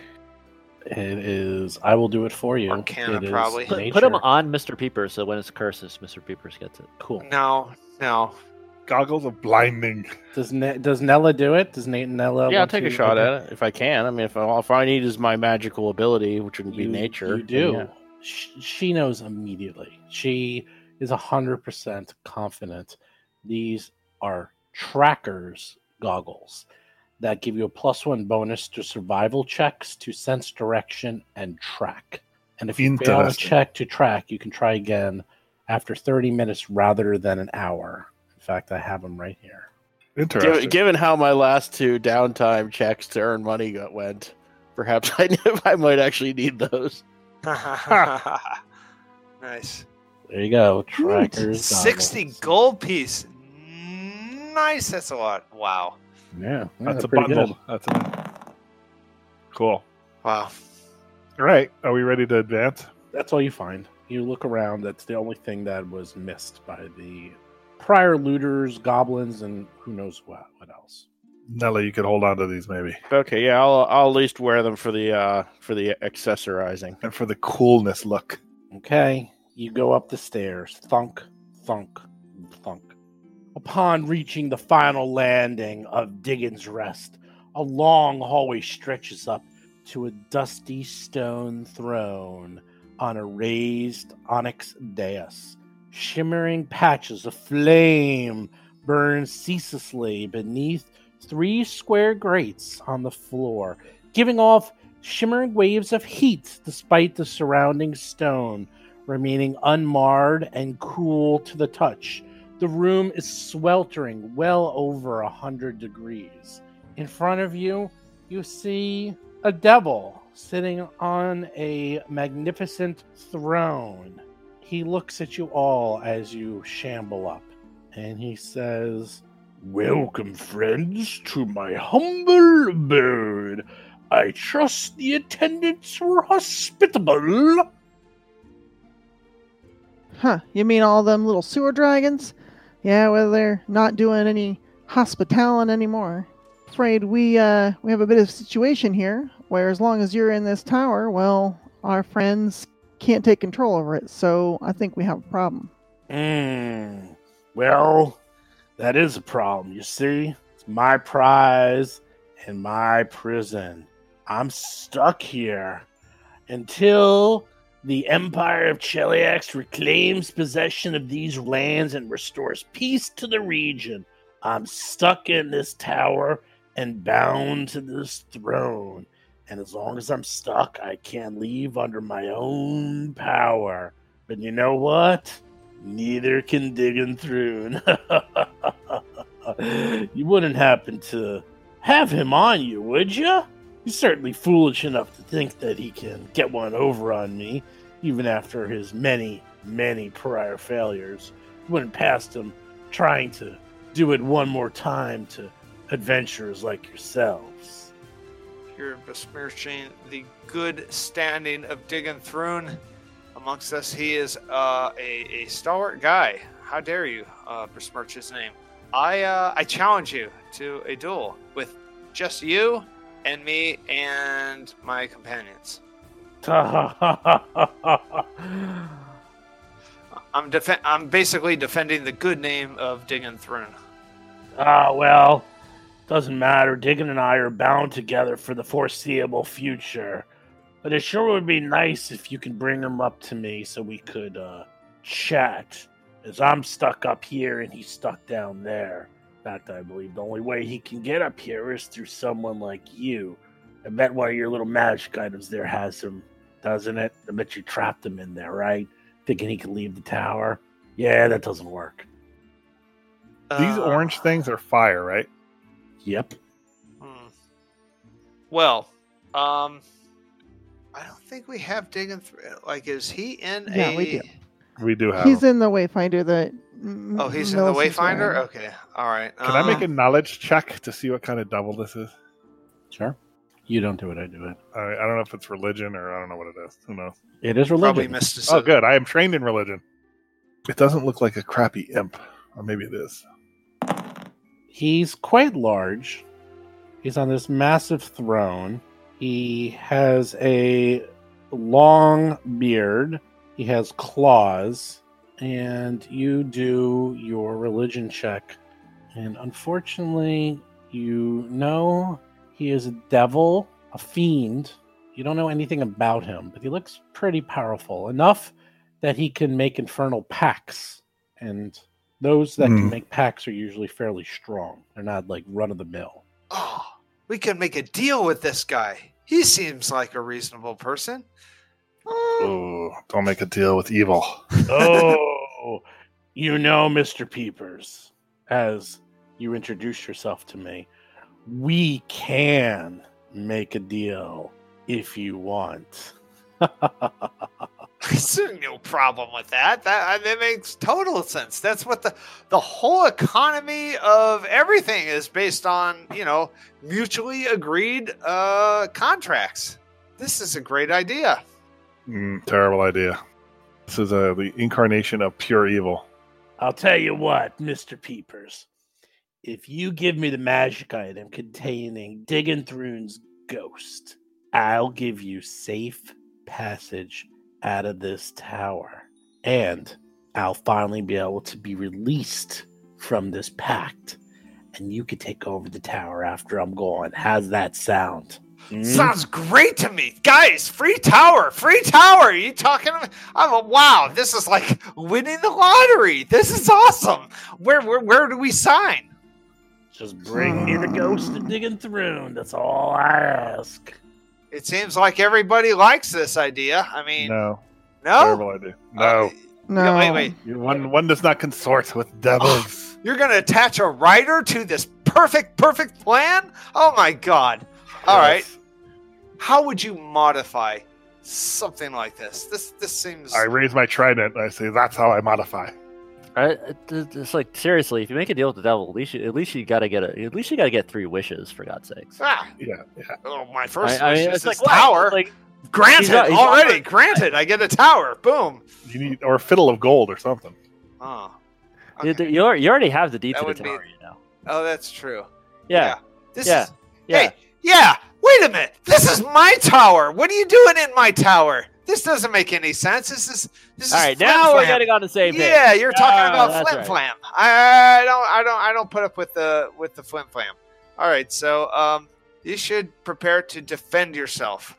S2: It is. I will do it for you.
S4: Arcana,
S2: It is
S4: probably.
S6: Put, put him
S2: nature.
S6: on Mr. Peepers, so when it's curses, Mr. Peepers gets it.
S2: Cool.
S4: no, no. <laughs>
S5: Goggles of blinding.
S2: Does ne- does Nella do it? Does Nate Nella?
S9: yeah, I'll
S2: want
S9: take a
S2: to-
S9: shot
S2: okay.
S9: at it if I can. I mean, if I, if I need is my magical ability, which would be
S2: You-
S9: nature.
S2: You do.
S9: then
S2: Sh- She knows immediately. She is hundred percent confident. These are trackers goggles that give you a plus one bonus to survival checks to sense direction and track. And if you fail a
S5: Interesting.
S2: check to track, you can try again after thirty minutes rather than an hour. In fact, I have them right here.
S9: yeah.
S5: Interesting.
S9: Given, given how my last two downtime checks to earn money got went, perhaps <laughs> I knew I might actually need those.
S4: nice.
S2: There you go. Trackers.
S4: Sixty
S2: goggles.
S4: gold piece. Nice. That's a lot. Wow.
S2: Yeah,
S5: That's a
S2: pretty good.
S5: bundle. That's a cool.
S4: Wow.
S5: All right, are we ready to advance?
S2: That's all you find. You look around. That's the only thing that was missed by the prior looters, goblins, and who knows what what else.
S5: Nella, you could hold on to these maybe,
S9: Okay, yeah, I'll I'll at least wear them for the uh for the accessorizing.
S5: and for the coolness look.
S2: Okay, you go up the stairs. Thunk, thunk, thunk. Upon reaching the final landing of Diggins Rest, a long hallway stretches up to a dusty stone throne on a raised onyx dais. Shimmering patches of flame burn ceaselessly beneath three square grates on the floor, giving off shimmering waves of heat despite the surrounding stone remaining unmarred and cool to the touch. The room is sweltering well over a hundred degrees. In front of you, you see a devil sitting on a magnificent throne.
S10: He looks at you all as you shamble up and he says,
S2: Welcome, friends, to my humble abode. I trust the attendants were hospitable.
S3: Huh, you mean all them little sewer dragons? Yeah, well they're not doing any hospitalin' anymore. Afraid we uh we have a bit of a situation here where as long as you're in this tower, well, our friends can't take control over it, so I think we have a problem.
S2: Mm, well, that is a problem. You see, it's my prize and my prison. I'm stuck here until the Empire of Cheliax reclaims possession of these lands and restores peace to the region. I'm stuck in this tower and bound to this throne. And as long as I'm stuck, I can't leave under my own power. But you know what? Neither can Diggin' Thrune. <laughs> you wouldn't happen to have him on you, would you? He's certainly foolish enough to think that he can get one over on me, even after his many, many prior failures. Wouldn't past him trying to do it one more time to adventurers like yourselves. <laughs>
S4: You're besmirching the good standing of Diggin' Throne amongst us. He is uh, a, a stalwart guy. How dare you uh, besmirch his name? I uh, I challenge you to a duel with just you and me and my companions. I'm defen I'm basically defending the good name of Diggin' Throne.
S2: Ah, well, doesn't matter. Diggin and I are bound together for the foreseeable future. But it sure would be nice if you could bring him up to me so we could uh, chat. As I'm stuck up here and he's stuck down there. In fact, I believe the only way he can get up here is through someone like you. I bet one of your little magic items there has him, doesn't it? I bet you trapped him in there, right? Thinking he can leave the tower. Yeah, that doesn't work.
S5: These
S4: Uh,
S5: orange things are fire, right?
S2: Yep.
S4: Hmm. Well, um, I don't think we have Diggin' Throne. Like, is he in
S3: Yeah,
S4: a?
S3: we do.
S5: We do have.
S3: He's
S5: them.
S3: in the Wayfinder that
S4: Oh, he's in the Wayfinder. Okay, all right. Oh,
S5: Can I make a knowledge check to see what kind of double this is?
S10: Sure. You don't do it, I do it.
S5: I, I don't know if it's religion or I don't know what it is. Who knows?
S10: It is
S4: Probably
S10: religion.
S4: missed us.
S5: Oh, good. I am trained in religion. It doesn't look like a crappy imp, or maybe it is.
S10: He's quite large. He's on this massive throne. He has a long beard. He has claws. And you do your religion check. And unfortunately, you know he is a devil, a fiend. You don't know anything about him, but he looks pretty powerful enough that he can make infernal pacts. And those that
S5: Hmm.
S10: can make packs are usually fairly strong. They're not like run of the mill.
S4: Oh, we could make a deal with this guy. He seems like a reasonable person. <laughs> Oh.
S3: Uh,
S5: Ooh, don't make a deal with evil.
S10: oh, you know, Mr. Peepers, as you introduce yourself to me, we can make a deal if you want.
S4: There's no problem with that. That I- that makes total sense. That's what the the whole economy of everything is based on. You know, mutually agreed uh, contracts. This is a great idea.
S5: Mm, terrible idea. This is uh, the incarnation of pure evil.
S2: I'll tell you what, Mr. Peepers. If you give me the magic item containing Diggin' Thrune's ghost, I'll give you safe passage out of this tower. And I'll finally be able to be released from this pact. And you could take over the tower after I'm gone. How's that sound? Hmm?
S4: Sounds great to me, guys. Free tower, free tower. Are you talking? about- I'm a, wow. This is like winning the lottery. This is awesome. Where where where do we sign?
S2: Just bring me the ghost of Diggin' Thrune. That's all I ask.
S4: It seems like everybody likes this idea. I mean,
S5: No,
S4: no,
S5: terrible idea.
S4: Uh,
S5: No,
S3: No,
S4: Yeah, wait, wait.
S5: one one does not consort with devils.
S4: You're going to attach a writer to this perfect, perfect plan? Oh my God. All right. How would you modify something like this. This this seems.
S5: Oh, I raise my trident and I say, "That's how I modify."
S6: I, it- it- it's like seriously, if you make a deal with the devil, at least you, at least you gotta get a, at least you gotta get three wishes for God's sakes.
S4: Ah,
S5: Yeah, yeah.
S4: oh, my first
S6: I, I
S4: wish
S6: mean,
S4: is
S6: it's like
S4: this
S6: wow,
S4: tower.
S6: Like,
S4: granted,
S6: he's not- he's not-
S4: already granted. I get a tower. Boom.
S5: You need or a fiddle of gold or something.
S4: Oh,
S6: you-
S4: okay.
S6: you, already- you already have the deed
S4: That
S6: to the
S4: would be-
S6: tower, you know.
S4: oh that's true.
S6: Yeah,
S4: This
S6: Yeah.
S4: Is,
S6: yeah.
S4: Hey, yeah. Wait a minute. This is my tower. What are you doing in my tower? This doesn't make any sense. This is this
S6: All
S4: is
S6: right,
S4: flim
S6: now we're
S4: flam.
S6: getting on the same page.
S4: Yeah, you're talking
S6: Ah,
S4: about
S6: that's
S4: flim
S6: right.
S4: flam. I, I don't, I don't, I don't put up with the with the flim flam. All right, so um, you should prepare to defend yourself.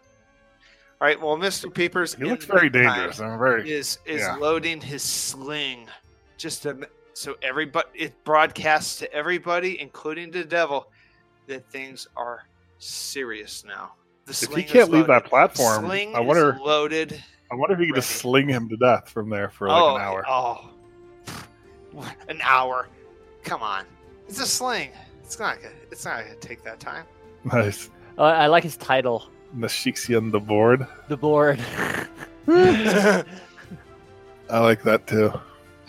S4: All right, well, Mister Peepers,
S5: He
S4: in
S5: looks
S4: the
S5: very
S4: meantime,
S5: dangerous. I'm very.
S4: Is is
S5: yeah.
S4: loading his sling, just to, so everybody it broadcasts to everybody, including the devil, that things are serious now. The
S5: If he
S4: sling is
S5: can't leave that
S4: loaded.
S5: platform,
S4: sling
S5: I wonder.
S4: is loaded.
S5: I wonder if you could just sling him to death from there for like
S4: oh, <laughs>
S5: an hour.
S4: Oh, an hour. Come on, it's a sling. It's not gonna. It's not gonna take that
S5: <laughs>
S4: time. <sighs>
S5: Nice.
S6: Uh, I like his title,
S5: Nashixian the board.
S6: the board.
S4: <laughs>
S3: <laughs>
S5: I like that too.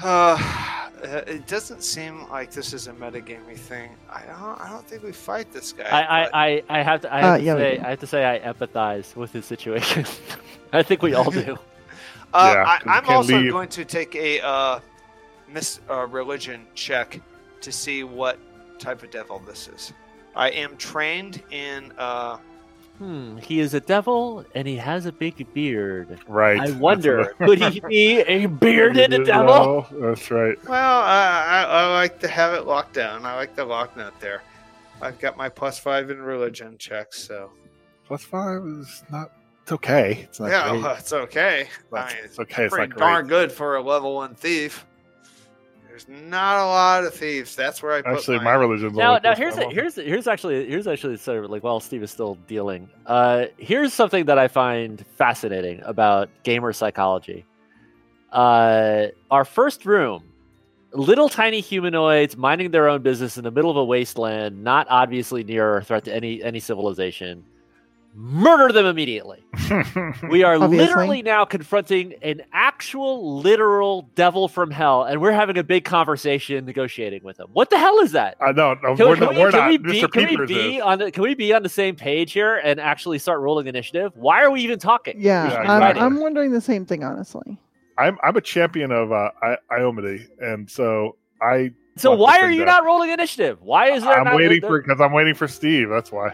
S4: Uh, it doesn't seem like this is a metagamey thing. I don't. I don't think we fight this guy.
S6: I, I,
S4: but-
S6: I, I have to I have
S3: Uh,
S6: to
S3: yeah, we
S6: say
S3: do.
S6: I have to say I empathize with his situation. <laughs> I think we
S4: <laughs>
S6: all do.
S4: Uh,
S5: Yeah,
S4: I,
S5: 'cause you
S4: I'm
S5: can't
S4: also
S5: leave.
S4: going to take a uh, mis- uh, religion check to see what type of devil this is. I am trained in. Uh,
S6: Hmm, he is a devil and he has a big beard.
S5: Right.
S6: I
S5: That's
S6: wonder,
S5: another-
S6: could he be
S4: <laughs>
S6: a bearded
S5: No,
S6: devil?
S5: That's right.
S4: well, I, I, I like to have it locked down. I like the lock note there. I've got my plus five in religion checks, so
S5: Plus five is not. It's okay. It's not.
S4: yeah,
S5: great.
S4: well, it's okay.
S5: That's-
S4: I mean,
S5: it's okay. It's
S4: pretty
S5: not great.
S4: darn good for a level one thief. There's not a lot of thieves. That's where I put
S5: Actually,
S4: my-
S5: my religion's
S6: Now,
S5: only
S6: now
S5: plus
S6: here's
S5: five.
S6: a, here's here's actually here's actually sort of like while Steve is still dealing. Uh, here's something that I find fascinating about gamer psychology. Uh, our first room, little tiny humanoids minding their own business in the middle of a wasteland, not obviously near a threat to any any civilization. Murder them immediately.
S5: <laughs>
S6: We are
S3: Obviously.
S6: literally now confronting an actual literal devil from hell, and we're having a big conversation negotiating with him. What the hell is that?
S5: I know. No,
S6: Can,
S5: we're,
S6: can
S5: not-
S6: we,
S5: we're
S6: can
S5: not.
S6: we be,
S5: Mr.
S6: can we
S5: Peepers
S6: be
S5: is.
S6: on the can we be on the same page here and actually start rolling initiative? Why are we even talking?
S3: Yeah,
S5: Yeah,
S3: I'm,
S5: exactly.
S3: I'm wondering the same thing, honestly.
S5: I'm I'm a champion of uh, I- Iomity, and so I
S6: So
S5: Fuck
S6: why
S5: this
S6: are
S5: thing
S6: you
S5: down.
S6: not rolling initiative? Why is there?
S5: I'm
S6: not
S5: waiting
S6: there-
S5: for because I'm waiting for Steve. That's why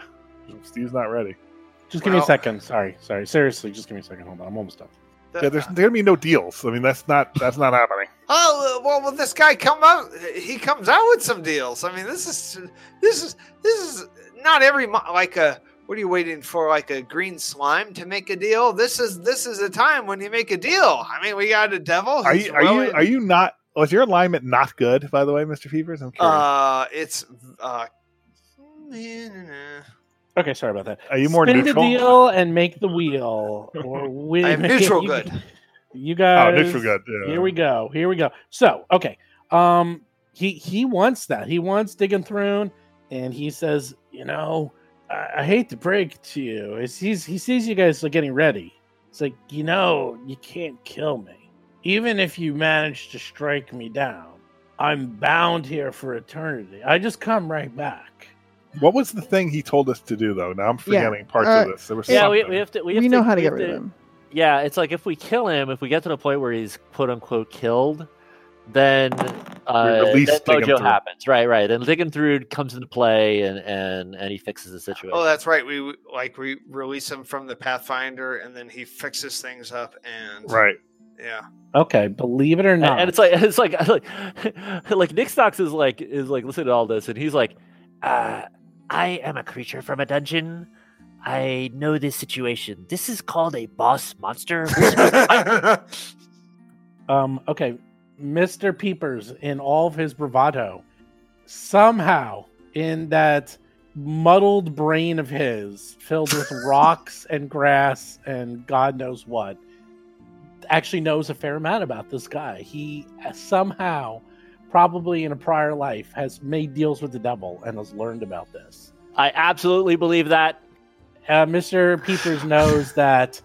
S5: Steve's not ready.
S4: Uh,
S2: Just give me
S4: Well-
S2: a second. Sorry, sorry. Seriously, just give me a second. Hold on, I'm almost done.
S4: the-
S5: Yeah, there's there gonna be no deals. I mean, that's not that's not happening.
S4: <laughs> Oh well, will this guy come out? He comes out with some deals. I mean, this is this is this is not every mo- like a. What are you waiting for? Like a green slime to make a deal? This is this is a time when you make a deal. I mean, we got a devil.
S5: Are
S4: who's
S5: you are you
S4: willing-
S5: are you not? Was your alignment not good, by the way, Mr. Peepers? I'm curious.
S4: Uh, it's uh. nah, nah, nah.
S2: Okay, sorry about that.
S5: are you more
S2: Spin
S5: neutral?
S2: the deal and make the wheel,
S5: <laughs>
S2: or win. <laughs>
S4: I am neutral
S2: you,
S4: good.
S2: You
S5: Oh,
S2: guys.
S5: neutral good. Yeah.
S2: Here we go. Here we go. So, okay. Um he he wants that. He wants Digging Throne and he says, you know, I, I hate to break it to you. It's, he's, he sees you guys are getting ready. It's like, you know, you can't kill me. Even if you manage to strike me down, I'm bound here for eternity. I just come right back.
S5: What was the thing he told us to do though? Now I'm
S3: Yeah.
S5: forgetting parts
S3: Uh,
S5: of this. There was
S6: Yeah, we,
S5: something.
S6: we have to. We,
S3: We,
S6: have
S3: know how to
S6: we
S3: get
S6: have
S3: rid of him.
S6: Yeah, it's like if we kill him, if we get to the point where he's quote unquote killed, then uh, then
S5: release Dig 'em
S6: mojo
S5: Through.
S6: happens. Right, right. Then Digging Through comes into play and and and he fixes the situation.
S4: Oh, that's right. We like we release him from the Pathfinder, and then he fixes things up. And
S5: right.
S4: yeah,
S2: Okay, believe it or
S6: And-
S2: not.
S6: And it's like <laughs> it's like like, <laughs> like Nick Stocks is like is like listening to all this and he's like, uh, I am a creature from a dungeon. I know this situation. This is called a boss monster. <laughs>
S2: Um, okay, Mr. Peepers, in all of his bravado, somehow in that muddled brain of his, filled with rocks and grass and God knows what, actually knows a fair amount about this guy. He somehow, probably in a prior life, has made deals with the devil and has learned about this
S6: I absolutely believe that.
S2: uh, Mr. Peepers knows that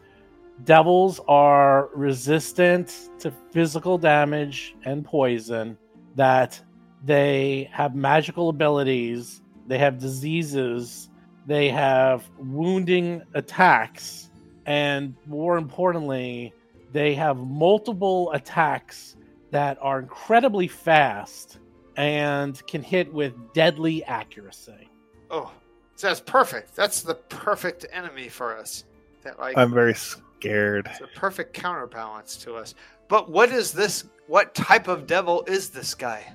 S2: Devils are resistant to physical damage and poison, that they have magical abilities, they have diseases, they have wounding attacks, and more importantly, they have multiple attacks that are incredibly fast and can hit with deadly accuracy.
S4: Oh, so that's perfect. That's the perfect enemy for us. That like
S5: I'm very scared.
S4: it's a perfect counterbalance to us. But what is this? What type of devil is this guy?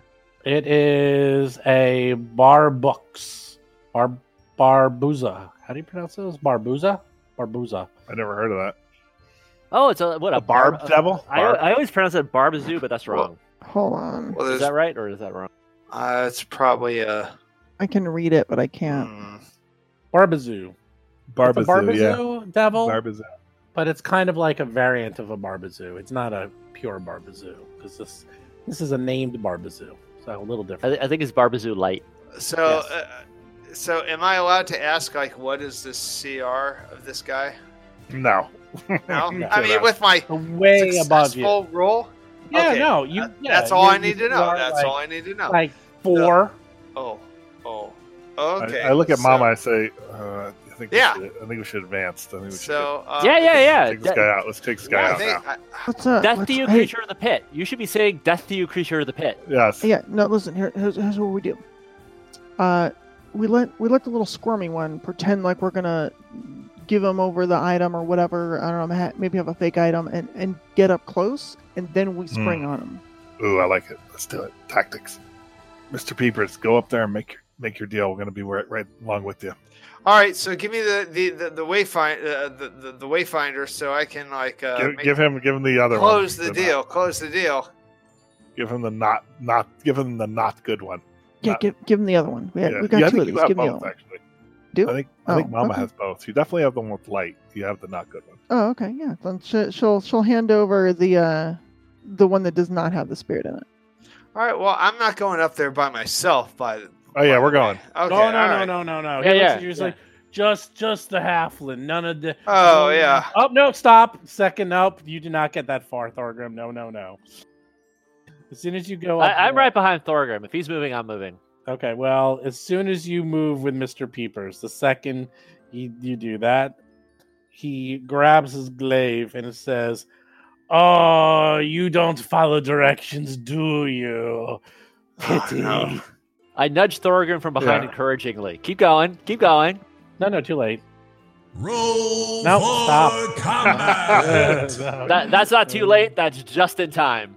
S2: It is a barbux. Bar barbuza. How do you pronounce those? Barbuza? Barbuza.
S5: I never heard of that.
S6: Oh, it's a what a,
S5: A barb devil?
S6: I, I always pronounce it barbazoo, but that's wrong.
S3: Hold on.
S4: Well,
S6: Is
S4: there's,
S6: that right or is that wrong?
S4: uh, it's probably a.
S3: I can read it, but I can't.
S4: hmm.
S2: Barbazoo. It's a
S5: Barbazoo, yeah.
S2: barbazoo devil,
S5: Barbazoo.
S2: but it's kind of like a variant of a barbazoo. It's not a pure barbazoo because this this is a named barbazoo, so a little
S6: I,
S2: different.
S6: th- I think it's barbazoo light.
S4: So,
S2: Yes.
S4: uh, so am I allowed to ask like what is this CR of this guy?
S5: No. <laughs>
S4: No,
S5: You
S4: I
S5: say
S4: mean
S5: that.
S4: with my
S2: Way above you.
S4: successful roll.
S2: Yeah,
S4: Okay.
S2: no, you.
S4: Uh,
S2: yeah,
S4: that's all
S2: you-
S4: I need
S2: you
S4: to know.
S2: are
S4: That's
S2: like,
S4: all I need to know.
S2: Like four.
S4: oh, oh,
S5: I-
S4: okay.
S5: I, look at
S4: so-
S5: Mama. I say, uh, I think.
S4: Yeah.
S5: We should, I think we should advance. I think we should
S4: So uh,
S6: yeah, yeah, yeah.
S5: take this
S6: De-
S5: guy out. Let's take this guy
S4: I
S5: out now.
S4: think, I,
S3: What's up?
S6: death
S3: What's-
S6: to you,
S3: hey,
S6: creature of the pit. You should be saying death to you, creature of the pit.
S5: Yes.
S3: Yeah, no, listen, here, here's, here's what we do. Uh, we let we let the little squirmy one pretend like we're gonna give him over the item or whatever. I don't know, ha- maybe have a fake item and and get up close, and then
S5: Hmm.
S3: we spring on him.
S5: Ooh, I like it. Let's do it. Tactics. Mr. Peepers, go up there and make your make your deal. We're going to be right, right along with you.
S4: all right. So give me the the the, the wayfind uh, the, the the wayfinder so I can like uh,
S5: give,
S4: make-
S5: give him give him the other one.
S4: close the
S5: knot.
S4: deal. Close the deal.
S5: Give him the not not give him the not good one.
S3: Yeah,
S5: Uh,
S3: give, give him the other one. We had,
S5: Yeah.
S3: we got
S5: Yeah, I
S3: two
S5: think
S3: of
S5: you
S3: these.
S5: have
S3: Give him the
S5: both,
S3: other one.
S5: actually.
S3: Do-
S5: I think I think
S3: Oh,
S5: Mama
S3: okay.
S5: has both. You definitely have the one with light. You have the not good one.
S3: Oh, okay, yeah. Then she, she'll she'll hand over the uh, the one that does not have the spirit in it.
S4: All right. Well, I'm not going up there by myself. By the-
S5: Oh yeah,
S4: by
S5: we're
S4: the way. <laughs>
S5: going. <laughs>
S2: no,
S4: Okay.
S2: no,
S4: all
S2: no,
S4: right.
S2: no, no, no,
S6: Yeah,
S2: He looks
S6: yeah,
S2: at you, he's
S6: yeah.
S2: like, just, just the halfling. None of the.
S4: Oh yeah.
S2: Oh no! Stop. Second up. You do not get that far, Thorgrim. No, no, no. As soon as you go, up
S6: I, I'm
S2: there-
S6: right behind Thorgrim. If he's moving, I'm moving.
S2: Okay. Well, as soon as you move with Mister Peepers, the second you, you do that, he grabs his glaive and it says, "Oh, you don't follow directions, do you? Pity."
S5: <laughs>
S4: no.
S6: I nudge Thorgrim from behind
S5: Yeah.
S6: encouragingly. Keep going. Keep going.
S2: no, no, too late.
S8: Roll
S2: No,
S8: for
S2: stop. <laughs>
S8: combat.
S6: That, that's not too late. That's just in time.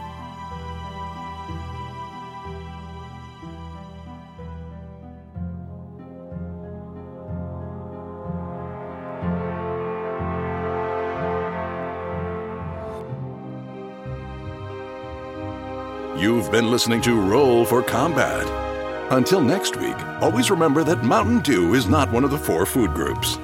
S1: You've been listening to Roll for Combat. Until next week, always remember that Mountain Dew is not one of the four food groups.